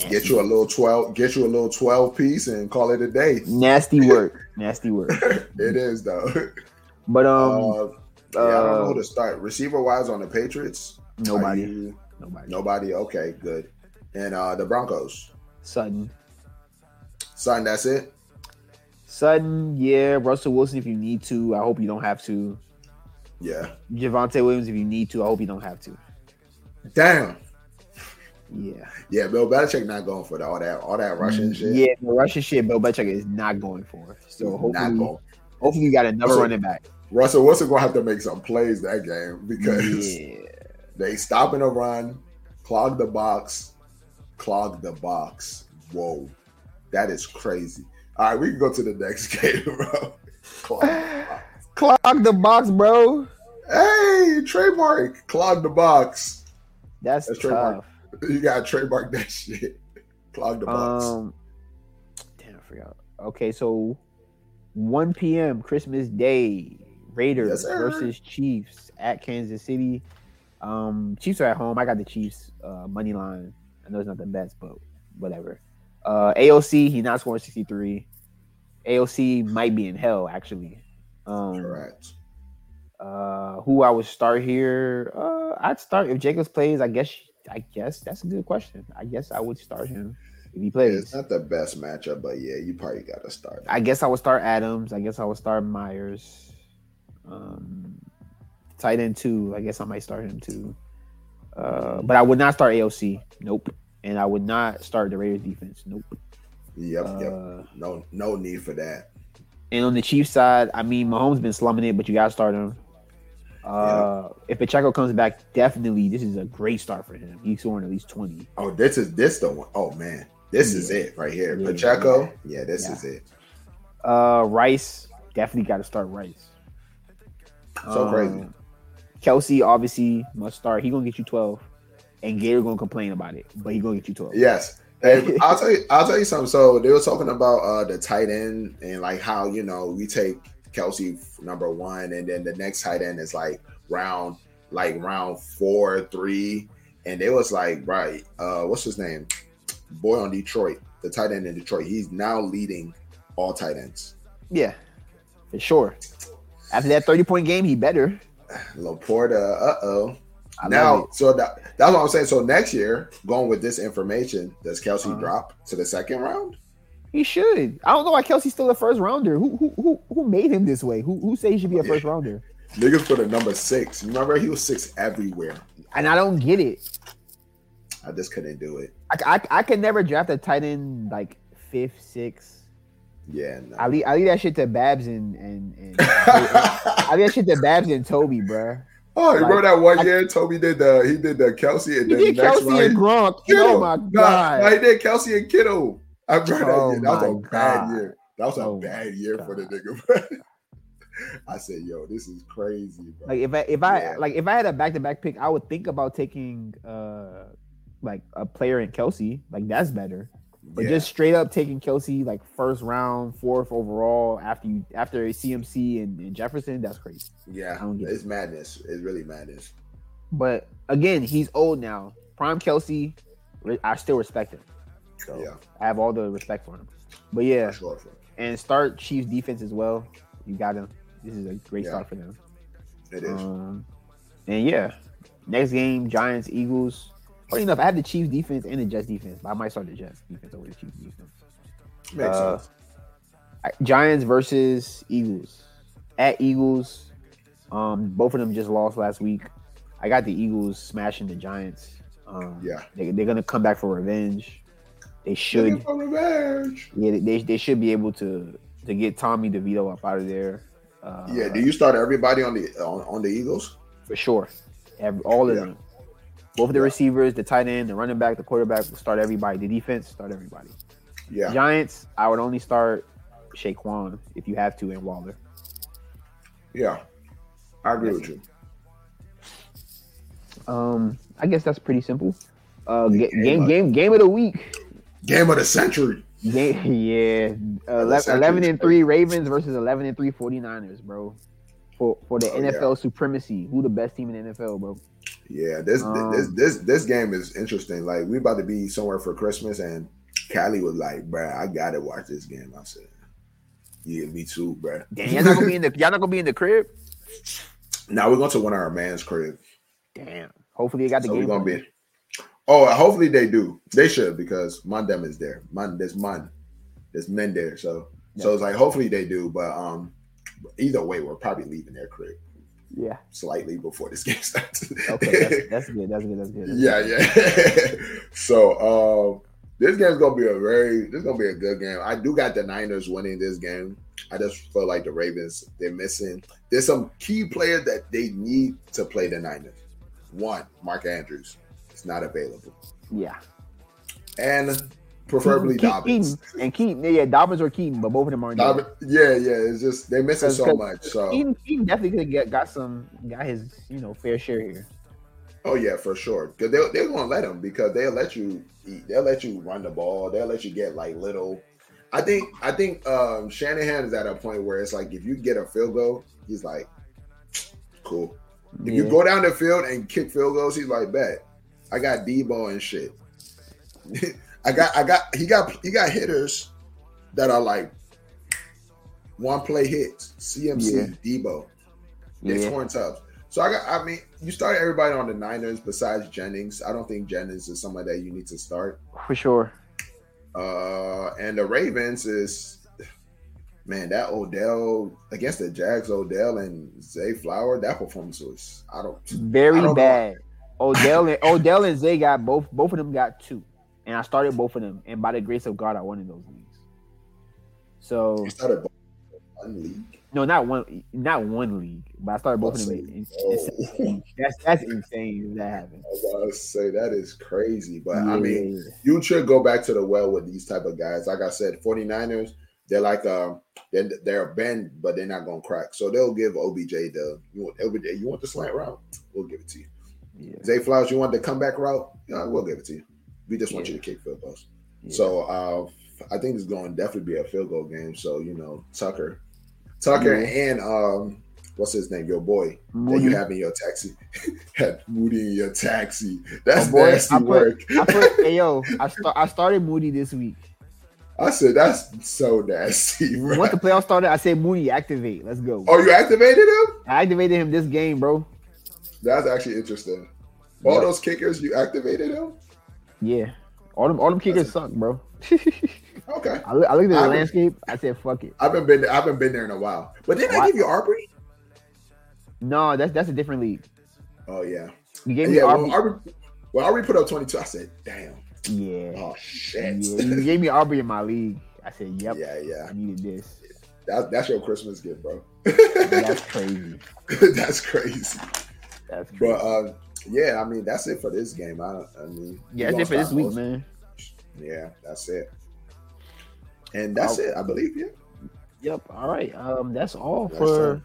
S2: Get you a little twelve. Get you a little twelve piece and call it a day.
S4: Nasty work. Nasty work.
S2: It is though.
S4: But um
S2: uh, yeah, I don't know
S4: uh,
S2: who to start receiver wise on the Patriots. Are
S4: nobody.
S2: you-
S4: Nobody.
S2: nobody. Okay, good. And uh the Broncos.
S4: Sutton.
S2: Son, that's it.
S4: Sutton, yeah. Russell Wilson if you need to. I hope you don't have to.
S2: Yeah.
S4: Javante Williams if you need to. I hope you don't have to.
S2: Damn.
S4: Yeah.
S2: Yeah, Bill Belichick not going for the, all that all that Russian shit.
S4: Mm, Yeah, the Russian shit Bill Belichick is not going for. So
S2: He's
S4: hopefully,
S2: not going.
S4: hopefully you got another
S2: Russell-
S4: running back.
S2: Russell Wilson gonna have to make some plays that game because
S4: Yeah.
S2: they stopping a run, clog the box, clog the box. Whoa, that is crazy. All right, we can go to the next game, bro. Clog.
S4: Clock the box, bro.
S2: Hey, trademark, clog the box.
S4: That's,
S2: That's trademark.
S4: tough.
S2: You gotta trademark that shit. Clog the box.
S4: Um, damn, I forgot. Okay, so 1 p.m. Christmas Day, Raiders
S2: Yes, sir.
S4: versus Chiefs at Kansas City. Um, Chiefs are at home. I got the Chiefs uh, money line. I know it's not the best, but whatever. Uh, AOC, he not scoring 63. AOC might be in hell actually. Um,
S2: Correct.
S4: uh, who I would start here? Uh, I'd start if Jacobs plays. I guess. I guess that's a good question. I guess I would start him if he
S2: It's
S4: plays.
S2: not the best matchup, but yeah, you probably gotta start.
S4: I guess I would start Adams. I guess I would start Myers. Um, tight end two. I guess I might start him too. Uh, but I would not start AOC. Nope. And I would not start the Raiders defense. Nope.
S2: Yep, yep.
S4: Uh,
S2: No, no need for that.
S4: And on the Chiefs side, I mean, Mahomes been slumming it, but you gotta start him. Uh, If Pacheco comes back, definitely this is a great start for him. He's scoring at least twenty.
S2: Oh, this is this the one. Oh man, this is
S4: Yeah.
S2: it right here.
S4: Yeah.
S2: Pacheco. Yeah, this
S4: Yeah.
S2: is it.
S4: Uh, Rice definitely got to start Rice. Um,
S2: So crazy.
S4: Kelsey obviously must start. He gonna get you twelve, and Gator gonna complain about it, but he gonna get you twelve.
S2: Yes. And I'll tell you. I'll tell you something. So they were talking about uh the tight end and like how you know we take Kelsey f- number one, and then the next tight end is like round like round four, three, and they was like, right, uh, what's his name? Boy on Detroit, the tight end in Detroit. He's now leading all tight ends.
S4: yeah, for sure. After that thirty point game, he better.
S2: Laporta, uh oh.
S4: I love
S2: Now,
S4: it.
S2: so that, that's what I'm saying. So next year, going with this information, does Kelsey
S4: Uh-huh.
S2: drop to the second round?
S4: he should. I don't know why Kelsey's still a first rounder. Who who who, who made him this way? Who who say he should be a first rounder?
S2: Niggas put a number six. You Remember, he was six everywhere.
S4: And I don't get it.
S2: I just couldn't do it.
S4: I, I, I can never draft a tight end like fifth, sixth.
S2: Yeah, no.
S4: I leave I leave that shit to Babs and and, and I leave that shit to Babs and Toby, bruh.
S2: oh, you remember that one
S4: I-
S2: year Toby did the he did the Kelsey and
S4: He
S2: then the
S4: did
S2: next
S4: Kelsey
S2: round.
S4: and
S2: he-
S4: Gronk. and
S2: Kittle.
S4: oh my
S2: No,
S4: god.
S2: no, he did Kelsey and Kittle. I remember
S4: Oh
S2: that year. That was a
S4: my
S2: bad
S4: God.
S2: year. That was a
S4: Oh my
S2: bad year for the nigga. I said, yo, this is crazy, bro.
S4: Like if I if I
S2: Yeah.
S4: like if I had a back to back pick, I would think about taking uh like a player in Kelsey. Like that's better. But
S2: Yeah.
S4: just straight up taking Kelsey like first round, fourth overall after you after CMC and, and Jefferson, that's crazy.
S2: Yeah,
S4: I don't get
S2: it's madness. It's really madness.
S4: But again, he's old now. Prime Kelsey, re- I still respect him. So
S2: Yeah.
S4: I have all the respect for him. But yeah,
S2: For sure, for
S4: and start Chiefs defense as well. You got him. This is a great
S2: Yeah.
S4: start for them.
S2: sure. It is.
S4: Um, and yeah, next game Giants Eagles. Funny enough, I have the Chiefs defense and the Jets defense, but I might start the Jets defense over the Chiefs defense.
S2: Makes
S4: uh,
S2: sense.
S4: I- Giants versus Eagles at Eagles. Um, both of them just lost last week. I got the Eagles smashing the Giants. Um,
S2: Yeah.
S4: they, they're gonna come back for revenge. They should.
S2: Looking for revenge.
S4: Yeah, they, they should be able to to get Tommy DeVito up out of there. Uh,
S2: yeah, do you start everybody on the on, on the Eagles?
S4: for sure. Every, all of
S2: Yeah.
S4: them. Both of the
S2: Yeah.
S4: receivers, the tight end, the running back, the quarterback will start everybody. The defense, start everybody.
S2: Yeah.
S4: Giants, I would only start Shaquan if you have to and Waller.
S2: Yeah. I agree with you.
S4: Um, I guess that's pretty simple. Uh, ga-
S2: Game
S4: game,
S2: of-
S4: game, game of the week.
S2: Game of the century.
S4: Game, yeah, uh,
S2: That's actually
S4: ele- eleven and
S2: crazy.
S4: three Ravens versus eleven and three 49ers, bro. For for the
S2: Oh, yeah.
S4: NFL supremacy, who the best team in the NFL, bro?
S2: Yeah, this
S4: Um,
S2: this this this game is interesting. Like we about to be somewhere for Christmas, and Callie was like, "Bruh, I gotta watch this game." I said, "Yeah, me too, bruh."
S4: Damn, y'all not gonna be in the y'all not gonna be in the crib.
S2: now we're going to one of our man's crib,
S4: Damn. Hopefully, they got the
S2: so
S4: game.
S2: we're gonna
S4: plan.
S2: be. Oh, hopefully they do. They should because Mondem is there. Mon, there's Mon, there's men there. So so
S4: Yeah.
S2: it's like hopefully they do. But um, either way, we're probably leaving their crib
S4: Yeah.
S2: slightly before this game starts.
S4: Okay, that's, that's good. That's good. That's good. that's
S2: yeah,
S4: good.
S2: yeah. so um, this game's gonna be a very this is gonna be a good game. I do got the Niners winning this game. I just feel like the Ravens they're missing. There's some key players that they need to play the Niners. One, Mark Andrews, is not available,
S4: Yeah.
S2: and preferably
S4: Keaton-
S2: Dobbins.
S4: Keaton and Keaton. Yeah, Dobbins or Keaton, but both of them aren't. there.
S2: Dobbins- uh, yeah, yeah. It's just they're missing so
S4: 'Cause-
S2: much. So,
S4: Keaton, Keaton definitely could have get got some got his you know fair share here.
S2: oh yeah, for sure. Because they they're gonna let them because they'll let you eat. They'll let you run the ball. They'll let you get like little I think I think um Shanahan is at a point where it's like if you get a field goal, he's like, cool. If you
S4: Yeah.
S2: go down the field and kick field goals, he's like, bet. I got Debo and shit. I got I got he got he got hitters that are like one play hits, CMC, Debo, it's
S4: yeah.
S2: Torrance Tubbs. So I got I mean, you start everybody on the Niners besides Jennings. I don't think Jennings is somebody that you need to start.
S4: for sure.
S2: Uh, and the Ravens is man, that Odell against the Jags, Odell and Zay Flower, that performance was I don't I
S4: Very
S2: don't know.
S4: bad. Odell and Odell and Zay got both. Both of them got two, and I started both of them. And by the grace of God, I won in those leagues. So
S2: you started one league.
S4: No, not one, not one league. But I started both of them. in-
S2: Oh,
S4: in- in- that's that's insane. If that happened.
S2: I was about to say that is crazy, but I
S4: Yeah.
S2: mean, you should go back to the well with these type of guys. Like I said, 49ers, they're like um they're, they're a bend, but they're not gonna crack. So they'll give OBJ the you want OBJ, you want the slant route, we'll give it to you.
S4: yeah,
S2: Zay Flowers, you want the comeback route? Yeah, we'll give it to you. We just want you to kick field goals.
S4: yeah.
S2: So uh, I think it's going to definitely be a field goal game. So you know, Tucker, Tucker, and um, what's his name? Your boy that you
S4: Moody.
S2: have in your taxi, had Moody in your taxi. That's
S4: Oh, boy,
S2: nasty
S4: I put-
S2: work.
S4: I put hey yo, I start I started Moody this week.
S2: I said that's so nasty. bruh.
S4: Once the playoff started, I said Moody activate. Let's go.
S2: Oh, you activated him?
S4: I activated him this game, bro.
S2: That's actually interesting. All
S4: Yeah.
S2: those kickers, you activated him?
S4: Yeah. All them all them
S2: That's-
S4: kickers suck, bro.
S2: Okay.
S4: I, look, I looked at the
S2: I-
S4: landscape. I said, "Fuck it."
S2: I haven't been. I haven't been there in a while. But didn't I
S4: Why-
S2: give you Arbery?
S4: No, that's that's a different league.
S2: Oh yeah.
S4: You gave me
S2: yeah,
S4: Aubrey.
S2: Well, Aubrey, well, Aubrey put up 22. I said, damn.
S4: yeah.
S2: Oh,
S4: yeah.
S2: shit.
S4: You gave me Aubrey in my league. I said, "Yep,
S2: Yeah, yeah.
S4: I needed this."
S2: That, that's your Christmas gift, bro.
S4: That's crazy.
S2: that's crazy.
S4: That's crazy.
S2: But, uh, yeah, I mean, that's it for this game. I, I mean,
S4: yeah, that's
S2: we
S4: it for this
S2: lost
S4: week,
S2: by most-
S4: man.
S2: Yeah, that's it. And that's it, I believe, yeah.
S4: Yep. All right. Um, that's all
S2: That's
S4: for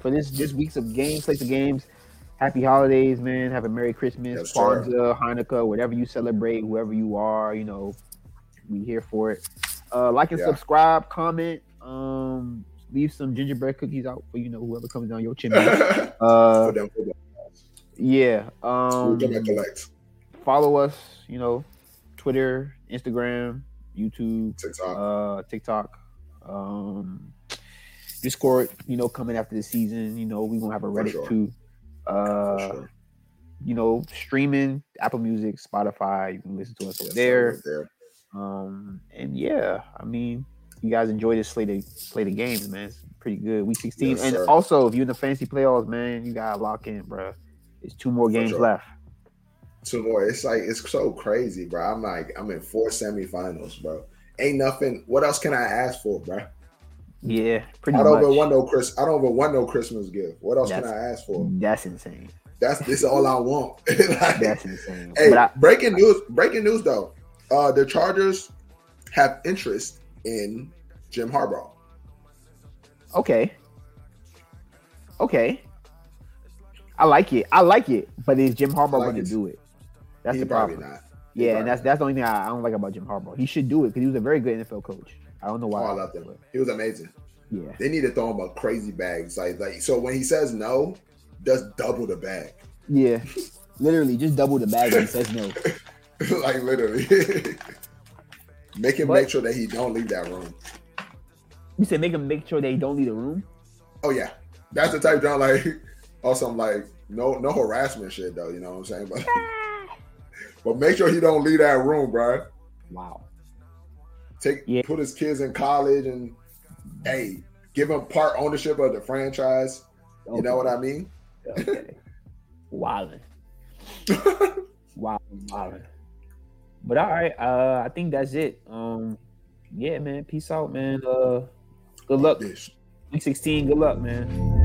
S4: for this this week's of games, slates of games. Happy holidays, man. Have a Merry Christmas,
S2: Yes, sir.
S4: Kwanzaa, Hanukkah, whatever you celebrate, whoever you are, you know, we here for it. Uh, like and
S2: Yeah.
S4: subscribe, comment, um, leave some gingerbread cookies out for you know whoever comes down your chimney.
S2: for
S4: Uh,
S2: them football.
S4: yeah.
S2: We're
S4: Um,
S2: going to collect
S4: follow us, you know, Twitter, Instagram, YouTube,
S2: TikTok.
S4: uh TikTok. Um Discord, you know, coming after the season, you know, we're gonna have
S2: For
S4: a Reddit
S2: sure.
S4: too.
S2: for
S4: Uh
S2: sure.
S4: you know, streaming, Apple Music, Spotify, you can listen to us over
S2: Yes,
S4: there.
S2: we're there.
S4: Um and yeah, I mean you guys enjoy this slate of slate of games, man. It's pretty good. Week 16.
S2: Yes,
S4: and
S2: sir.
S4: also if you're in the fantasy playoffs, man, you gotta lock in, bruh. It's two more games
S2: sure.
S4: left.
S2: Two more. It's like, it's so crazy, bro. I'm like, I'm in four semifinals, bro. Ain't nothing. What else can I ask for, bro?
S4: Yeah, pretty
S2: I don't even
S4: much.
S2: want no Chris. I don't even want no Christmas gift. What else
S4: That's-
S2: can I ask for?
S4: That's insane.
S2: That's this is all I want. Like,
S4: That's insane.
S2: hey,
S4: but I,
S2: breaking news! Breaking news though. Uh, the Chargers have interest in Jim Harbaugh.
S4: Okay. Okay. I like it. I like it. But is Jim Harbaugh
S2: Like
S4: going
S2: it.
S4: to do it? That's
S2: he
S4: the
S2: probably
S4: problem.
S2: not. He
S4: Yeah, and
S2: probably
S4: that's that's the only thing I, I don't like about Jim Harbaugh. He should do it because he was a very good NFL coach. I don't know
S2: Oh,
S4: why.
S2: I loved him. He was amazing.
S4: Yeah.
S2: They need to throw him a crazy bag. It's like, like so when he says no, just double the bag.
S4: Yeah. Literally, just double the bag and says no.
S2: like literally, make him
S4: But-
S2: make sure that he don't leave that room.
S4: You said make him make sure they don't leave the room.
S2: Oh yeah, that's the type John like also I'm like no no harassment shit though. You know what I'm saying? But, but make sure he don't leave that room, bro.
S4: Wow.
S2: Take
S4: Yeah.
S2: put his kids in college and hey, give him part ownership of the franchise. You know what I mean?
S4: Okay. Wildin'. Wow, wow. But all right, uh, I think that's it. Um, yeah, man. Peace out, man. Uh, good luck.
S2: Dish.
S4: Week 16. Good luck, man.